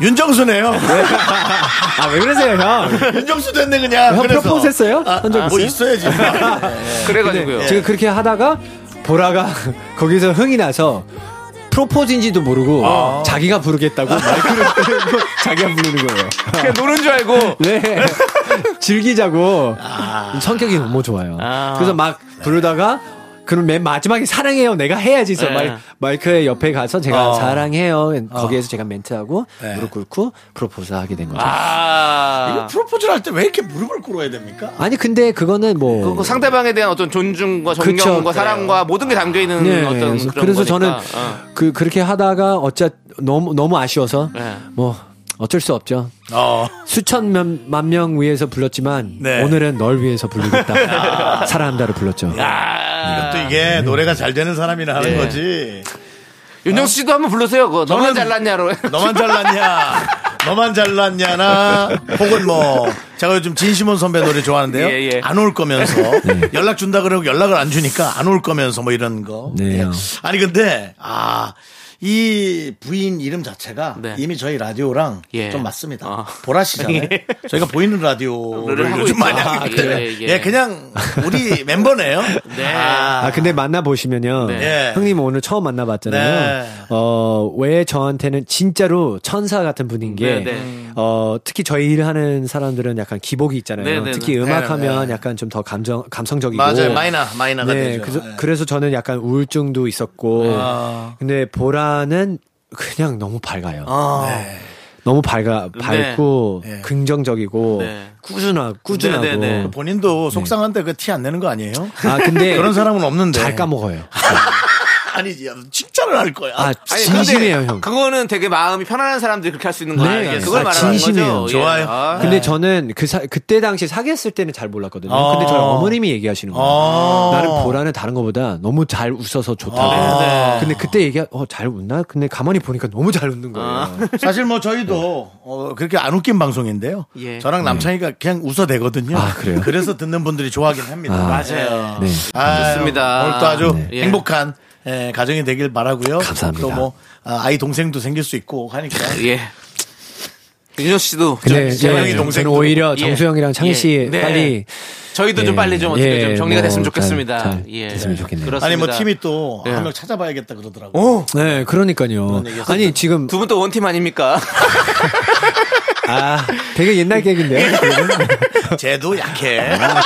[SPEAKER 1] 윤정수네요.
[SPEAKER 8] 아 왜 그러세요 형?
[SPEAKER 1] 윤정수 됐네 그냥.
[SPEAKER 8] 형
[SPEAKER 1] 그래서.
[SPEAKER 8] 프로포즈했어요?
[SPEAKER 1] 아,
[SPEAKER 8] 한적
[SPEAKER 1] 아, 뭐
[SPEAKER 8] 있어요?
[SPEAKER 1] 있어야지. 네.
[SPEAKER 2] 그래가지고요.
[SPEAKER 8] 제가 그렇게 하다가 보라가 거기서 흥이 나서 프로포즈인지도 모르고 자기가 부르겠다고 마이크를 들고 자기가 부르는 거예요.
[SPEAKER 2] 그냥 노는 줄 알고.
[SPEAKER 8] 네. 즐기자고. 성격이 너무 좋아요.
[SPEAKER 2] 아.
[SPEAKER 8] 그래서 막 부르다가 그럼 맨 마지막에 사랑해요 내가 해야지 해서
[SPEAKER 2] 네.
[SPEAKER 8] 마이, 마이크의 옆에 가서 제가
[SPEAKER 1] 어.
[SPEAKER 8] 사랑해요 거기에서 제가 멘트하고
[SPEAKER 1] 네.
[SPEAKER 8] 무릎 꿇고 프로포즈 하게 된 거죠.
[SPEAKER 2] 아.
[SPEAKER 1] 프로포즈를 할 때 왜 이렇게 무릎을 꿇어야 됩니까?
[SPEAKER 8] 아니 근데 그거는 뭐
[SPEAKER 2] 그 상대방에 대한 어떤 존중과
[SPEAKER 8] 그쵸.
[SPEAKER 2] 존경과 사랑과 모든 게 담겨 있는
[SPEAKER 8] 네,
[SPEAKER 2] 음, 어떤
[SPEAKER 8] 그래서,
[SPEAKER 2] 그런 거니까.
[SPEAKER 8] 그래서 저는
[SPEAKER 2] 어.
[SPEAKER 8] 그 그렇게 하다가 어째 너무 너무 아쉬워서
[SPEAKER 2] 네.
[SPEAKER 8] 뭐 어쩔 수 없죠.
[SPEAKER 1] 어.
[SPEAKER 8] 수천 만, 만명 위해서 불렀지만
[SPEAKER 1] 네.
[SPEAKER 8] 오늘은 널 위해서 부르겠다. 사랑한다를 불렀죠.
[SPEAKER 1] 아, 또 이게 노래가 잘 되는 사람이나 하는
[SPEAKER 8] 네.
[SPEAKER 2] 예.
[SPEAKER 1] 거지.
[SPEAKER 2] 윤정수 씨도 한번 불러세요. 그거 너만
[SPEAKER 1] 저는-
[SPEAKER 2] 잘났냐로.
[SPEAKER 1] 너만 잘났냐? 너만 잘났냐나 혹은 뭐 제가 요즘 진시몬 선배 노래 좋아하는데요.
[SPEAKER 2] 예, 예.
[SPEAKER 1] 안 올 거면서
[SPEAKER 8] 네.
[SPEAKER 1] 연락 준다 그러고 연락을 안 주니까 안 올 거면서 뭐 이런 거.
[SPEAKER 8] 네.
[SPEAKER 1] 예. 아니 근데 아. 이 부인 이름 자체가
[SPEAKER 2] 네.
[SPEAKER 1] 이미 저희 라디오랑
[SPEAKER 2] 예.
[SPEAKER 1] 좀 맞습니다.
[SPEAKER 2] 어.
[SPEAKER 1] 보라 씨잖아요. 저희가 보이는 라디오를
[SPEAKER 2] 를 하고
[SPEAKER 1] 요즘
[SPEAKER 2] 있죠.
[SPEAKER 1] 많이
[SPEAKER 2] 아,
[SPEAKER 1] 하기 때문에
[SPEAKER 2] 예,
[SPEAKER 1] 예,
[SPEAKER 2] 예.
[SPEAKER 1] 그냥 우리 멤버네요.
[SPEAKER 2] 네.
[SPEAKER 8] 아, 근데 만나보시면요.
[SPEAKER 1] 네.
[SPEAKER 8] 형님 오늘 처음 만나봤잖아요.
[SPEAKER 1] 네.
[SPEAKER 8] 어, 왜 저한테는 진짜로 천사 같은 분인
[SPEAKER 2] 네,
[SPEAKER 8] 게,
[SPEAKER 2] 네.
[SPEAKER 8] 어, 특히 저희 일하는 사람들은 약간 기복이 있잖아요.
[SPEAKER 2] 네, 네,
[SPEAKER 8] 특히
[SPEAKER 2] 네.
[SPEAKER 8] 음악하면 약간 좀 더 감정, 감성적이고.
[SPEAKER 1] 맞아요. 마이너, 마이너가
[SPEAKER 8] 네,
[SPEAKER 1] 되죠.
[SPEAKER 8] 그래서,
[SPEAKER 1] 예.
[SPEAKER 8] 그래서 저는 약간 우울증도 있었고,
[SPEAKER 1] 아.
[SPEAKER 8] 근데 보라는 그냥 너무 밝아요. 너무 밝아, 밝고,
[SPEAKER 1] 네.
[SPEAKER 8] 긍정적이고,
[SPEAKER 2] 네.
[SPEAKER 8] 꾸준하, 꾸준하고.
[SPEAKER 2] 네, 네, 네.
[SPEAKER 1] 본인도 속상한데 그 티 안 내는 거 아니에요?
[SPEAKER 8] 아, 근데
[SPEAKER 1] 그런 사람은 없는데.
[SPEAKER 8] 잘 까먹어요.
[SPEAKER 1] 아니지. 칭찬을 할 거야.
[SPEAKER 8] 아,
[SPEAKER 2] 아니,
[SPEAKER 8] 진심이에요,
[SPEAKER 2] 근데
[SPEAKER 8] 형.
[SPEAKER 2] 예, 그거는 되게 마음이 편안한 사람들이 그렇게 할 수 있는 거예요.
[SPEAKER 8] 네,
[SPEAKER 2] 그걸
[SPEAKER 8] 아,
[SPEAKER 2] 말하는
[SPEAKER 8] 진심이에요.
[SPEAKER 2] 거죠.
[SPEAKER 1] 좋아요.
[SPEAKER 2] 아,
[SPEAKER 8] 근데 저는 그 사, 그때 당시 사귀었을 때는 잘 몰랐거든요.
[SPEAKER 1] 어.
[SPEAKER 8] 근데 저희 어머님이 얘기하시는 거예요.
[SPEAKER 1] 어.
[SPEAKER 8] 나는 보라는 다른 것보다 너무 잘 웃어서 좋다고.
[SPEAKER 1] 아.
[SPEAKER 8] 근데 그때 얘기하, 어, 잘 웃나? 근데 가만히 보니까 너무 잘 웃는 거예요.
[SPEAKER 1] 사실 뭐 저희도 어, 그렇게 안 웃긴 방송인데요.
[SPEAKER 2] 예.
[SPEAKER 1] 저랑 남창희가 그냥 웃어대거든요.
[SPEAKER 8] 네. 아, 그래요?
[SPEAKER 1] 래서 듣는 분들이 좋아하긴 합니다.
[SPEAKER 8] 아.
[SPEAKER 1] 맞아요.
[SPEAKER 8] 네.
[SPEAKER 2] 좋습니다.
[SPEAKER 1] 오늘 또 아주
[SPEAKER 2] 네.
[SPEAKER 1] 행복한 예, 가정이 되길 바라고요.
[SPEAKER 8] 감사합니다.
[SPEAKER 1] 또뭐 아, 이 동생도 생길 수 있고 하니까.
[SPEAKER 2] 예. 윤정수 씨도
[SPEAKER 8] 근데
[SPEAKER 1] 저- 재영이
[SPEAKER 8] 예,
[SPEAKER 1] 동생도-
[SPEAKER 8] 저는 오히려
[SPEAKER 2] 예.
[SPEAKER 8] 정수영이랑 창희 씨
[SPEAKER 2] 예. 네.
[SPEAKER 8] 빨리
[SPEAKER 2] 저희도 좀
[SPEAKER 8] 예.
[SPEAKER 2] 빨리 좀 어떻게
[SPEAKER 8] 예,
[SPEAKER 2] 좀 정리가
[SPEAKER 8] 뭐
[SPEAKER 2] 됐으면
[SPEAKER 8] 잘-
[SPEAKER 2] 좋겠습니다.
[SPEAKER 8] 잘
[SPEAKER 2] 예.
[SPEAKER 8] 됐으면 좋겠네요.
[SPEAKER 2] 그렇습니다.
[SPEAKER 1] 아니 뭐 팀이 또 한
[SPEAKER 2] 예.
[SPEAKER 1] 명 찾아봐야겠다 그러더라고요.
[SPEAKER 2] 오!
[SPEAKER 8] 네, 그러니까요. 아니, 지금,
[SPEAKER 2] 두 분 또 원팀 아닙니까?
[SPEAKER 8] 아, 되게 옛날 계획인데요.
[SPEAKER 2] 예,
[SPEAKER 8] 네,
[SPEAKER 1] 쟤도 약해.
[SPEAKER 8] 아,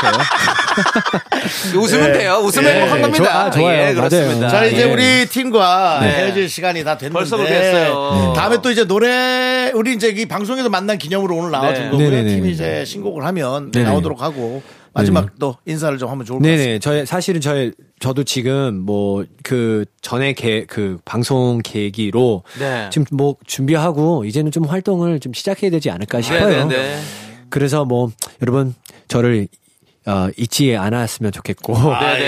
[SPEAKER 2] 웃으면 돼요. 웃으면 행복한 겁니다.
[SPEAKER 8] 예. 좋아, 아, 좋아요.
[SPEAKER 2] 예, 그렇습니다.
[SPEAKER 8] 맞아요.
[SPEAKER 1] 자 이제
[SPEAKER 8] 예.
[SPEAKER 1] 우리 팀과
[SPEAKER 8] 네.
[SPEAKER 1] 헤어질 시간이 다 됐는데
[SPEAKER 2] 벌써 그렇게 했어요. 네.
[SPEAKER 1] 다음에 또 이제 노래 우리 이제 이 방송에서 만난 기념으로 오늘 나와준
[SPEAKER 2] 네.
[SPEAKER 1] 거고요.
[SPEAKER 8] 네네네.
[SPEAKER 1] 팀이 이제 신곡을 하면
[SPEAKER 8] 네네.
[SPEAKER 1] 나오도록 하고 마지막 또 인사를 좀 하면 좋을 것 같습니다.
[SPEAKER 8] 네네. 저의 사실은 저의 저도 지금 뭐 그 전에 계획 그 방송 계기로
[SPEAKER 2] 네.
[SPEAKER 8] 지금 뭐 준비하고 이제는 좀 활동을 좀 시작해야 되지 않을까 싶어요.
[SPEAKER 2] 네.
[SPEAKER 8] 그래서 뭐 여러분 저를 어, 잊지 않았으면 좋겠고
[SPEAKER 2] 네, 네.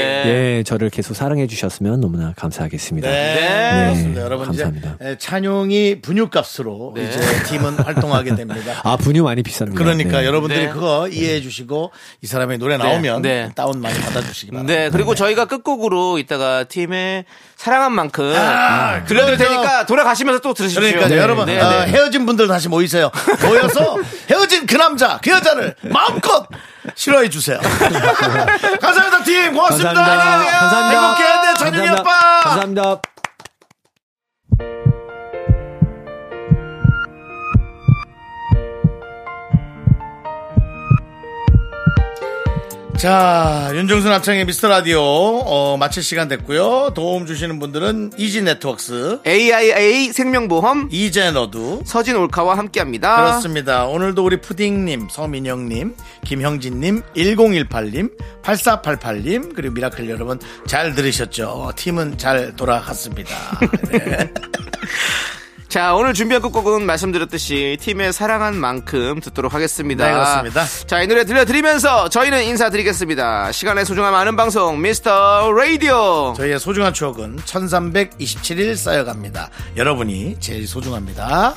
[SPEAKER 8] 예 저를 계속 사랑해 주셨으면 너무나 감사하겠습니다.
[SPEAKER 2] 네.
[SPEAKER 1] 그렇습니다. 여러분
[SPEAKER 8] 감사합니다.
[SPEAKER 1] 이제 예, 찬용이 분유값으로
[SPEAKER 2] 네.
[SPEAKER 1] 이제 팀은 활동하게 됩니다.
[SPEAKER 8] 아 분유 많이 비쌉니다.
[SPEAKER 1] 그러니까 여러분들이
[SPEAKER 2] 네.
[SPEAKER 1] 그거 이해해 주시고 이 사람의 노래 나오면
[SPEAKER 2] 네.
[SPEAKER 1] 다운 많이 받아주시기 바랍니다.
[SPEAKER 2] 네, 그리고 저희가 끝곡으로 이따가 팀의 사랑한 만큼 들려드릴
[SPEAKER 1] 아, 그래요.
[SPEAKER 2] 테니까 돌아가시면서 또 들으십시오.
[SPEAKER 1] 그러니까 요
[SPEAKER 2] 네,
[SPEAKER 1] 여러분
[SPEAKER 2] 네,
[SPEAKER 1] 어,
[SPEAKER 2] 네.
[SPEAKER 1] 헤어진 분들 다시 모이세요. 모여서 헤어진 그 남자 그 여자를 마음껏 싫어해 주세요. 감사합니다 팀 고맙습니다. 안녕히
[SPEAKER 8] 감사합니다.
[SPEAKER 1] 계세요.
[SPEAKER 8] 감사합니다.
[SPEAKER 1] 행복해야 돼 전윤이
[SPEAKER 8] 감사합니다.
[SPEAKER 1] 오빠.
[SPEAKER 8] 감사합니다.
[SPEAKER 1] 자, 윤종수 합창의 미스터 라디오 어, 마칠 시간 됐고요. 도움 주시는 분들은 이지 네트웍스,
[SPEAKER 2] AIA 생명보험
[SPEAKER 1] 이제너두
[SPEAKER 2] 서진 올카와 함께합니다.
[SPEAKER 1] 아. 그렇습니다. 오늘도 우리 푸딩님, 서민영님, 김형진님, 1018님, 8488님, 그리고 미라클 여러분 잘 들으셨죠? 팀은 잘 돌아갔습니다. 네.
[SPEAKER 2] 자, 오늘 준비한 끝곡은 말씀드렸듯이 팀의 사랑한 만큼 듣도록 하겠습니다.
[SPEAKER 1] 네, 그렇습니다.
[SPEAKER 2] 자, 이 노래 들려드리면서 저희는 인사드리겠습니다. 시간의 소중함 아는 방송, 미스터 라디오.
[SPEAKER 1] 저희의 소중한 추억은 1327일 쌓여갑니다. 여러분이 제일 소중합니다.